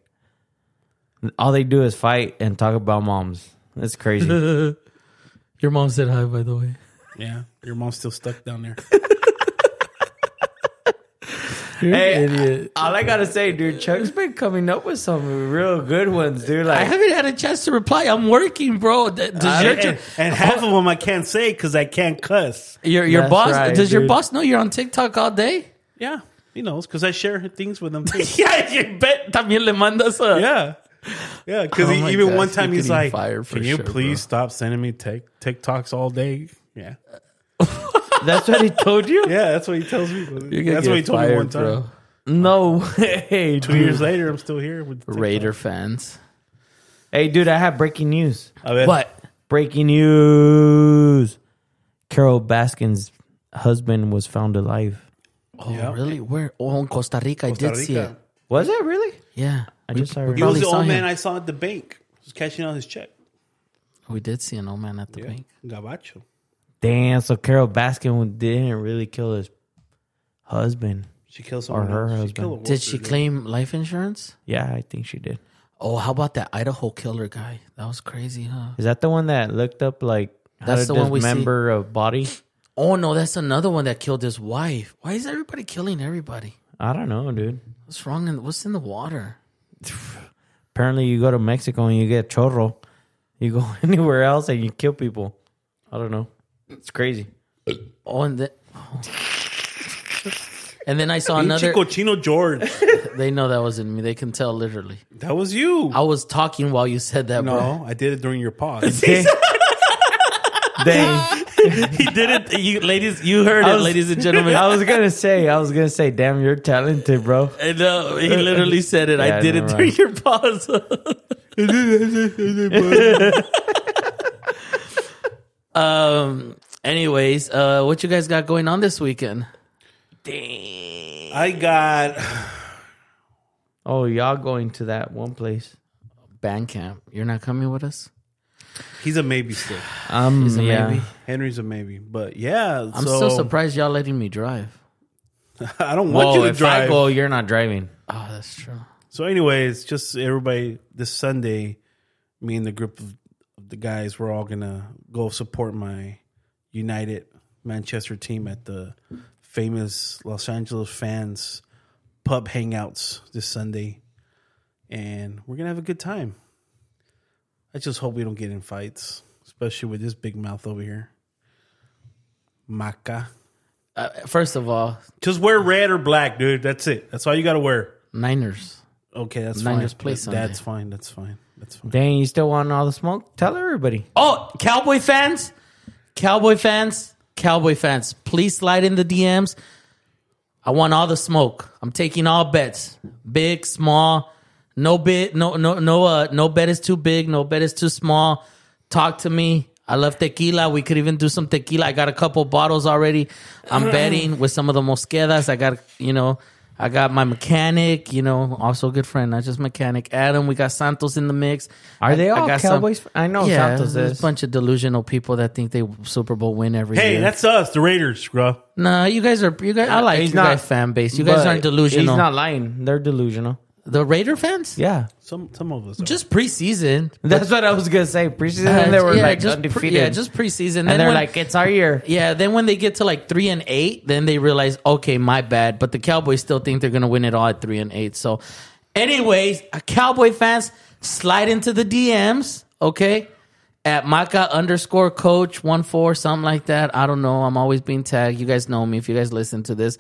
Speaker 2: All they do is fight and talk about moms. That's crazy.
Speaker 3: Your mom said hi, by the way.
Speaker 1: Yeah. Your mom's still stuck down there.
Speaker 3: You're
Speaker 2: Hey,
Speaker 3: an idiot.
Speaker 2: all I gotta say, dude, Chuck's been coming up with some real good ones, dude.
Speaker 3: I
Speaker 2: Like,
Speaker 3: haven't had a chance to reply. I'm working, bro. D- Does
Speaker 1: And,
Speaker 3: your,
Speaker 1: and, and half of them I can't say because I can't cuss.
Speaker 3: your, your
Speaker 2: That's
Speaker 3: boss
Speaker 2: right,
Speaker 3: does your
Speaker 2: dude.
Speaker 3: boss know you're on TikTok all day?
Speaker 1: Yeah, he knows because I share things with him. Too.
Speaker 3: yeah, you bet. También le mandas a.
Speaker 1: yeah, yeah. Because
Speaker 3: Oh my
Speaker 1: even
Speaker 3: gosh,
Speaker 1: one
Speaker 3: you
Speaker 1: time
Speaker 3: could
Speaker 1: he's
Speaker 3: eat
Speaker 1: like,
Speaker 3: fire for
Speaker 1: "Can you
Speaker 3: sure,
Speaker 1: please stop sending me tech TikToks all day?" Yeah,
Speaker 2: that's what he told you?
Speaker 1: yeah. That's what he tells me.
Speaker 3: You're gonna
Speaker 1: That's what
Speaker 3: get
Speaker 1: he told me
Speaker 3: fired,
Speaker 1: one time.
Speaker 3: bro.
Speaker 2: No way.
Speaker 1: Two years later, I'm still here with the
Speaker 3: Raider fans.
Speaker 2: Hey, dude, I have breaking news.
Speaker 1: TikTok. A ver.
Speaker 3: What?
Speaker 2: Breaking news. Carol Baskin's husband was found alive.
Speaker 3: Oh,
Speaker 1: Yeah.
Speaker 3: really? Where? Oh, in Costa Rica. I did
Speaker 1: Costa
Speaker 3: see it.
Speaker 1: Rica.
Speaker 2: Was it really?
Speaker 3: Yeah.
Speaker 2: I just saw her.
Speaker 1: He was
Speaker 3: Probably
Speaker 1: the
Speaker 3: saw
Speaker 1: old
Speaker 3: him.
Speaker 1: man I saw at the bank. He was cashing out his check.
Speaker 3: We did see an old man at the bank.
Speaker 1: Gabacho.
Speaker 2: Damn, so Carol Baskin didn't really kill his husband.
Speaker 1: She killed someone.
Speaker 2: her
Speaker 1: else.
Speaker 2: husband.
Speaker 1: killed a
Speaker 3: Did she
Speaker 1: worker, dude.
Speaker 3: claim life insurance?
Speaker 2: Yeah, I think she did.
Speaker 3: Oh, how about that Idaho killer guy? That was crazy, huh?
Speaker 2: Is that the one that looked up like how that's
Speaker 3: That's the
Speaker 2: the
Speaker 3: one we see.
Speaker 2: member of body?
Speaker 3: Oh no, that's another one that killed his wife. Why is everybody killing everybody?
Speaker 2: I don't know, dude.
Speaker 3: What's wrong? In, what's in the water?
Speaker 2: Apparently, you go to Mexico and you get chorro. You go anywhere else and you kill people. I don't know. It's crazy.
Speaker 3: Oh, and then, and then I saw
Speaker 1: Pinche
Speaker 3: another.
Speaker 1: Cochino George.
Speaker 3: They know that wasn't me. They can tell literally.
Speaker 1: That was you.
Speaker 3: I was talking while you said that, bro.
Speaker 1: no, I did it during your pause.
Speaker 2: Dang. Dang.
Speaker 3: He did it, you ladies. You heard
Speaker 2: I
Speaker 3: it,
Speaker 2: was-
Speaker 3: ladies and gentlemen.
Speaker 2: I was gonna say, I was gonna say, damn, you're talented, bro.
Speaker 3: I know he literally said it.
Speaker 2: Yeah,
Speaker 3: I did it
Speaker 2: never
Speaker 3: during
Speaker 2: mind.
Speaker 3: your pause. um. Anyways, uh, what you guys got going on this weekend?
Speaker 1: I got
Speaker 2: Oh, y'all going to that one place?
Speaker 3: Band camp. You're not coming with us.
Speaker 1: he's a maybe still.
Speaker 2: Um,
Speaker 3: it
Speaker 2: yeah.
Speaker 3: maybe?
Speaker 1: Henry's a maybe. But yeah,
Speaker 3: I'm
Speaker 1: so,
Speaker 3: so surprised y'all letting me drive.
Speaker 1: I don't want
Speaker 2: Whoa,
Speaker 1: you to
Speaker 2: if I
Speaker 1: drive.
Speaker 2: go, you're not driving.
Speaker 3: Oh, that's true.
Speaker 1: So, anyways, just everybody this Sunday, me and the group of of the guys, we're all gonna go support my United Manchester team at the famous Los Angeles fans pub hangouts this Sunday, and we're gonna have a good time. I just hope we don't get in fights, especially with this big mouth over here. Maca.
Speaker 3: Uh, first of all,
Speaker 1: Just wear red or black, dude. That's it. That's all you gotta wear.
Speaker 3: Niners.
Speaker 1: Okay, that's fine.
Speaker 3: Niners play
Speaker 1: That-
Speaker 3: Sunday.
Speaker 1: That's fine. That's fine. That's fine.
Speaker 2: Dang, you still want all the smoke? Tell everybody.
Speaker 3: Oh, Cowboy fans, Cowboy fans, Cowboy fans, please slide in the DMs. I want all the smoke. I'm taking all bets, big, small. No bid, no, no, no. Uh, no bet is too big. No bet is too small. Talk to me. I love tequila. We could even do some tequila. I got a couple bottles already. I'm betting with some of the mosquedas. I got, you know, I got my mechanic. You know, also a good friend, not just mechanic. Adam. We got Santos in the mix.
Speaker 2: Are
Speaker 3: I-
Speaker 2: they
Speaker 3: I
Speaker 2: all
Speaker 3: got
Speaker 2: Cowboys? I know
Speaker 3: yeah,
Speaker 2: Santos
Speaker 3: there's
Speaker 2: is.
Speaker 3: a bunch of delusional people that think they Super Bowl win every
Speaker 1: Hey,
Speaker 3: year.
Speaker 1: that's us, the Raiders, bro.
Speaker 3: nah, you guys are you guys. I like
Speaker 2: Uh, He's
Speaker 3: your
Speaker 2: not-
Speaker 3: guys fan base. You guys
Speaker 2: But
Speaker 3: aren't delusional.
Speaker 2: He's not lying. They're delusional.
Speaker 3: the Raider fans.
Speaker 2: Yeah,
Speaker 1: Some some of us are.
Speaker 3: Just preseason.
Speaker 2: that's what I was gonna say. Preseason,
Speaker 3: Uh,
Speaker 2: they were
Speaker 3: yeah,
Speaker 2: like
Speaker 3: just pre-
Speaker 2: undefeated.
Speaker 3: yeah, just preseason.
Speaker 2: and they're
Speaker 3: when-
Speaker 2: like, it's our year.
Speaker 3: yeah. Then when they get to like three and eight, then they realize, okay, my bad. But the Cowboys still think they're gonna win it all at three and eight. So, anyways, uh, Cowboy fans, slide into the DMs, okay? At Maka underscore coach one four something like that. I don't know. I'm always being tagged. You guys know me. If you guys listen to this,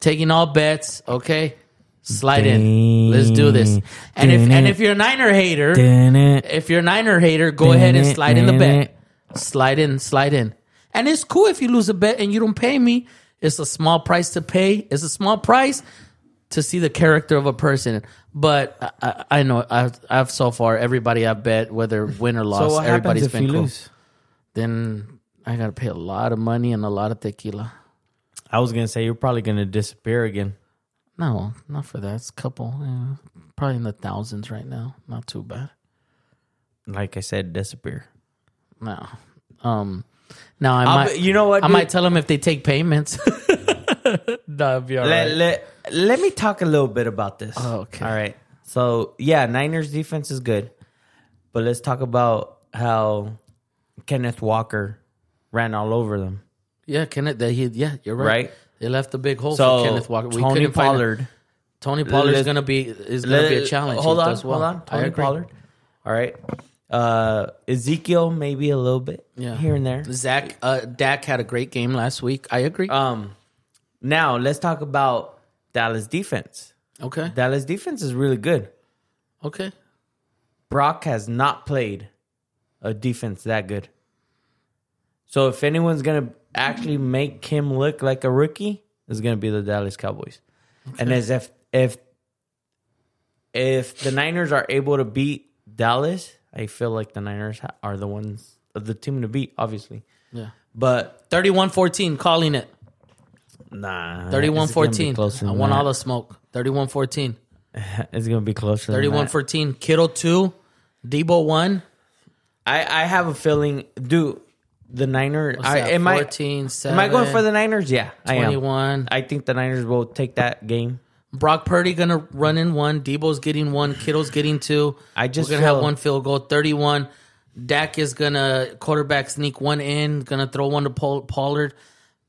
Speaker 3: taking all bets, okay? Slide in. Let's do this. And if and if you're a Niner hater, if you're a Niner hater, go ahead and slide in the bet. Slide in, slide in. And it's cool if you lose a bet and you don't pay me. It's a small price to pay. It's a small price to see the character of a person. But I- I, I know I've, I've so far everybody I bet, whether win or
Speaker 2: So
Speaker 3: loss,
Speaker 2: what happens
Speaker 3: everybody's
Speaker 2: if
Speaker 3: been
Speaker 2: you
Speaker 3: cool.
Speaker 2: lose?
Speaker 3: Then I gotta pay a lot of money and a lot of tequila.
Speaker 2: I was gonna say you're probably gonna disappear again.
Speaker 3: No, not for that. It's a couple, yeah, probably in the thousands right now. Not too bad.
Speaker 2: Like I said, disappear.
Speaker 3: No. Um. Now I
Speaker 2: I'll
Speaker 3: might.
Speaker 2: be- you know what,
Speaker 3: I
Speaker 2: dude?
Speaker 3: might tell them if they take payments. no, it'd be all
Speaker 2: let,
Speaker 3: right. Oh,
Speaker 2: let, let me talk a little bit about this.
Speaker 3: Okay.
Speaker 2: All right. So, yeah, Niners defense is good. But let's talk about how Kenneth Walker ran all over them,
Speaker 3: Yeah, Kenneth. That he. Yeah, you're right.
Speaker 2: right?
Speaker 3: It left a big hole
Speaker 2: So
Speaker 3: for Kenneth Walker. We
Speaker 2: Tony
Speaker 3: couldn't find a-
Speaker 2: Pollard.
Speaker 3: Tony Pollard
Speaker 2: Let-
Speaker 3: is gonna be is gonna
Speaker 2: Let-
Speaker 3: be a challenge.
Speaker 2: Hold
Speaker 3: He
Speaker 2: on,
Speaker 3: does well.
Speaker 2: hold on.
Speaker 3: I
Speaker 2: Tony
Speaker 3: agree.
Speaker 2: Pollard. All right. Uh, Ezekiel, maybe a little bit
Speaker 3: Yeah.
Speaker 2: here and there.
Speaker 3: Zach uh, Dak had a great game last week. I agree.
Speaker 2: Um, now let's talk about Dallas defense.
Speaker 3: okay.
Speaker 2: Dallas defense is really good.
Speaker 3: okay.
Speaker 2: Brock has not played a defense that good. So if anyone's gonna actually make him look like a rookie, it's gonna be the Dallas Cowboys. And as if if if the Niners are able to beat Dallas, I feel like the Niners ha- are the ones the team to beat, obviously.
Speaker 3: Yeah.
Speaker 2: But
Speaker 3: 31-14, calling it.
Speaker 2: nah,
Speaker 3: 31-14. I want all the smoke. 31-14.
Speaker 2: the. It's gonna be closer. than that.
Speaker 3: 31-14. Kittle 2, Debo 1.
Speaker 2: I, I have a feeling, dude. The Niners.
Speaker 3: What's
Speaker 2: I,
Speaker 3: that?
Speaker 2: am I
Speaker 3: 14,
Speaker 2: am I going
Speaker 3: 7,
Speaker 2: for the Niners? Yeah, I am.
Speaker 3: 21.
Speaker 2: I think the Niners will take that game.
Speaker 3: Brock Purdy going to run in 1, Debo's getting 1, Kittle's getting 2.
Speaker 2: I just
Speaker 3: We're going to have
Speaker 2: feel-
Speaker 3: one field goal, 31. Dak is going to quarterback sneak one in, going to throw one to Pol- Pollard.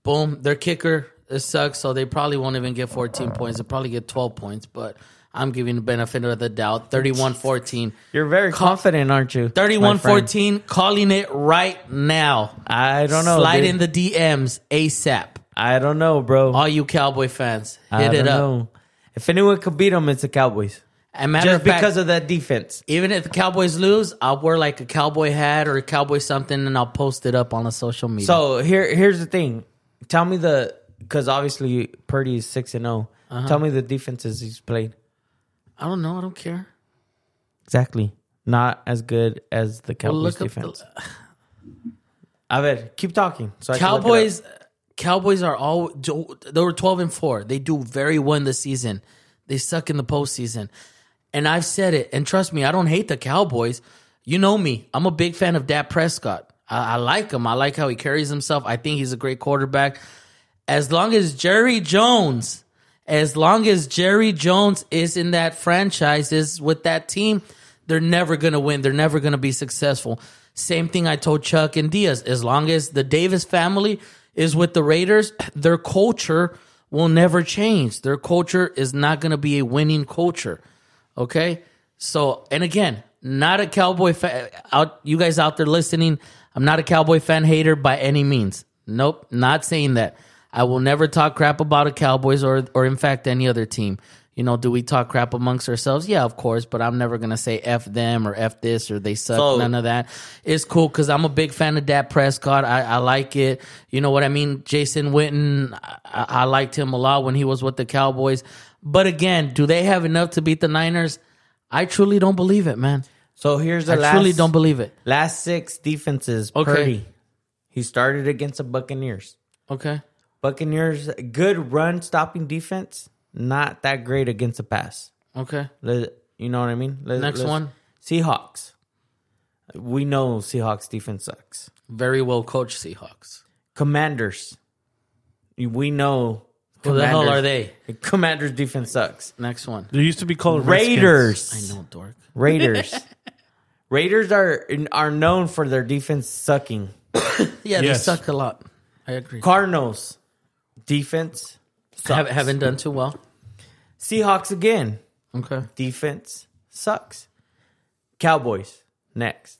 Speaker 3: Boom, their kicker it sucks, so they probably won't even get 14 points. They'll probably get 12 points, but I'm giving the benefit of the doubt. 31-14.
Speaker 2: You're very confident, aren't you? my
Speaker 3: 31
Speaker 2: friend?
Speaker 3: 14, calling it right now.
Speaker 2: I don't know.
Speaker 3: Slide
Speaker 2: dude.
Speaker 3: in the DMs ASAP.
Speaker 2: I don't know, bro.
Speaker 3: All you Cowboy fans,
Speaker 2: I
Speaker 3: hit it
Speaker 2: don't
Speaker 3: up.
Speaker 2: know. If anyone could beat them, it's the Cowboys.
Speaker 3: And matter
Speaker 2: Just
Speaker 3: of fact,
Speaker 2: because of that defense.
Speaker 3: even if the Cowboys lose, I'll wear like a cowboy hat or a cowboy something and I'll post it up on the social media.
Speaker 2: So here, here's the thing. Tell me the because obviously Purdy is six and zero.
Speaker 3: Uh-huh.
Speaker 2: Tell me the defenses he's played.
Speaker 3: I don't know. I don't care.
Speaker 2: Exactly. Not as good as the Cowboys
Speaker 3: look up the-
Speaker 2: defense. A ver, keep talking. So I can look it
Speaker 3: Cowboys, Cowboys are all do- they were twelve and four. They do very well in the season. They suck in the postseason, and I've said it. And trust me, I don't hate the Cowboys. You know me. I'm a big fan of Dak Prescott. I, I like him. I like how he carries himself. I think he's a great quarterback. As long as Jerry Jones, as long as Jerry Jones is in that franchise, is with that team, they're never going to win. They're never going to be successful. Same thing I told Chuck and Diaz. As long as the Davis family is with the Raiders, their culture will never change. Their culture is not going to be a winning culture. Okay. So, and again, not a Cowboy fan. Out, you guys out there listening, I'm not a Cowboy fan hater by any means. Nope, not saying that. I will never talk crap about a Cowboys or, or in fact, any other team. You know, do we talk crap amongst ourselves? Yeah, of course, but I'm never gonna say f them or f this or they suck.
Speaker 2: So-
Speaker 3: None of that. It's cool because I'm a big fan of Dak Prescott. I, I like it. You know what I mean? Jason Witten, I, I liked him a lot when he was with the Cowboys. But again, do they have enough to beat the Niners? I truly don't believe it, man.
Speaker 2: So here's the
Speaker 3: I
Speaker 2: last
Speaker 3: truly don't believe it.
Speaker 2: last six defenses.
Speaker 3: Okay.
Speaker 2: Purdy. He started against the Buccaneers.
Speaker 3: Okay.
Speaker 2: Buccaneers good run stopping defense, not that great against the pass.
Speaker 3: Okay.
Speaker 2: Let- you know what I mean? Let-
Speaker 3: Next
Speaker 2: let's-
Speaker 3: one.
Speaker 2: Seahawks. We know Seahawks defense sucks.
Speaker 3: Very well coached Seahawks.
Speaker 2: Commanders. We know
Speaker 3: Who the hell
Speaker 2: Commanders-
Speaker 3: are they?
Speaker 2: Commanders defense sucks.
Speaker 3: Next one.
Speaker 1: They used to be called Redskins.
Speaker 2: Raiders.
Speaker 3: I know, dork.
Speaker 2: Raiders. Raiders are are known for their defense sucking.
Speaker 1: Yes.
Speaker 3: Yeah, they suck a lot. I agree.
Speaker 2: Cardinals defense.
Speaker 3: Have, haven't done too well.
Speaker 2: Seahawks again.
Speaker 3: Okay.
Speaker 2: Defense sucks. Cowboys next.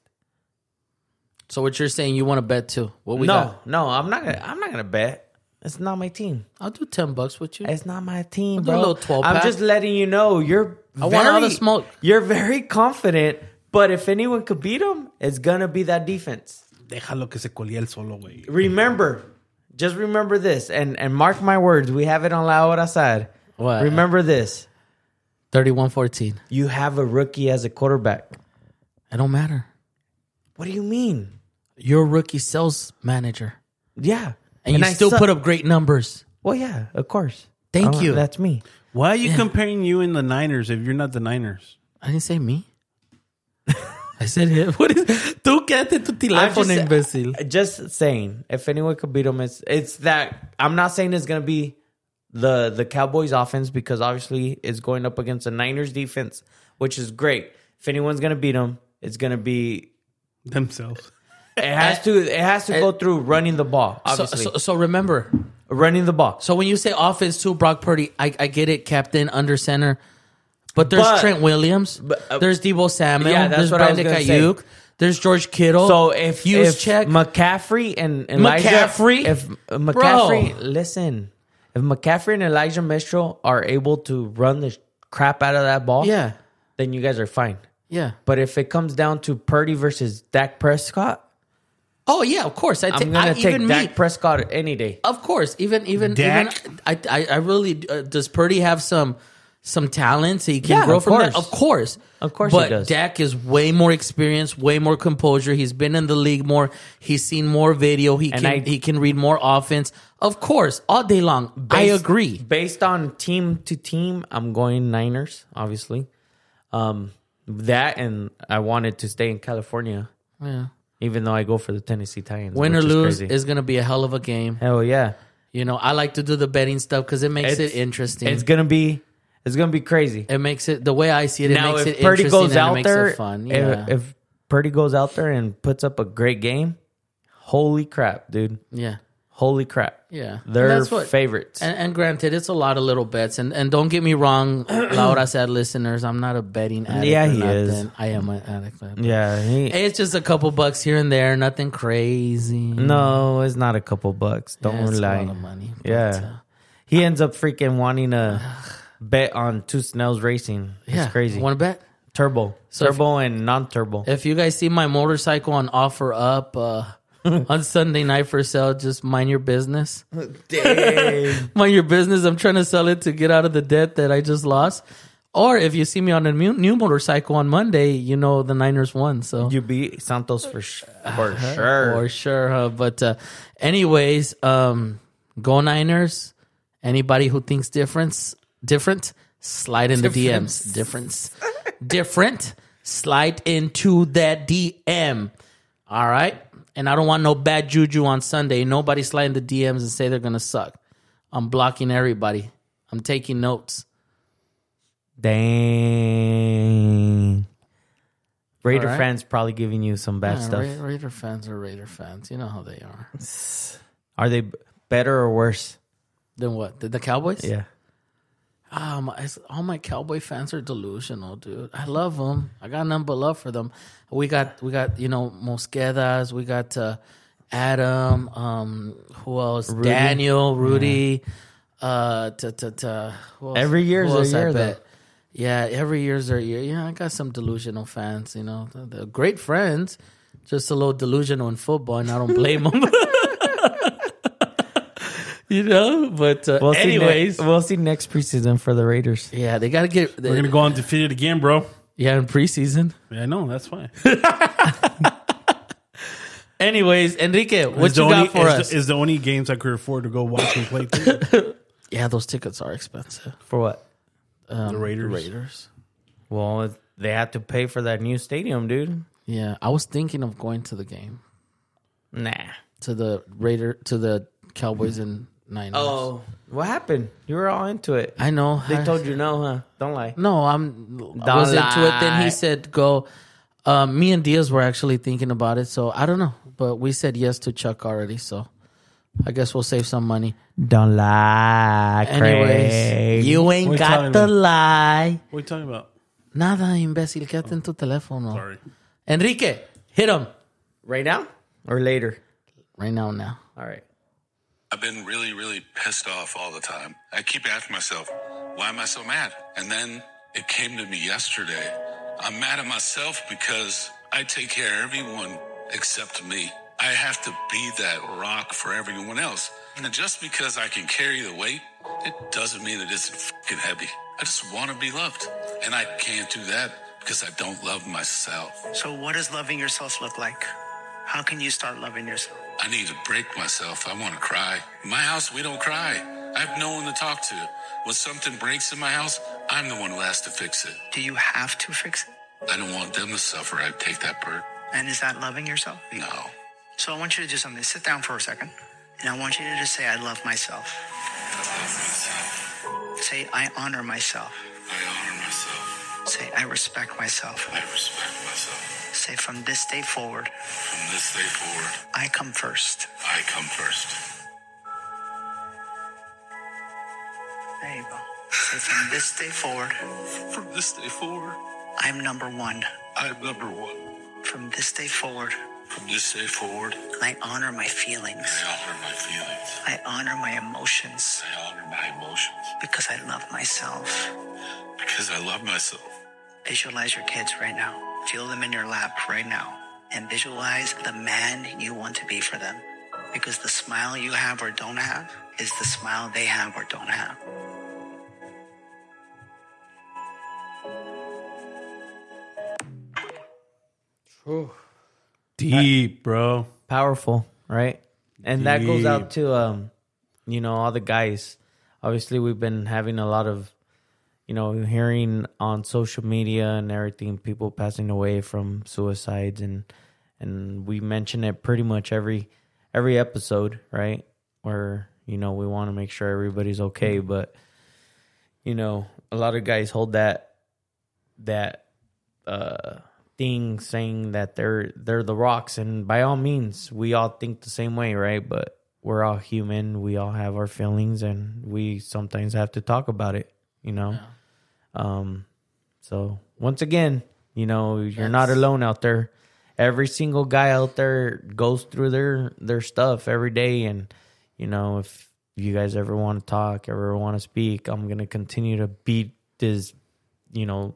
Speaker 3: So what you're saying, you want to bet too? What we
Speaker 2: no,
Speaker 3: got?
Speaker 2: no, I'm not gonna I'm not gonna bet. It's not my team.
Speaker 3: I'll do ten bucks with you.
Speaker 2: It's not my team,
Speaker 3: do a
Speaker 2: bro.
Speaker 3: little 12
Speaker 2: I'm
Speaker 3: pack.
Speaker 2: just letting you know you're I
Speaker 3: want all the smoke.
Speaker 2: You're very confident, but if anyone could beat them, it's gonna be that defense.
Speaker 1: Déjalo que se colía el solo, güey.
Speaker 2: remember, just remember this, and and mark my words. We have it on La Hora Sad.
Speaker 3: What?
Speaker 2: Remember this.
Speaker 3: Thirty-one fourteen.
Speaker 2: You have a rookie as a quarterback.
Speaker 3: It don't matter.
Speaker 2: What do you mean?
Speaker 3: You're a rookie sales manager,
Speaker 2: Yeah,
Speaker 3: and, you
Speaker 2: I
Speaker 3: still
Speaker 2: suck.
Speaker 3: put up great numbers.
Speaker 2: Well, yeah, of course.
Speaker 3: Thank
Speaker 2: Oh,
Speaker 3: you.
Speaker 2: That's me.
Speaker 1: Why are you comparing you and the Niners if you're not the Niners?
Speaker 3: I didn't say me. I said him. What is? Tú quédate tu teléfono,
Speaker 2: I'm just-
Speaker 3: imbécil.
Speaker 2: Just saying, if anyone could beat them, it's it's that. I'm not saying it's gonna be the the Cowboys offense because obviously it's going up against the Niners defense, which is great. If anyone's gonna beat them, it's gonna be
Speaker 1: Themselves.
Speaker 2: It has to. It has to go through running the ball.
Speaker 3: So,
Speaker 2: Obviously,
Speaker 3: so, so remember,
Speaker 2: running the ball.
Speaker 3: So when you say offense too, Brock Purdy, I, I get it, captain, under center. But there's
Speaker 2: But-
Speaker 3: Trent Williams.
Speaker 2: but, uh,
Speaker 3: there's Debo Samuel.
Speaker 2: Yeah, that's
Speaker 3: there's
Speaker 2: what I was gonna say.
Speaker 3: Ayuk. There's George Kittle.
Speaker 2: So if you
Speaker 3: Hughes
Speaker 2: if
Speaker 3: check.
Speaker 2: McCaffrey and Elijah,
Speaker 3: McCaffrey?
Speaker 2: if uh, McCaffrey, listen, if McCaffrey and Elijah Mitchell are able to run the crap out of that ball,
Speaker 3: yeah,
Speaker 2: then you guys are fine.
Speaker 3: yeah.
Speaker 2: But if it comes down to Purdy versus Dak Prescott,
Speaker 3: Oh yeah, of course. I, ta-
Speaker 2: I'm gonna
Speaker 3: I-
Speaker 2: take
Speaker 3: even
Speaker 2: Dak
Speaker 3: me.
Speaker 2: Prescott any day.
Speaker 3: Of course, even even
Speaker 1: Dak.
Speaker 3: even I I, I really uh, does Purdy have some some talent so he can
Speaker 2: Yeah,
Speaker 3: grow
Speaker 2: of
Speaker 3: from that?
Speaker 2: course.
Speaker 3: Of course.
Speaker 2: Of course he
Speaker 3: But
Speaker 2: does.
Speaker 3: Dak is way more experienced, way more composure. He's been in the league more. He's seen more video. He
Speaker 2: And
Speaker 3: can
Speaker 2: I-
Speaker 3: he can read more offense. Of course, all day long. I
Speaker 2: Based-
Speaker 3: agree.
Speaker 2: Based on team to team, I'm going Niners, obviously. Um, that and I wanted to stay in California,
Speaker 3: Yeah.
Speaker 2: even though I go for the Tennessee Titans.
Speaker 3: Win or
Speaker 2: which
Speaker 3: lose
Speaker 2: crazy.
Speaker 3: is going to be a hell of a game.
Speaker 2: hell yeah.
Speaker 3: You know, I like to do the betting stuff because it makes
Speaker 2: It's-
Speaker 3: it interesting.
Speaker 2: It's gonna be it's gonna be crazy.
Speaker 3: it makes it the way I see it. It
Speaker 2: now
Speaker 3: makes
Speaker 2: if
Speaker 3: it
Speaker 2: Purdy
Speaker 3: interesting
Speaker 2: goes
Speaker 3: and it
Speaker 2: out
Speaker 3: makes
Speaker 2: there,
Speaker 3: it fun.
Speaker 2: if-
Speaker 3: Yeah,
Speaker 2: if, Purdy goes out there and puts up a great game, holy crap, dude!
Speaker 3: yeah,
Speaker 2: Holy crap!
Speaker 3: yeah. And
Speaker 2: They're
Speaker 3: that's what-
Speaker 2: favorites.
Speaker 3: And, and granted, it's a lot of little bets. And, and don't get me wrong, Laura said, listeners, I'm not a betting addict.
Speaker 2: Yeah,
Speaker 3: or
Speaker 2: he
Speaker 3: nothing.
Speaker 2: is.
Speaker 3: I am an addict.
Speaker 2: yeah, he-
Speaker 3: It's just a couple bucks here and there, nothing crazy.
Speaker 2: no, it's not a couple bucks.
Speaker 3: Yeah,
Speaker 2: Don't
Speaker 3: it's
Speaker 2: lie.
Speaker 3: A lot of money. but,
Speaker 2: Yeah,
Speaker 3: uh,
Speaker 2: he ends up freaking wanting to bet on two Snells racing. It's
Speaker 3: yeah.
Speaker 2: crazy.
Speaker 3: Want to bet?
Speaker 2: turbo,
Speaker 3: if-
Speaker 2: turbo, and non-turbo.
Speaker 3: If you guys see my motorcycle on offer up uh, on Sunday night for sale, just mind your business. mind your business. I'm trying to sell it to get out of the debt that I just lost. Or if you see me on a new, new motorcycle on Monday, you know the Niners won. So
Speaker 2: you beat Santos for sh- for
Speaker 3: Uh-huh.
Speaker 2: sure.
Speaker 3: For sure. huh? But uh, anyways, um, go Niners. Anybody who thinks difference, different, slide in the DMs. Difference. different. Slide into that DM. All right. And I don't want no bad juju on Sunday. Nobody slide in the DMs and say they're gonna suck. I'm blocking everybody. I'm taking notes.
Speaker 2: Dang. Raider
Speaker 3: All right.
Speaker 2: fans probably giving you some bad
Speaker 3: Yeah,
Speaker 2: stuff.
Speaker 3: Ra- Raider fans are Raider fans. You know how they are.
Speaker 2: Are they b- better or worse?
Speaker 3: Then what? The, the Cowboys?
Speaker 2: Yeah.
Speaker 3: Ah, my- it's- all my cowboy fans are delusional, dude. I love them. I got none but love for them. We got we got you know Mosquedas. We got uh, Adam. Um, who else? Daniel, Rudy. Uh, ta ta ta. who else-
Speaker 2: Every year's
Speaker 3: who
Speaker 2: their
Speaker 3: else I
Speaker 2: year, though.
Speaker 3: bet? Yeah, every year's their year. Yeah, I got some delusional fans. You know, they're, they're great friends. Just a little delusional in football, and I don't blame them. you know, but uh,
Speaker 2: We'll
Speaker 3: anyways.
Speaker 2: see. Ne- we'll see next preseason for the Raiders.
Speaker 3: Yeah, they got to get.
Speaker 1: We're gonna go undefeated again, bro.
Speaker 3: yeah, in preseason.
Speaker 1: Yeah, I know. That's fine.
Speaker 3: Anyways, Enrique, what
Speaker 1: It's the
Speaker 3: you
Speaker 1: only-
Speaker 3: got
Speaker 1: it's
Speaker 3: for us?
Speaker 1: the- it's the only games I could afford to go watch and play through.
Speaker 3: yeah, those tickets are expensive.
Speaker 2: For what?
Speaker 3: Um,
Speaker 1: The Raiders.
Speaker 3: Raiders.
Speaker 2: Well, it- they had to pay for that new stadium, dude.
Speaker 3: Yeah, I was thinking of going to the game
Speaker 2: Nah.
Speaker 3: to the Raider to the Cowboys and Niners.
Speaker 2: Oh, what happened? You were all into it.
Speaker 3: I know.
Speaker 2: They
Speaker 3: I-
Speaker 2: told you no, huh? Don't lie.
Speaker 3: No, I'm I was into it. Then
Speaker 2: lie.
Speaker 3: he said go. Um, me and Diaz were actually thinking about it, so I don't know. But we said yes to Chuck already, so I guess we'll save some money.
Speaker 2: Don't lie,
Speaker 3: Anyways, you ain't
Speaker 1: What are you
Speaker 3: got
Speaker 1: talking
Speaker 3: the
Speaker 1: about?
Speaker 3: lie.
Speaker 1: What are you talking about?
Speaker 3: Nada, imbécil, quédate en tu teléfono.
Speaker 1: Sorry.
Speaker 3: Enrique, hit him
Speaker 2: Right now or later?
Speaker 3: right now. Now,
Speaker 2: All right.
Speaker 7: I've been really, really pissed off all the time. I keep asking myself, why am I so mad? And then it came to me yesterday. I'm mad at myself because I take care of everyone except me. I have to be that rock for everyone else. And just because I can carry the weight, it doesn't mean it isn't fucking heavy. I just want to be loved. And I can't do that because I don't love myself.
Speaker 8: So, what does loving yourself look like? How can you start loving yourself?
Speaker 7: I need to break myself. I want to cry. In my house, we don't cry. I have no one to talk to. When something breaks in my house, I'm the one who has to fix it.
Speaker 8: Do you have to fix it?
Speaker 7: I don't want them to suffer. I take that burden.
Speaker 8: And is that loving yourself?
Speaker 7: No.
Speaker 8: So, I want you to do something. Sit down for a second. And I want you to just say, I love myself. Say, I honor myself.
Speaker 7: I honor myself.
Speaker 8: Say, I respect myself.
Speaker 7: I respect myself.
Speaker 8: Say, from this day forward,
Speaker 7: From this day forward,
Speaker 8: I come first.
Speaker 7: I come first.
Speaker 8: There you go. Say from this day forward,
Speaker 7: From this day forward,
Speaker 8: I'm number one.
Speaker 7: I'm number one.
Speaker 8: From this day forward,
Speaker 7: From this day forward,
Speaker 8: I honor my feelings.
Speaker 7: I honor my feelings.
Speaker 8: I honor my emotions
Speaker 7: I honor my emotions
Speaker 8: because I love myself.
Speaker 7: because I love myself.
Speaker 8: Visualize your kids right now. Feel them in your lap right now. And visualize the man you want to be for them. Because the smile you have or don't have is the smile they have or don't have.
Speaker 1: Deep, bro.
Speaker 2: powerful, right? And that goes out to um, you know, all the guys. Obviously, we've been having a lot of, you know, hearing on social media and everything, people passing away from suicides, and and we mention it pretty much every every episode, right? Where you know we want to make sure everybody's okay, but you know, a lot of guys hold that that uh thing saying that they're they're the rocks and by all means we all think the same way right but we're all human we all have our feelings and we sometimes have to talk about it you know um so once again you know you're not alone out there every single guy out there goes through their their stuff every day and you know if you guys ever want to talk ever want to speak i'm gonna continue to beat this you know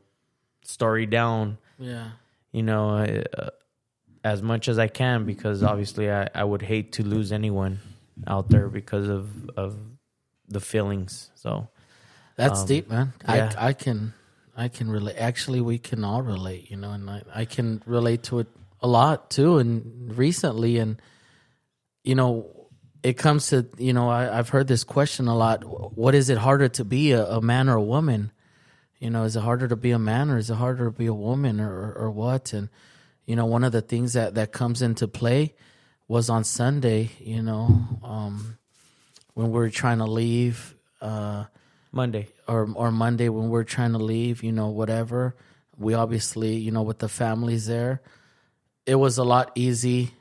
Speaker 2: story down
Speaker 3: Yeah.
Speaker 2: you know, uh, as much as I can because obviously I, I would hate to lose anyone out there because of of the feelings. So
Speaker 3: That's deep, man.
Speaker 2: yeah.
Speaker 3: I I can I can relate. Actually, we can all relate, you know, and I, I can relate to it a lot too. And recently, and you know, it comes to you know, I, I've heard this question a lot. What is it harder to be a, a man or a woman? You know, is it harder to be a man or is it harder to be a woman or or, or what? And you know, one of the things that that comes into play was on Sunday. You know, um, when we were trying to leave. Uh,
Speaker 2: Monday,
Speaker 3: or or Monday when we're trying to leave, you know, whatever. We obviously, you know, with the families there, it was a lot easy,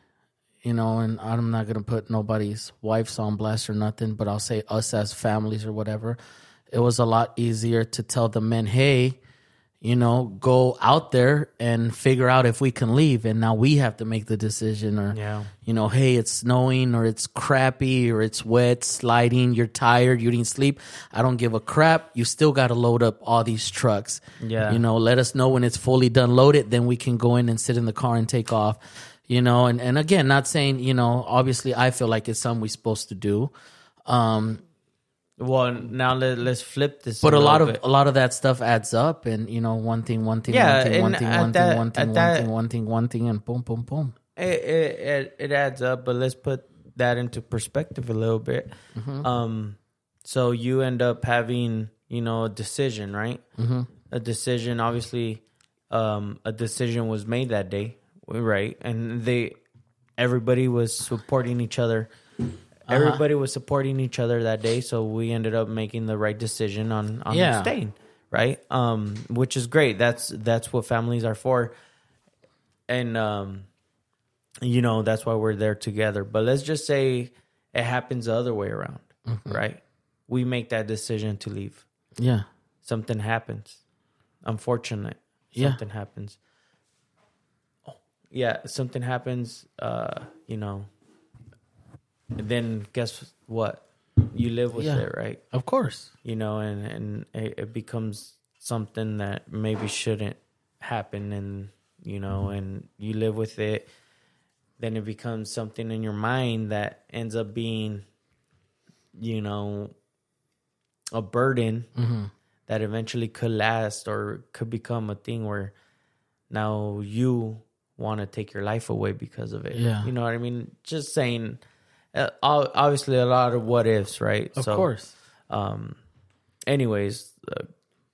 Speaker 3: you know, and I'm not gonna put nobody's wife's on blast or nothing, but I'll say us as families or whatever. It was a lot easier to tell the men, hey, you know, go out there and figure out if we can leave. And now we have to make the decision or,
Speaker 2: Yeah.
Speaker 3: you know, hey, it's snowing or it's crappy or it's wet, sliding, you're tired, you didn't sleep. I don't give a crap. You still got to load up all these trucks.
Speaker 2: Yeah.
Speaker 3: You know, let us know when it's fully done loaded. Then we can go in and sit in the car and take off. You know, and, and again, not saying, you know, obviously I feel like it's something we're supposed to do. Um,
Speaker 2: well, now let, let's flip this.
Speaker 3: but a
Speaker 2: little
Speaker 3: lot of
Speaker 2: bit.
Speaker 3: a lot of that stuff adds up, and you know, one thing, one thing,
Speaker 2: Yeah,
Speaker 3: one thing, one
Speaker 2: and
Speaker 3: thing,
Speaker 2: at
Speaker 3: one
Speaker 2: that-
Speaker 3: thing, one
Speaker 2: at
Speaker 3: thing, one
Speaker 2: that-
Speaker 3: thing, one thing, one thing, and boom, boom, boom.
Speaker 2: it, it, it, it adds up, but let's put that into perspective a little bit. Um, so you end up having, you know, a decision, right? Mm-hmm. A decision, obviously, um, a decision was made that day, right? And they, everybody was supporting each other. Everybody was supporting each other that day, so we ended up making the right decision on on
Speaker 3: Yeah.
Speaker 2: staying, right? Um, which is great. That's that's what families are for, and um, you know that's why we're there together but let's just say it happens the other way around right we make that decision to leave
Speaker 3: Yeah,
Speaker 2: something happens unfortunate
Speaker 3: Yeah.
Speaker 2: something happens oh, yeah something happens uh you know then guess what you live with
Speaker 3: Yeah.
Speaker 2: it right
Speaker 3: of course.
Speaker 2: you know and and it, it becomes something that maybe shouldn't happen and you know
Speaker 3: Mm-hmm.
Speaker 2: and you live with it then it becomes something in your mind that ends up being you know a burden
Speaker 3: Mm-hmm.
Speaker 2: that eventually could last or could become a thing where now you want to take your life away because of it
Speaker 3: Yeah.
Speaker 2: you know what i mean just saying uh, ob- obviously a lot of what ifs right
Speaker 3: Of course.
Speaker 2: um anyways uh,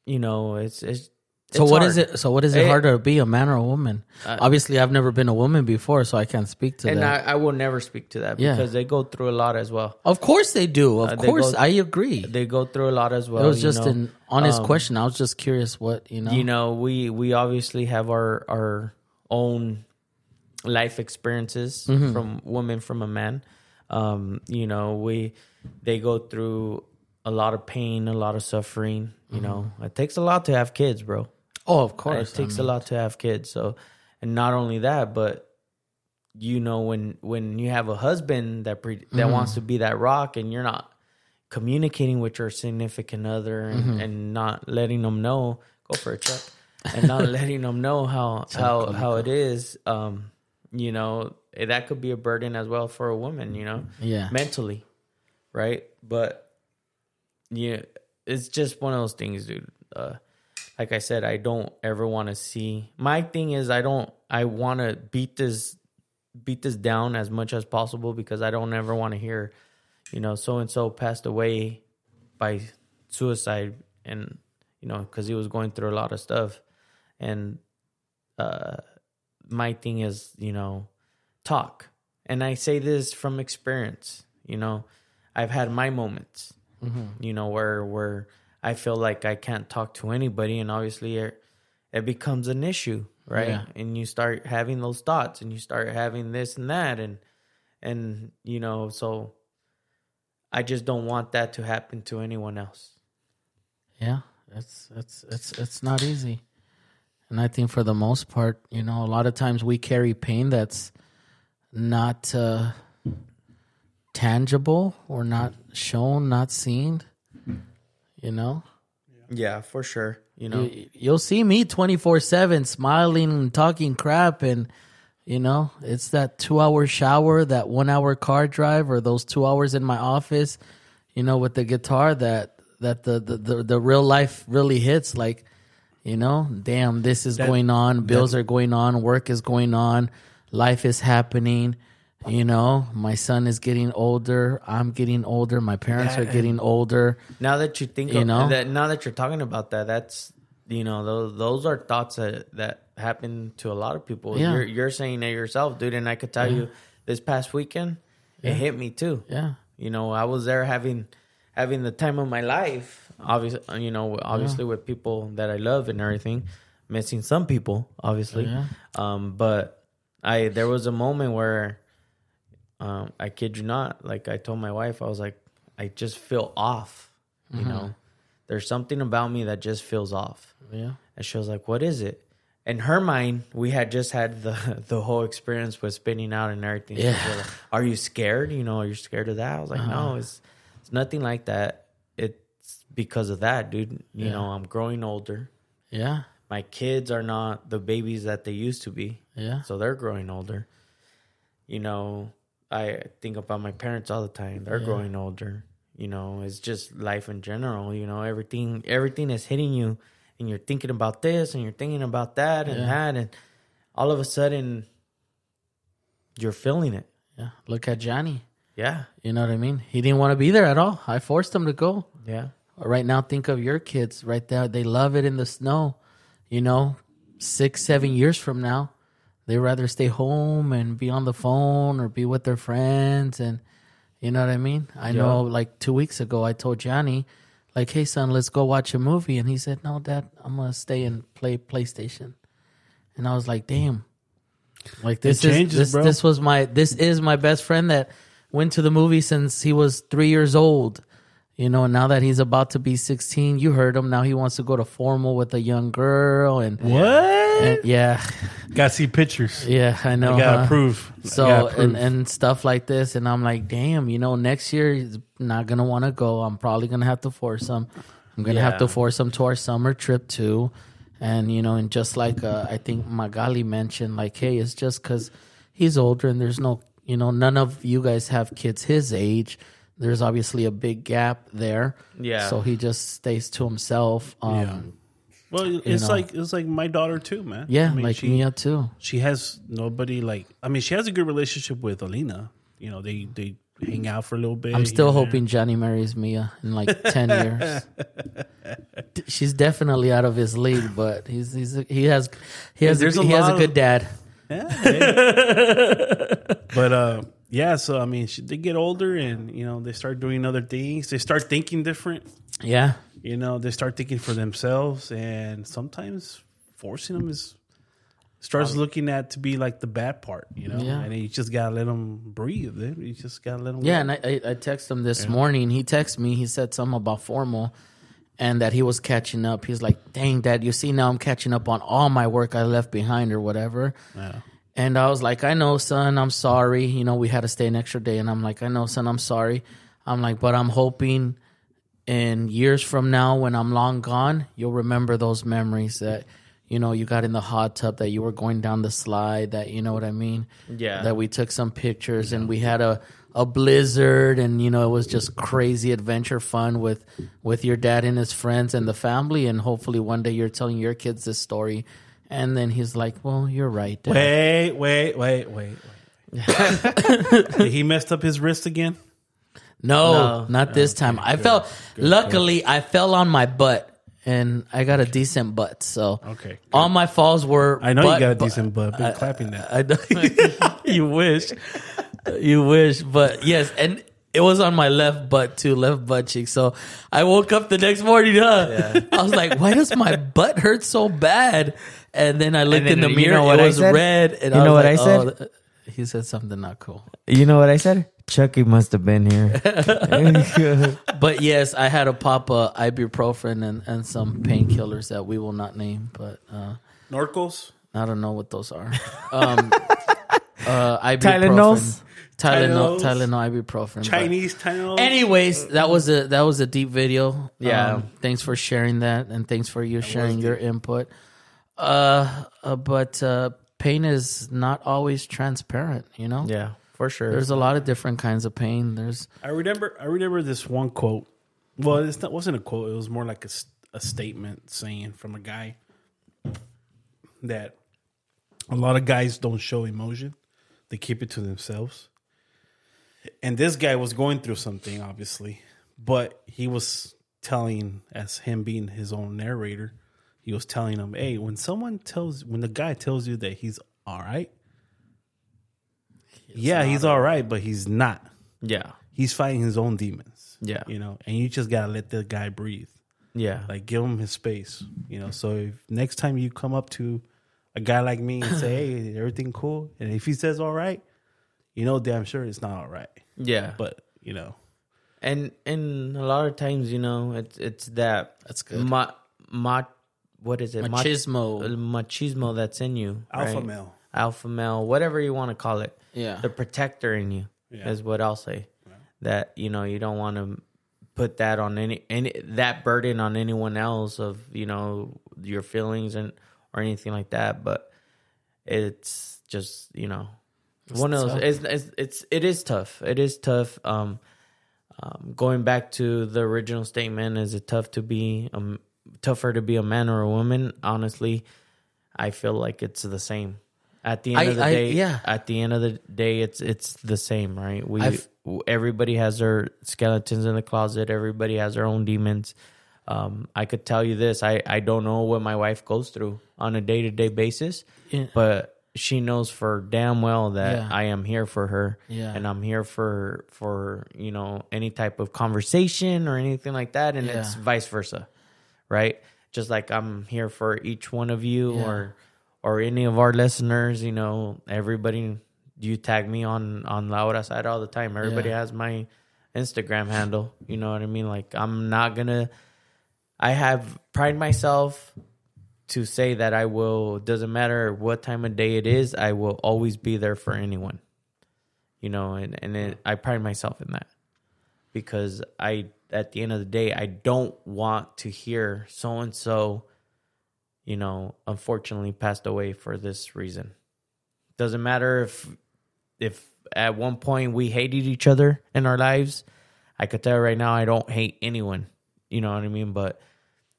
Speaker 2: you know it's it's
Speaker 3: So
Speaker 2: it's
Speaker 3: what
Speaker 2: hard.
Speaker 3: is it? So what is
Speaker 2: It-
Speaker 3: it, harder to be a man or a woman? obviously, I've never been a woman before, so I can't speak to
Speaker 2: and I,
Speaker 3: that.
Speaker 2: I will never speak to that
Speaker 3: Yeah.
Speaker 2: because they go through a lot as well
Speaker 3: of course they do. Of
Speaker 2: Uh, they
Speaker 3: course,
Speaker 2: go-
Speaker 3: I agree.
Speaker 2: they go through a lot as well
Speaker 3: it was
Speaker 2: you
Speaker 3: just
Speaker 2: know.
Speaker 3: an honest
Speaker 2: Um,
Speaker 3: question. I was just curious what you know.
Speaker 2: you know we we obviously have our our own life experiences
Speaker 3: Mm-hmm.
Speaker 2: from women from a man um you know we they go through a lot of pain, a lot of suffering.
Speaker 3: Mm-hmm.
Speaker 2: You know, it takes a lot to have kids, bro.
Speaker 3: Oh, of
Speaker 2: It
Speaker 3: course. I
Speaker 2: takes
Speaker 3: mean,
Speaker 2: a lot to have kids. So, and not only that, but you know, when when you have a husband that pre- that
Speaker 3: Mm-hmm.
Speaker 2: wants to be that rock, and you're not communicating with your significant other, and,
Speaker 3: Mm-hmm.
Speaker 2: and not letting them know, go for a truck, and not letting them know how how how it is. Um, you know, eh, that could be a burden as well for a woman. You know,
Speaker 3: Yeah.
Speaker 2: mentally, right? But yeah, it's just one of those things, dude. Uh, like I said, I don't ever want to see. My thing is, I don't. I want to beat this beat this down as much as possible because I don't ever want to hear, you know, so and so passed away by suicide, and you know, because he was going through a lot of stuff, and uh, my thing is, you know, talk. And I say this from experience. You know, I've had my moments. You know, where where I feel like I can't talk to anybody, and obviously it, it becomes an issue, right?
Speaker 3: Yeah.
Speaker 2: And you start having those thoughts, and you start having this and that, and and you know, so I just don't want that to happen to anyone else.
Speaker 3: Yeah, it's it's it's it's not easy, and I think for the most part, you know, a lot of times we carry pain that's not uh, tangible or not shown, not seen. You know,
Speaker 2: Yeah, for sure. You know,
Speaker 3: Y- you'll see me twenty four seven smiling and talking crap, and you know, it's that two hour shower, that one hour car drive, or those two hours in my office. You know, with the guitar that that the the the, the real life really hits like. You know, damn, this is going on. Bills are going on. Work is going on. Life is happening. You know, my son is getting older. I'm getting older. My parents are getting older.
Speaker 2: Now that you think,
Speaker 3: You
Speaker 2: of,
Speaker 3: know?
Speaker 2: that now that you're talking about that, that's you know those those are thoughts that that happen to a lot of people.
Speaker 3: Yeah.
Speaker 2: You're you're saying it yourself, dude, and I could tell you this past weekend it hit me too.
Speaker 3: Yeah.
Speaker 2: You know, I was there having having the time of my life. Obviously, you know, obviously with people that I love and everything. Missing some people, obviously, um, but I there was a moment where um, I kid you not, like I told my wife, I was like, I just feel off. You know, there's something about me that just feels off.
Speaker 3: Yeah.
Speaker 2: And she was like, What is it? In her mind, we had just had the the whole experience with spinning out and everything. She was
Speaker 3: Yeah.
Speaker 2: like, Are you scared? You know, are you scared of that? I was like, No, it's it's nothing like that. It's because of that, dude. You know, I'm growing older.
Speaker 3: Yeah.
Speaker 2: My kids are not the babies that they used to be.
Speaker 3: Yeah.
Speaker 2: So they're growing older. You know, I think about my parents all the time. They're growing older. You know, it's just life in general. You know, everything everything is hitting you and you're thinking about this and you're thinking about that and that and all of a sudden you're feeling it.
Speaker 3: Yeah. Look at Johnny.
Speaker 2: Yeah.
Speaker 3: You know what I mean? He didn't want to be there at all. I forced him to go.
Speaker 2: Yeah.
Speaker 3: Right now, think of your kids right there. They love it in the snow. You know, six, seven years from now, they rather stay home and be on the phone or be with their friends. And you know what I mean? I know like two weeks ago, I told Johnny, like, hey, son, let's go watch a movie. And he said, no, dad, I'm going to stay and play PlayStation. And I was like, damn. Like this
Speaker 1: changes,
Speaker 3: is this,
Speaker 1: bro.
Speaker 3: this was my this is my best friend that went to the movie since he was three years old. You know, and now that he's about to be sixteen, you heard him. Now he wants to go to formal with a young girl, and
Speaker 1: What?
Speaker 3: and- yeah,
Speaker 1: Gotta see pictures.
Speaker 3: yeah, I know.
Speaker 1: I gotta
Speaker 3: huh?
Speaker 1: prove. I
Speaker 3: Uh-huh. So
Speaker 1: gotta prove.
Speaker 3: and, and stuff like this, and I'm like, damn, you know, next year he's not gonna want to go. I'm probably gonna have to force him. I'm gonna have to
Speaker 2: Yeah.
Speaker 3: force him to our summer trip too, and you know, and just like uh, I think Magali mentioned, like, hey, it's just because he's older, and there's no, you know, none of you guys have kids his age. There's obviously a big gap there.
Speaker 2: Yeah.
Speaker 3: So he just stays to himself. Um, yeah.
Speaker 1: well, it's
Speaker 3: know.
Speaker 1: like it's like my daughter too, man. I mean,
Speaker 3: like
Speaker 1: she,
Speaker 3: Mia too.
Speaker 1: she has nobody like I mean she has a good relationship with Alina. You know, they they hang out for a little bit.
Speaker 3: I'm
Speaker 1: here
Speaker 3: still
Speaker 1: and there.
Speaker 3: hoping Johnny marries Mia in like ten years. D- She's definitely out of his league, but he's he's he has he has
Speaker 1: there's
Speaker 3: a,
Speaker 1: a
Speaker 3: he has a
Speaker 1: lot
Speaker 3: good
Speaker 1: of-
Speaker 3: dad.
Speaker 1: But uh yeah, so I mean she, they get older and you know, they start doing other things. They start thinking different.
Speaker 3: Yeah,
Speaker 1: You know, they start thinking for themselves and sometimes forcing them is starts looking at to be like the bad part, you know.
Speaker 3: Yeah.
Speaker 1: And you just gotta let them breathe. eh? You just gotta let them.
Speaker 3: Yeah, and I, I, I texted him this morning. He texted me. He said something about formal and that he was catching up. He's like, dang, dad, you see, now I'm catching up on all my work I left behind or whatever. And I was like, I know, son, I'm sorry. You know, we had to stay an extra day. And I'm like, I know, son, I'm sorry. I'm like, but I'm hoping in years from now when I'm long gone, you'll remember those memories that. You know, you got in the hot tub that you were going down the slide. That you know what I mean.
Speaker 2: Yeah.
Speaker 3: That we took some pictures and we had a, a blizzard and you know it was just crazy adventure fun with with your dad and his friends and the family and hopefully one day you're telling your kids this story and then he's like well you're right dad.
Speaker 1: Wait, wait, wait, wait. wait. Did he messed up his wrist again?
Speaker 3: no, not this time i felt luckily i fell on my butt and i got a decent butt so
Speaker 1: Okay.
Speaker 3: all my falls were
Speaker 1: I know
Speaker 3: butt-
Speaker 1: you got a
Speaker 3: butt-
Speaker 1: decent butt. Been clapping that.
Speaker 3: I know. you wish. You wish. But yes, and it was on my left butt too, left butt cheek. So I woke up the next morning, huh? I was like, why does my butt hurt so bad? And then I looked
Speaker 2: then
Speaker 3: in the
Speaker 2: you
Speaker 3: mirror,
Speaker 2: know what
Speaker 3: it
Speaker 2: I
Speaker 3: was
Speaker 2: said?
Speaker 3: red. And
Speaker 2: You
Speaker 3: I
Speaker 2: know
Speaker 3: was
Speaker 2: what
Speaker 3: like,
Speaker 2: I said?
Speaker 3: "Oh, th- he said something not cool.
Speaker 2: You know what I said? Chucky must have been here.
Speaker 3: But yes, I had to pop a ibuprofen and, and some painkillers that we will not name, but uh,
Speaker 1: Norcos.
Speaker 3: I don't know what those are. Um, uh, ibuprofen,
Speaker 2: Tylenols?
Speaker 1: Tylenols.
Speaker 3: Tylenol, Tylenol, ibuprofen, but-
Speaker 1: Chinese Tylenol.
Speaker 3: Anyways, that was a that was a deep video. Um,
Speaker 2: Yeah.
Speaker 3: thanks for sharing that, and thanks for you sharing your input. Uh, uh, but uh, pain is not always transparent. You know,
Speaker 2: yeah, for sure.
Speaker 3: There's a lot of different kinds of pain. There's
Speaker 1: I remember. I remember this one quote. Well, it's not wasn't a quote. It was more like a, s- a statement saying from a guy that a lot of guys don't show emotion; they keep it to themselves. And this guy was going through something, obviously, but he was telling, as him being his own narrator, he was telling him, "Hey, when someone tells, when the guy tells you that he's all right, yeah, he's all right, but he's not."
Speaker 2: yeah,
Speaker 1: he's fighting his own demons.
Speaker 2: Yeah.
Speaker 1: You know, and you just gotta let the guy breathe.
Speaker 2: yeah, like
Speaker 1: Like give him his space. You know, so if next time you come up to a guy like me and say, Hey, everything cool? And if he says all right, you know damn sure it's not all right.
Speaker 2: yeah. But
Speaker 1: But you know,
Speaker 2: and and a lot of times, you know, it's it's that
Speaker 3: That's good.
Speaker 2: Ma, ma, what is it? Mach-
Speaker 3: Machismo.
Speaker 2: machismo that's in you.
Speaker 1: alpha
Speaker 2: right?
Speaker 1: male.
Speaker 2: alpha male, whatever you want to call it.
Speaker 3: Yeah.
Speaker 2: The protector in you is what I'll say. That, you know, you don't want to put that on any any that burden on anyone else of, you know, your feelings and or anything like that, but it's just, you know, one of
Speaker 3: tough.
Speaker 2: those it's, it's it's it is tough. It is tough um um, going back to the original statement is it tough to be um tougher to be a man or a woman honestly i feel like it's the same at the end
Speaker 3: I-
Speaker 2: of the
Speaker 3: I-
Speaker 2: day
Speaker 3: yeah.
Speaker 2: at the end of the day it's it's the same right we
Speaker 3: I've-
Speaker 2: w- everybody has their skeletons in the closet everybody has their own demons um, I could tell you this. I, I don't know what my wife goes through on a day to day basis,
Speaker 3: Yeah.
Speaker 2: but she knows for damn well that
Speaker 3: Yeah.
Speaker 2: I am here for her
Speaker 3: Yeah.
Speaker 2: and I'm here for for you know any type of conversation or anything like that, and it's
Speaker 3: Yeah.
Speaker 2: vice versa, right? Just like I'm here for each one of you or or any of our listeners, you know, everybody. You tag me on on Laura side all the time. Everybody
Speaker 3: Yeah.
Speaker 2: has my Instagram handle. You know what I mean? Like I'm not gonna. I have pride myself to say that I will. Doesn't matter what time of day it is, I will always be there for anyone you know and and it, i pride myself in that because i at the end of the day i don't want to hear so and so you know unfortunately passed away for this reason doesn't matter if if at one point we hated each other in our lives i could tell you right now i don't hate anyone you know what i mean but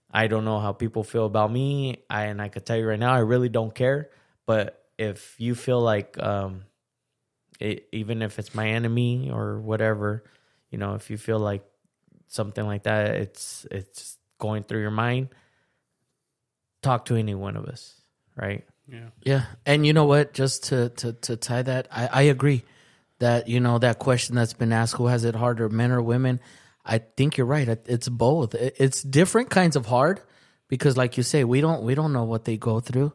Speaker 2: I don't know how people feel about me. I and I could tell you right now, I really don't care. But if you feel like, um, it, even if it's my enemy or whatever, you know, if you feel like something like that, it's it's going through your mind. Talk to any one of us, right?
Speaker 3: Yeah, and you know what? Just to to to tie that, I I agree that you know that question that's been asked: Who has it harder, men or women? I think you're right. It- It's both. It- It's different kinds of hard because, like you say, we don't we don't know what they go through.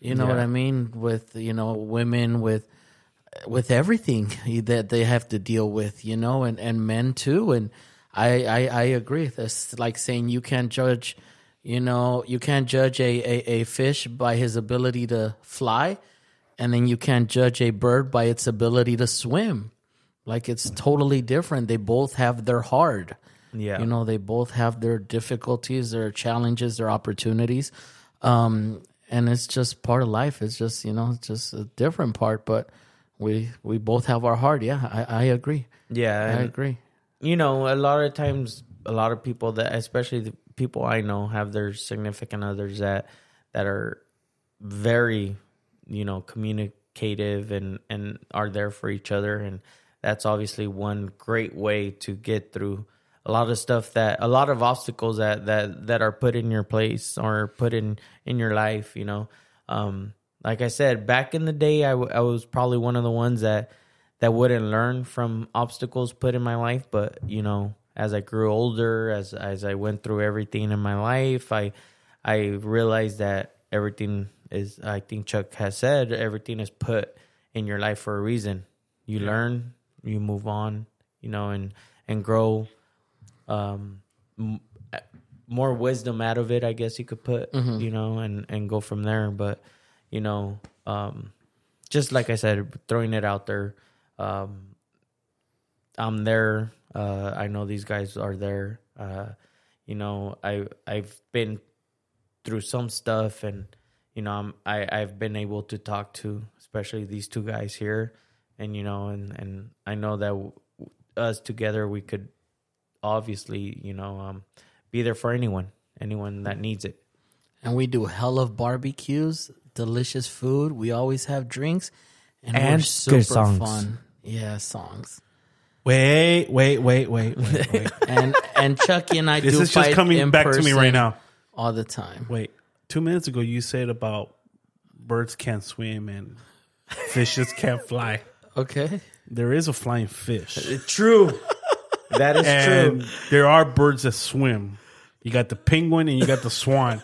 Speaker 3: You know what I mean? With you know women with with everything that they have to deal with, you know, and and men too. And I I, I agree. That's like saying you can't judge, you know, you can't judge a, a a fish by his ability to fly, and then you can't judge a bird by its ability to swim. Like it's totally different. They both have their hard.
Speaker 2: Yeah.
Speaker 3: You know, they both have their difficulties, their challenges, their opportunities. Um, and it's just part of life. It's just, you know, it's just a different part, but we we both have our heart. Yeah, I, I agree.
Speaker 2: Yeah,
Speaker 3: I
Speaker 2: and,
Speaker 3: agree.
Speaker 2: you know, a lot of times, a lot of people that, especially the people I know, have their significant others that that are very, you know, communicative and and are there for each other, and that's obviously one great way to get through a lot of stuff that a lot of obstacles that that that are put in your place or put in in your life. You know, um, like I said, back in the day, I, w- I was probably one of the ones that that wouldn't learn from obstacles put in my life but you know as i grew older as as i went through everything in my life i i realized that everything is i think chuck has said everything is put in your life for a reason you learn you move on you know and and grow um m- more wisdom out of it i guess you could put you know and and go from there but you know um just like I said, throwing it out there. Um, I'm there. Uh, I know these guys are there. Uh, you know, I I've been through some stuff, and you know, I'm, I I've been able to talk to, especially these two guys here, and you know, and and I know that w- us together we could obviously, you know, um, be there for anyone, anyone that needs it.
Speaker 3: And we do hell of barbecues, delicious food. We always have drinks
Speaker 2: And
Speaker 3: we're
Speaker 2: good songs.
Speaker 3: Yeah, songs.
Speaker 1: Wait, wait, wait, wait, wait. wait.
Speaker 3: And and Chucky and I
Speaker 1: this
Speaker 3: do
Speaker 1: is just
Speaker 3: fight
Speaker 1: coming
Speaker 3: in
Speaker 1: back to me
Speaker 3: person
Speaker 1: right now.
Speaker 3: all the time.
Speaker 1: Wait, two minutes ago you said about birds can't swim and fishes can't fly.
Speaker 3: Okay.
Speaker 1: There is a flying fish,
Speaker 2: True. that is
Speaker 1: and
Speaker 2: true.
Speaker 1: there are birds that swim. You got the penguin and you got the swan.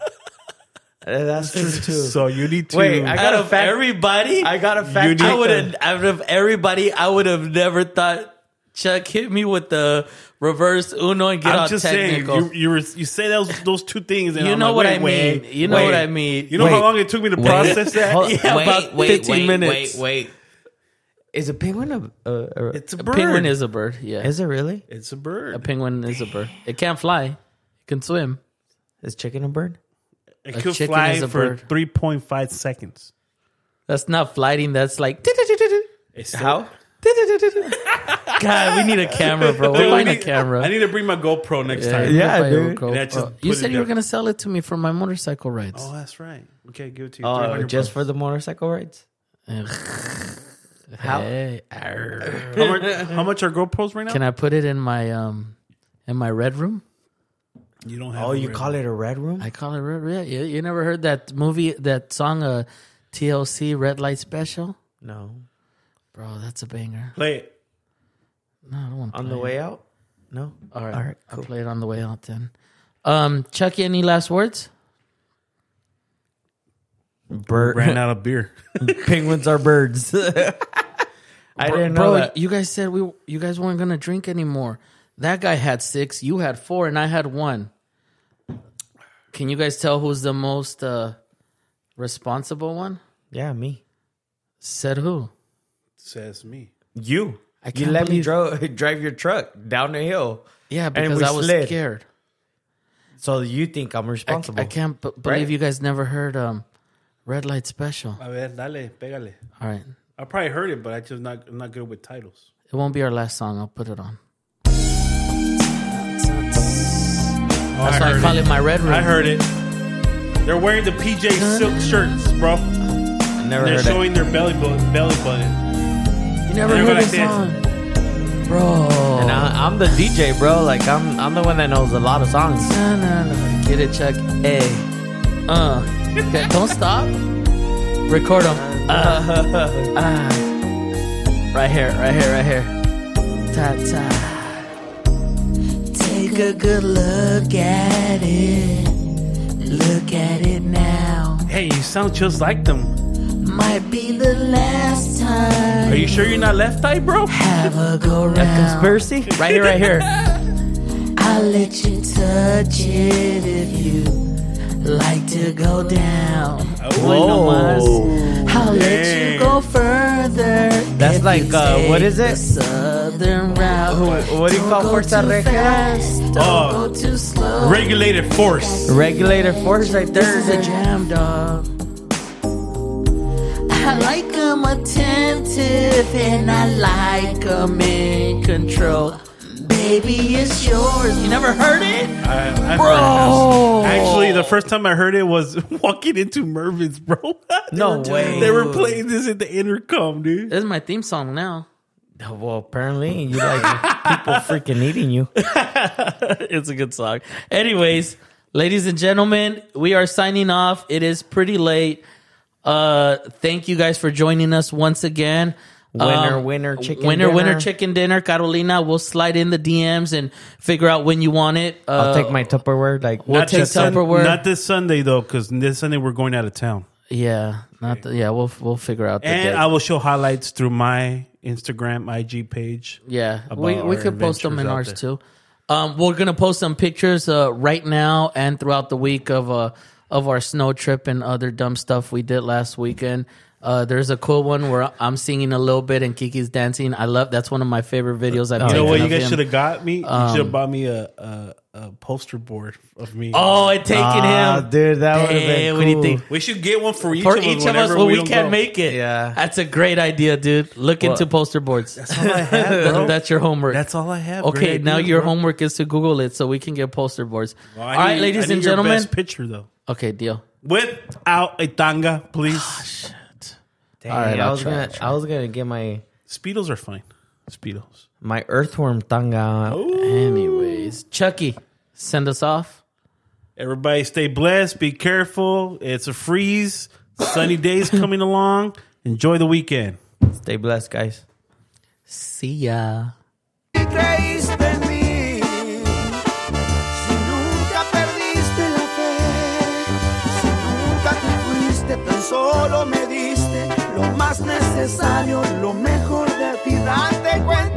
Speaker 2: Uh, That's true too.
Speaker 1: so you need to.
Speaker 2: Wait, I got
Speaker 3: Out
Speaker 2: a
Speaker 3: of
Speaker 2: fact.
Speaker 3: everybody,
Speaker 2: I got a
Speaker 1: You
Speaker 2: fact.
Speaker 1: need
Speaker 2: I
Speaker 3: I
Speaker 1: to-
Speaker 3: would
Speaker 2: would
Speaker 3: have
Speaker 2: have.
Speaker 3: out of everybody. I would have never thought Chuck hit me with the reverse Uno and get
Speaker 1: I'm
Speaker 3: all
Speaker 1: just
Speaker 3: technical.
Speaker 1: saying. You you, were, you say those those two things, and
Speaker 3: You
Speaker 1: I'm
Speaker 3: know
Speaker 1: like,
Speaker 3: what
Speaker 1: wait,
Speaker 3: I
Speaker 1: wait,
Speaker 3: mean. You know
Speaker 1: wait.
Speaker 3: what I mean.
Speaker 1: You know how
Speaker 2: Wait.
Speaker 1: long it took me to process that?
Speaker 2: Hold-
Speaker 3: Yeah, about 15 minutes.
Speaker 2: Wait, wait. Is a penguin a? a, a
Speaker 1: It's a
Speaker 3: a
Speaker 1: bird.
Speaker 3: penguin is a bird. Yeah,
Speaker 2: is it really?
Speaker 1: it's a bird.
Speaker 3: a penguin is a bird. It can't fly. It can swim.
Speaker 2: Is chicken a bird?
Speaker 1: it
Speaker 3: a
Speaker 1: could
Speaker 3: chicken
Speaker 1: fly
Speaker 3: is a
Speaker 1: for
Speaker 3: bird.
Speaker 1: 3.5 seconds.
Speaker 3: That's not flighting. That's like. "Doo-doo-doo-doo-doo."
Speaker 1: how?
Speaker 3: God, we need a camera, bro. We'll find a camera.
Speaker 1: I need to bring my GoPro next time.
Speaker 3: We'll
Speaker 2: Yeah,
Speaker 3: find a
Speaker 2: dude.
Speaker 3: GoPro.
Speaker 1: And I just put
Speaker 3: you
Speaker 1: it
Speaker 3: said you were
Speaker 1: there.
Speaker 3: gonna sell it to me for my motorcycle rides.
Speaker 1: Oh, that's right. Okay, give it to you.
Speaker 2: Oh,
Speaker 1: 300
Speaker 2: just
Speaker 1: bucks.
Speaker 2: for the motorcycle rides.
Speaker 3: How? Hey, arr.
Speaker 1: how much, how much are GoPros right now?
Speaker 3: Can I put it in my um in my red room?
Speaker 1: you don't have.
Speaker 2: Oh,
Speaker 1: a
Speaker 2: you
Speaker 1: red
Speaker 2: call
Speaker 1: one.
Speaker 2: it a red room?
Speaker 3: I call it red. red. You, you never heard that movie, that song, uh, TLC Red Light Special,
Speaker 2: no.
Speaker 3: bro? That's a banger.
Speaker 1: Play it.
Speaker 3: No, I don't want
Speaker 2: On the way out? No.
Speaker 3: All right,
Speaker 2: All right.
Speaker 3: I'll play it on the way out then. Um, Chucky, any last words?
Speaker 2: Bird.
Speaker 1: Ran out of beer.
Speaker 2: Penguins are birds. I didn't know
Speaker 3: bro,
Speaker 2: that.
Speaker 3: you guys said we you guys weren't gonna drink anymore. That guy had six, you had four, and I had one. Can you guys tell who's the most uh, responsible one?
Speaker 2: Yeah, me.
Speaker 3: Said who?
Speaker 1: Says me.
Speaker 2: You.
Speaker 3: I
Speaker 2: You
Speaker 3: can't
Speaker 2: let me
Speaker 3: believe-
Speaker 2: dro- drive your truck down the hill.
Speaker 3: Yeah,
Speaker 2: we
Speaker 3: because I was
Speaker 2: slid.
Speaker 3: scared.
Speaker 2: So you think I'm
Speaker 3: I,
Speaker 2: responsible?
Speaker 3: I can't b- believe
Speaker 2: Right?
Speaker 3: you guys never heard um, Red Light Special.
Speaker 1: A ver, dale, pégale.
Speaker 3: All right.
Speaker 1: I probably heard it, but I just not. I'm not good with titles.
Speaker 3: It won't be our last song. I'll put it on. That's why Oh, I call it my Red Room.
Speaker 1: I heard it. They're wearing the PJ silk shirts, bro.
Speaker 2: Never
Speaker 1: They're
Speaker 2: heard that.
Speaker 1: showing their belly button. Belly button.
Speaker 3: You never
Speaker 1: They're
Speaker 3: heard
Speaker 1: like
Speaker 3: this
Speaker 1: this.
Speaker 3: song. Bro.
Speaker 2: And I, I'm the DJ, bro. Like I'm, I'm the one that knows a lot of songs.
Speaker 3: Na, na, na. Get it, Chuck. Hey. Uh. Okay, Don't stop. Record them. Right here, right here, right here. Ta ta. Take a good look at it. Look at it now.
Speaker 1: Hey, you sound just like them.
Speaker 9: Might be the last time.
Speaker 1: Are you sure you're not left eye, bro?
Speaker 9: Have a go round.
Speaker 2: Conspiracy?
Speaker 3: Right here, right here.
Speaker 9: I'll let you touch it if you like to go down.
Speaker 2: Whoa.
Speaker 9: I'll let you go further.
Speaker 2: That's
Speaker 9: if
Speaker 2: like,
Speaker 9: you
Speaker 2: uh, what
Speaker 9: take
Speaker 2: is it?
Speaker 9: the Southern route.
Speaker 2: Wh- what do you
Speaker 9: Don't
Speaker 2: call
Speaker 9: go
Speaker 2: Fuerza
Speaker 9: too
Speaker 2: Regida?
Speaker 9: fast, Don't
Speaker 1: Oh.
Speaker 9: go too slow.
Speaker 1: Regulated force.
Speaker 2: Regulator force right
Speaker 9: This is a
Speaker 2: there.
Speaker 9: jam, dog. I like 'em attentive and I like 'em in control. Baby, it's yours. You never heard it?
Speaker 1: I- I-
Speaker 9: Bro.
Speaker 2: Oh.
Speaker 1: Actually, the first time I heard it was walking into Mervin's, bro.
Speaker 2: No
Speaker 1: They were-
Speaker 2: way.
Speaker 1: They were playing this at the intercom, dude.
Speaker 3: This is my theme song now.
Speaker 2: Well, apparently you like people freaking eating you.
Speaker 3: it's a good song. Anyways, ladies and gentlemen, we are signing off. It is pretty late. Uh, thank you guys for joining us once again. Um,
Speaker 2: Winner, winner, chicken
Speaker 3: winner, winner,
Speaker 2: dinner.
Speaker 3: chicken dinner. Carolina, we'll slide in the DMs and figure out when you want it. Uh,
Speaker 2: I'll take my Tupperware. Like
Speaker 3: We'll
Speaker 1: Not
Speaker 3: take
Speaker 1: this Sun-
Speaker 3: Tupperware.
Speaker 1: Not this Sunday though, because this Sunday we're going out of town,
Speaker 3: yeah, not the, yeah. We'll we'll figure out. The
Speaker 1: and
Speaker 3: date.
Speaker 1: I will show highlights through my Instagram IG page.
Speaker 3: Yeah,
Speaker 1: about
Speaker 3: we we
Speaker 1: our
Speaker 3: could post them
Speaker 1: adventures
Speaker 3: in
Speaker 1: out
Speaker 3: ours
Speaker 1: there.
Speaker 3: too. Um, we're gonna post some pictures uh, right now and throughout the week of uh of our snow trip and other dumb stuff we did last weekend. Uh, there's a cool one where I'm singing a little bit and Kiki's dancing. I love that's one of my favorite videos I've.
Speaker 1: You know
Speaker 3: taken
Speaker 1: what? You
Speaker 3: of
Speaker 1: guys
Speaker 3: him. Um,
Speaker 1: should have got me. you should have bought me a, a a poster board of me.
Speaker 3: Oh, I taken
Speaker 2: Ah,
Speaker 3: him,
Speaker 2: dude, that would've been
Speaker 3: Hey, What do you
Speaker 2: cool.
Speaker 3: think?
Speaker 1: we should get one for each
Speaker 3: For
Speaker 1: of us
Speaker 3: each of us,
Speaker 1: whenever
Speaker 3: when we,
Speaker 1: don't
Speaker 3: can't
Speaker 1: go.
Speaker 3: make it.
Speaker 2: Yeah.
Speaker 3: that's a great idea, dude. Look into poster boards. That's all I have. that's your homework.
Speaker 1: That's all I have.
Speaker 3: Okay,
Speaker 1: Great
Speaker 3: now
Speaker 1: ideas,
Speaker 3: your
Speaker 1: bro.
Speaker 3: homework is to Google it so we can get poster boards.
Speaker 1: Well, I
Speaker 3: All right,
Speaker 1: need- I
Speaker 3: ladies
Speaker 1: need
Speaker 3: and
Speaker 1: your
Speaker 3: gentlemen.
Speaker 1: Best picture though,
Speaker 3: Okay, deal.
Speaker 1: without a tanga, please.
Speaker 2: Dang,
Speaker 3: All right,
Speaker 2: I
Speaker 3: I'll
Speaker 2: was
Speaker 3: try,
Speaker 2: gonna,
Speaker 3: I'll try.
Speaker 2: I was gonna get my
Speaker 1: Speedos are fine. Speedos.
Speaker 2: my earthworm tongue out.
Speaker 3: Anyways, Chucky, send us off.
Speaker 1: Everybody stay blessed. Be careful. It's a freeze. Sunny days coming along. Enjoy the weekend.
Speaker 2: Stay blessed, guys.
Speaker 3: See ya.
Speaker 9: creíste en mí, si nunca perdiste la fe, si nunca te fuiste, tan solo me diste lo más necesario, lo mejor de ti, date cuenta.